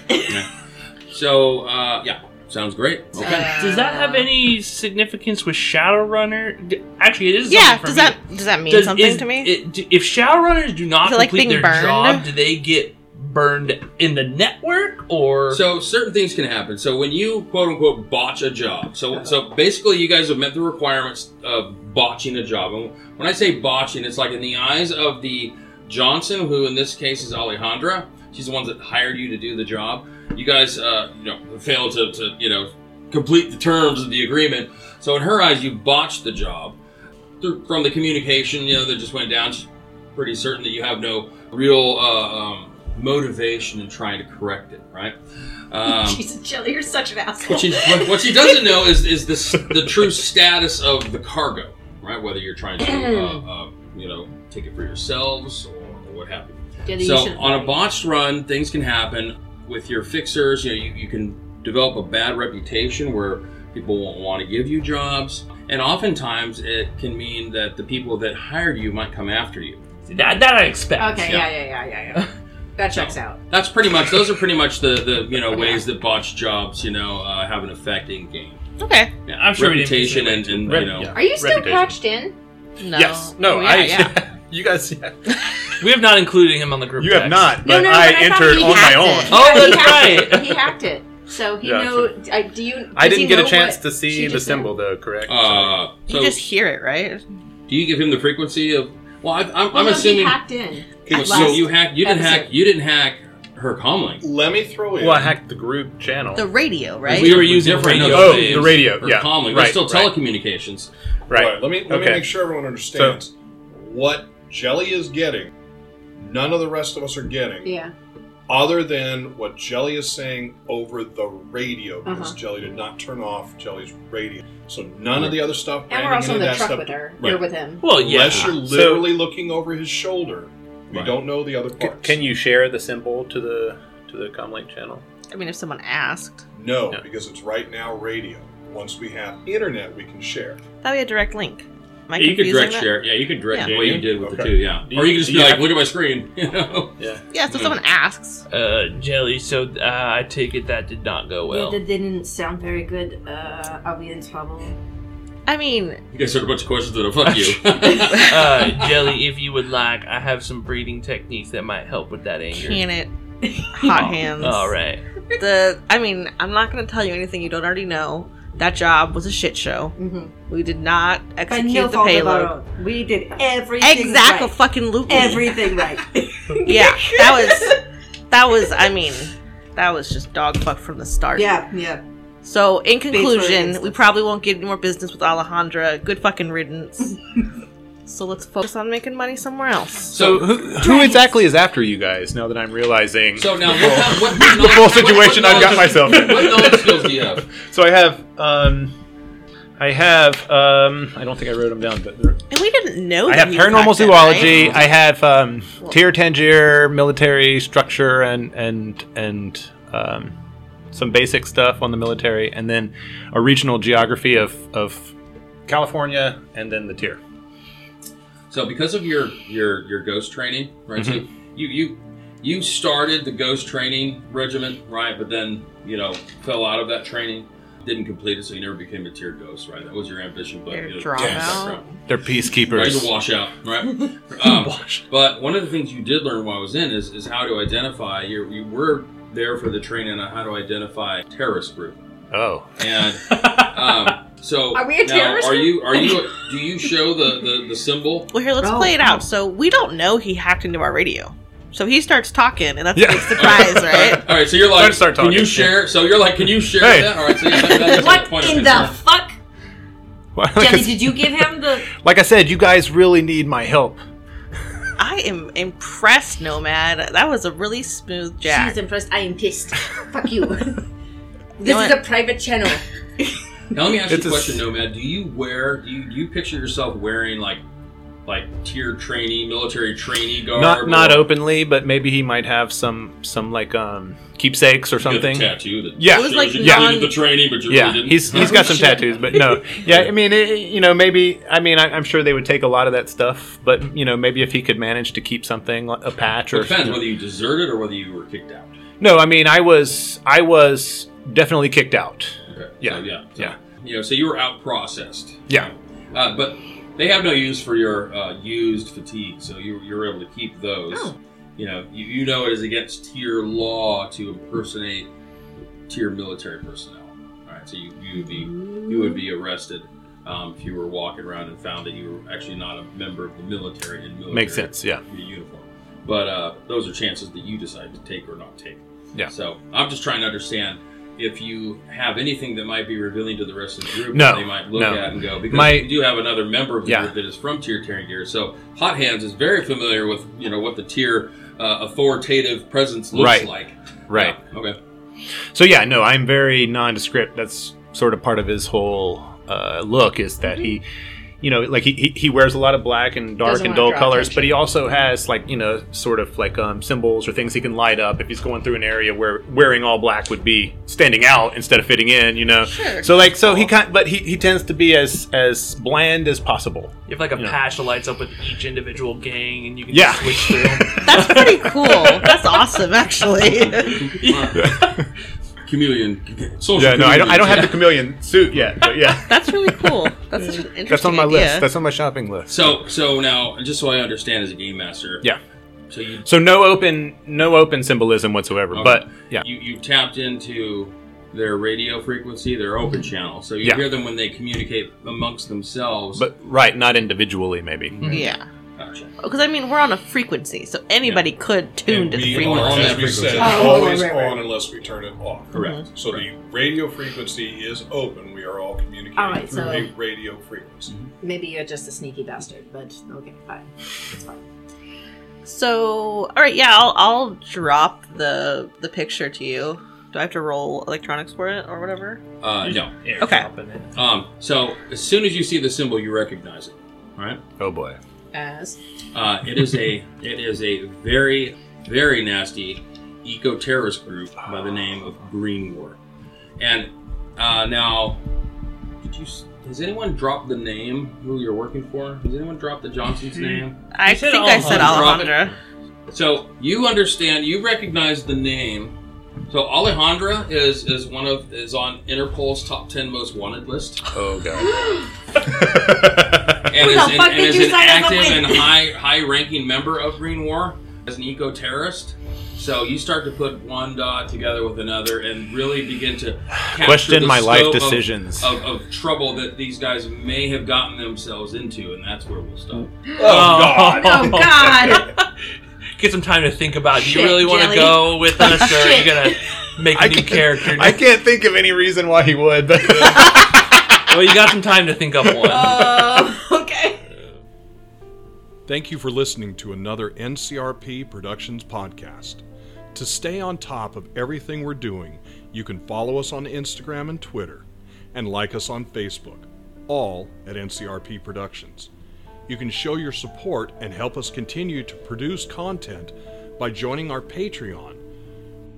Speaker 2: So uh, yeah, sounds great.
Speaker 8: Uh,
Speaker 2: Okay.
Speaker 4: Does that have any significance with Shadowrunner? D- Actually, it is.
Speaker 3: yeah.
Speaker 4: something for
Speaker 3: Does
Speaker 4: me.
Speaker 3: that does that mean
Speaker 11: Does-
Speaker 3: something
Speaker 11: is-
Speaker 3: to me?
Speaker 11: it- do- if Shadowrunners do not
Speaker 3: Is it like
Speaker 11: complete
Speaker 3: being
Speaker 11: their job,
Speaker 3: burned?
Speaker 11: do they get burned in the network or?
Speaker 2: So certain things can happen. So when you quote unquote botch a job, so so basically you guys have met the requirements of botching a job. And when I say botching, it's like in the eyes of the Johnson, who in this case is Alejandra. She's the one that hired you to do the job. You guys, uh, you know, failed to, to you know complete the terms of the agreement. So in her eyes, you botched the job. Through, from the communication, you know, that just went down. She's pretty certain that you have no real uh, um, motivation in trying to correct it, right? Um,
Speaker 8: Jesus, Jelly, you're such an asshole.
Speaker 2: what she what, what she doesn't know is is this the true status of the cargo, right? Whether you're trying to uh, uh, you know take it for yourselves or, or what have you.
Speaker 7: Jelly, you
Speaker 2: So
Speaker 7: should-
Speaker 2: on a botched run, things can happen with your fixers. You know, you, you can develop a bad reputation where people won't want to give you jobs, and oftentimes it can mean that the people that hired you might come after you.
Speaker 11: that, that I expect.
Speaker 8: Okay, yeah, yeah, yeah, yeah, yeah. That checks out.
Speaker 2: That's pretty much those are pretty much the the you know ways that botched jobs you know uh, have an effect in game.
Speaker 3: okay.
Speaker 2: Yeah,
Speaker 4: I'm sure we didn't
Speaker 2: reputation
Speaker 4: mean
Speaker 2: and,
Speaker 4: to-
Speaker 2: and
Speaker 4: Rep-
Speaker 2: you know
Speaker 4: yeah.
Speaker 8: Are you still
Speaker 4: Reputation.
Speaker 8: patched in?
Speaker 3: No.
Speaker 6: Yes. No.
Speaker 3: Oh,
Speaker 6: I.
Speaker 3: yeah, yeah.
Speaker 6: you guys. Yeah.
Speaker 11: We have not included him on the group.
Speaker 6: You have
Speaker 11: text.
Speaker 6: not. But
Speaker 8: no,
Speaker 6: I
Speaker 8: but I thought
Speaker 6: entered
Speaker 8: he
Speaker 6: on my
Speaker 8: hacked
Speaker 6: own.
Speaker 8: it.
Speaker 11: Oh,
Speaker 8: Yeah, he
Speaker 11: that's
Speaker 8: hacked
Speaker 11: right.
Speaker 8: it. He hacked it. So he
Speaker 6: Yeah,
Speaker 8: know. I, do you?
Speaker 6: I
Speaker 8: does he
Speaker 6: didn't get a
Speaker 8: know
Speaker 6: chance
Speaker 8: what
Speaker 6: to
Speaker 8: she
Speaker 6: see the
Speaker 8: just said?
Speaker 6: symbol though. Correct.
Speaker 2: Uh, so
Speaker 3: you just hear it, right?
Speaker 2: do you give him the frequency of? Well, I, I'm,
Speaker 8: Well,
Speaker 2: I'm
Speaker 8: Oh, no,
Speaker 2: assuming
Speaker 8: he hacked in.
Speaker 2: Okay, so
Speaker 8: last
Speaker 2: you hack. You didn't hack.
Speaker 8: episode.
Speaker 2: You didn't hack her comlink.
Speaker 5: Let me throw in.
Speaker 6: well, I hacked the group channel.
Speaker 3: The radio, right?
Speaker 11: We were using
Speaker 2: different.
Speaker 11: radio
Speaker 2: no,
Speaker 6: Oh, the radio,
Speaker 2: Her
Speaker 6: yeah,
Speaker 2: comlink.
Speaker 6: right,
Speaker 2: It's still
Speaker 6: right.
Speaker 2: telecommunications.
Speaker 5: Right.
Speaker 6: right.
Speaker 5: Let me let me
Speaker 6: Okay.
Speaker 5: make sure everyone understands what Jelly is getting. None of the rest of us are getting,
Speaker 8: Yeah.
Speaker 5: other than what Jelly is saying over the radio, because
Speaker 8: Uh-huh.
Speaker 5: Jelly did not turn off Jelly's radio. So none of the other stuff.
Speaker 8: And we're
Speaker 5: random,
Speaker 8: also in
Speaker 5: any
Speaker 8: the
Speaker 5: of that
Speaker 8: truck
Speaker 5: stuff-
Speaker 8: with her.
Speaker 5: Right.
Speaker 8: Or with him.
Speaker 11: Well, yeah.
Speaker 5: Unless you're
Speaker 6: So-
Speaker 5: literally looking over his shoulder, we
Speaker 2: Right.
Speaker 5: don't know the other
Speaker 6: C-
Speaker 5: parts.
Speaker 6: can you share the symbol to the to the comlink channel?
Speaker 3: I mean, if someone asked,
Speaker 5: No,
Speaker 6: No.
Speaker 5: because it's right now radio. Once we have internet, we can share.
Speaker 3: that'd be a direct link. Am I
Speaker 2: Yeah, you could
Speaker 3: confusing
Speaker 2: direct
Speaker 3: that?
Speaker 2: share. Yeah, you could direct
Speaker 3: Yeah.
Speaker 2: what you did with the
Speaker 5: Okay.
Speaker 2: two. Yeah,
Speaker 6: Do
Speaker 2: or
Speaker 6: you-
Speaker 2: you could just
Speaker 6: do
Speaker 2: be
Speaker 6: you
Speaker 2: like,
Speaker 6: have-
Speaker 2: look at my screen. You know.
Speaker 6: Yeah.
Speaker 3: Yeah, so if someone asks.
Speaker 11: Uh, jelly. So uh, I take it that did not
Speaker 4: Oh,
Speaker 11: go well.
Speaker 7: That didn't sound very good. Uh, are we in trouble?
Speaker 3: I mean,
Speaker 2: You guys heard a bunch of questions that are fuck you.
Speaker 11: uh, jelly, if you would like, I have some breathing techniques that might help with that anger.
Speaker 3: can it? Hot hands.
Speaker 2: Oh,
Speaker 11: All right.
Speaker 3: The I mean, I'm not going to tell you anything you don't already know. That job was a shit show.
Speaker 7: Mm-hmm.
Speaker 3: We did not
Speaker 7: But
Speaker 3: execute
Speaker 7: no
Speaker 3: the
Speaker 7: fault of our
Speaker 3: payload.
Speaker 7: own. We did everything
Speaker 3: Exactly,
Speaker 7: right.
Speaker 3: fucking loop.
Speaker 7: Everything right.
Speaker 3: Yeah, that was that was. I mean, that was just dog fuck from the start.
Speaker 7: yeah, yeah.
Speaker 3: So in conclusion,
Speaker 7: against
Speaker 3: we probably won't get any more business with Alejandra. Good fucking riddance. so let's focus on making money somewhere else.
Speaker 2: so,
Speaker 6: who, who exactly is after you guys? Now that I'm realizing
Speaker 2: so now what, what, what
Speaker 6: the
Speaker 2: knowledge- what-
Speaker 6: full
Speaker 2: what
Speaker 6: situation I've got
Speaker 2: knowledge-
Speaker 6: myself in.
Speaker 2: What knowledge skills do you have?
Speaker 6: So I have, um, I have, um, I don't think I wrote them down, but they're-
Speaker 3: And we didn't know.
Speaker 6: I
Speaker 3: that
Speaker 6: have
Speaker 3: he was
Speaker 6: paranormal
Speaker 3: back then,
Speaker 6: zoology.
Speaker 3: right?
Speaker 6: I have um, Tir Tangier military structure and and and um, some basic stuff on the military, and then a regional geography of of California, and then the tier.
Speaker 2: So because of your your your ghost training, right? So
Speaker 6: Mm-hmm.
Speaker 2: you you you started the ghost training regiment, right? But then you know fell out of that training, didn't complete it, so you never became a tiered ghost, right? That was your ambition, but
Speaker 3: They're
Speaker 2: you know,
Speaker 3: dropout.
Speaker 2: background.
Speaker 6: They're
Speaker 2: Right,
Speaker 6: peacekeepers.
Speaker 2: he's a washout, right? Um, But one of the things you did learn while I was in is, is how to identify. You you were there for the training on how to identify terrorist group,
Speaker 6: Oh,
Speaker 2: and um, so
Speaker 8: Are we a
Speaker 2: now,
Speaker 8: terrorist
Speaker 2: Are
Speaker 8: group?
Speaker 2: you are you do you show the the, the symbol?
Speaker 3: Well, here, let's
Speaker 8: Oh,
Speaker 3: play it
Speaker 8: oh.
Speaker 3: out. So we don't know he hacked into our radio. So he starts talking, and that's
Speaker 6: Yeah.
Speaker 3: a big surprise, right?
Speaker 2: All right, so you're like,
Speaker 6: Let's start
Speaker 2: can you
Speaker 6: talking.
Speaker 2: share? So you're like, can you share
Speaker 6: Hey.
Speaker 2: that? All right, so yeah, that- that's
Speaker 7: What
Speaker 2: the point of
Speaker 7: in
Speaker 2: it.
Speaker 7: the fuck?
Speaker 6: Well, like,
Speaker 7: Jenny,
Speaker 6: I,
Speaker 7: did you give him the.
Speaker 6: like I said, you guys really need my help.
Speaker 3: I am impressed, Nomad. That was a really smooth jack.
Speaker 7: She's impressed. I am pissed. Fuck you. this
Speaker 3: know
Speaker 7: is
Speaker 3: what?
Speaker 7: a private channel.
Speaker 2: Now let me ask
Speaker 6: It's
Speaker 2: you
Speaker 6: a
Speaker 2: a question,
Speaker 6: s-
Speaker 2: Nomad. Do you wear? Do you, do you picture yourself wearing like like tier trainee, military trainee garb?
Speaker 6: Not not
Speaker 2: or-
Speaker 6: openly, but maybe he might have some some like um keepsakes or
Speaker 2: You got the
Speaker 6: something.
Speaker 2: tattoo that
Speaker 6: Yeah.
Speaker 3: It was like
Speaker 2: you
Speaker 3: non-
Speaker 2: completed the training, but you
Speaker 6: Yeah,
Speaker 2: really didn't.
Speaker 6: he's he's got some tattoos, but no. Yeah, I mean, it, you know, maybe I mean, I, I'm sure they would take a lot of that stuff, but you know, maybe if he could manage to keep something, like a patch or
Speaker 2: It depends whether you deserted or whether you were kicked out.
Speaker 6: no, I mean, I was I was definitely kicked out.
Speaker 2: Okay.
Speaker 6: Yeah.
Speaker 2: So, yeah. So,
Speaker 6: Yeah.
Speaker 2: You know, so you were out processed.
Speaker 6: Yeah.
Speaker 2: Uh, but they have no use for your uh, used fatigue, so you, you're able to keep those.
Speaker 3: Oh.
Speaker 2: You know, you, you know it is against tier law to impersonate tier military personnel. All right, so you, you would be you would be arrested um, if you were walking around and found that you were actually not a member of the military in military
Speaker 6: Makes sense. Yeah.
Speaker 2: your uniform. But uh, those are chances that you decide to take or not take.
Speaker 6: Yeah.
Speaker 2: So I'm just trying to understand if you have anything that might be revealing to the rest of the group
Speaker 6: No,
Speaker 2: that they might look
Speaker 6: no.
Speaker 2: at and go because
Speaker 6: My-
Speaker 2: you do have another member of the
Speaker 6: Yeah.
Speaker 2: group that is from tier tearing gear. So Hot Hands is very familiar with you know what the tier uh, authoritative presence looks
Speaker 6: Right.
Speaker 2: like.
Speaker 6: Right.
Speaker 2: Yeah, Okay.
Speaker 6: So yeah, no, I'm very nondescript. That's sort of part of his whole uh, look is that he, you know, like he, he, he wears a lot of black and dark
Speaker 8: Doesn't
Speaker 6: and
Speaker 8: wanna
Speaker 6: dull
Speaker 8: draw
Speaker 6: colors,
Speaker 8: attention.
Speaker 6: but he also has like you know sort of like um, symbols or things he can light up if he's going through an area where wearing all black would be standing out instead of fitting in, you know.
Speaker 3: Sure.
Speaker 6: So like so he kind but he, he tends to be as as bland as possible.
Speaker 11: You have like a
Speaker 6: Yeah.
Speaker 11: patch that lights up with each individual gang, and you can
Speaker 6: Yeah.
Speaker 11: just switch through.
Speaker 3: That's pretty cool. That's awesome, actually.
Speaker 2: Chameleon. Social
Speaker 6: Yeah, no, I don't I don't have the
Speaker 2: chameleon.
Speaker 6: chameleon suit yet, but yeah.
Speaker 3: That's really cool. That's an interesting
Speaker 6: That's on my
Speaker 3: idea.
Speaker 6: list. That's on my shopping list.
Speaker 2: So so now just so I understand as a game master.
Speaker 6: Yeah.
Speaker 2: So you
Speaker 6: So no open no open symbolism whatsoever.
Speaker 2: Okay.
Speaker 6: But yeah.
Speaker 2: you, you tapped into their radio frequency, their open channel. So you
Speaker 6: Yeah.
Speaker 2: hear them when they communicate amongst themselves.
Speaker 6: But right, not individually, maybe.
Speaker 3: yeah.
Speaker 2: Gotcha.
Speaker 3: Because, I mean, we're on a frequency, so anybody could tune
Speaker 5: And
Speaker 3: to the
Speaker 5: we are,
Speaker 3: frequency.
Speaker 5: as we said,
Speaker 8: Oh,
Speaker 5: always
Speaker 8: right, Mm-hmm. right, right.
Speaker 5: on unless we turn it off.
Speaker 2: Correct.
Speaker 5: So the radio frequency is open. We are all communicating
Speaker 8: All right,
Speaker 5: through
Speaker 8: so- Oh,
Speaker 5: a radio frequency.
Speaker 8: Maybe you're just a sneaky bastard, but okay, fine.
Speaker 3: So, all right, yeah, I'll, I'll drop the the picture to you. Do I have to roll electronics for it or whatever?
Speaker 2: Uh, no.
Speaker 3: Okay.
Speaker 2: Um, so as soon as you see the symbol, you recognize it. All right.
Speaker 6: Oh boy.
Speaker 8: As
Speaker 2: Uh, it is a it is a very very nasty eco terrorist group by the name of Green War. And uh, now, did you? s- Has anyone dropped the name who you're working for? Has anyone dropped the Johnson's name?
Speaker 3: I
Speaker 4: You said
Speaker 3: think I said
Speaker 2: Alejandra.
Speaker 3: Alejandra.
Speaker 2: So you understand, you recognize the name. So Alejandra is is one of is on Interpol's top ten most wanted list,
Speaker 6: Oh god.
Speaker 2: and
Speaker 7: Who
Speaker 2: is,
Speaker 7: the
Speaker 2: an,
Speaker 7: fuck
Speaker 2: and
Speaker 7: did
Speaker 2: is
Speaker 7: you
Speaker 2: an
Speaker 7: sign up
Speaker 2: active
Speaker 7: with?
Speaker 2: and high high ranking member of Green War as an eco terrorist. So you start to put one dot together with another, and really begin to capture
Speaker 6: Question
Speaker 2: the
Speaker 6: my life
Speaker 2: scope of-
Speaker 6: decisions.
Speaker 2: Of, of, trouble that these guys may have gotten themselves into, and that's where we'll stop.
Speaker 6: oh god.
Speaker 8: oh god,
Speaker 11: Get some time to think about. Do you
Speaker 8: Shit,
Speaker 11: really want
Speaker 8: Jelly.
Speaker 11: to go with us, or are you
Speaker 8: Shit.
Speaker 11: gonna make a
Speaker 6: I
Speaker 11: new
Speaker 6: can't-
Speaker 11: character?
Speaker 6: I can't think of any reason why he would, but
Speaker 11: well, you got some time to think up one.
Speaker 1: Thank you for listening to another NCRP Productions podcast. To stay on top of everything we're doing, you can follow us on Instagram and Twitter, and like us on Facebook, all at NCRP Productions. You can show your support and help us continue to produce content by joining our Patreon.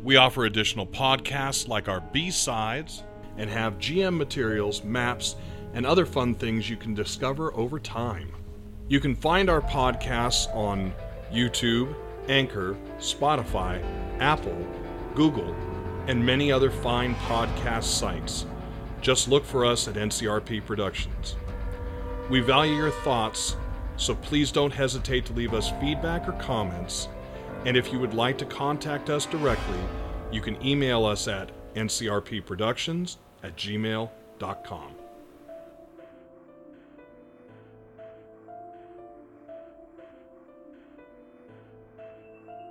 Speaker 1: We offer additional podcasts like our B sides and have GM materials, maps, and other fun things you can discover over time.
Speaker 5: You can find our podcasts on YouTube, Anchor, Spotify, Apple, Google, and many other fine podcast sites. Just look for us at NCRP Productions. We value your thoughts, so please don't hesitate to leave us feedback or comments. And if you would like to contact us directly, you can email us at ncrpproductions at gmail.com.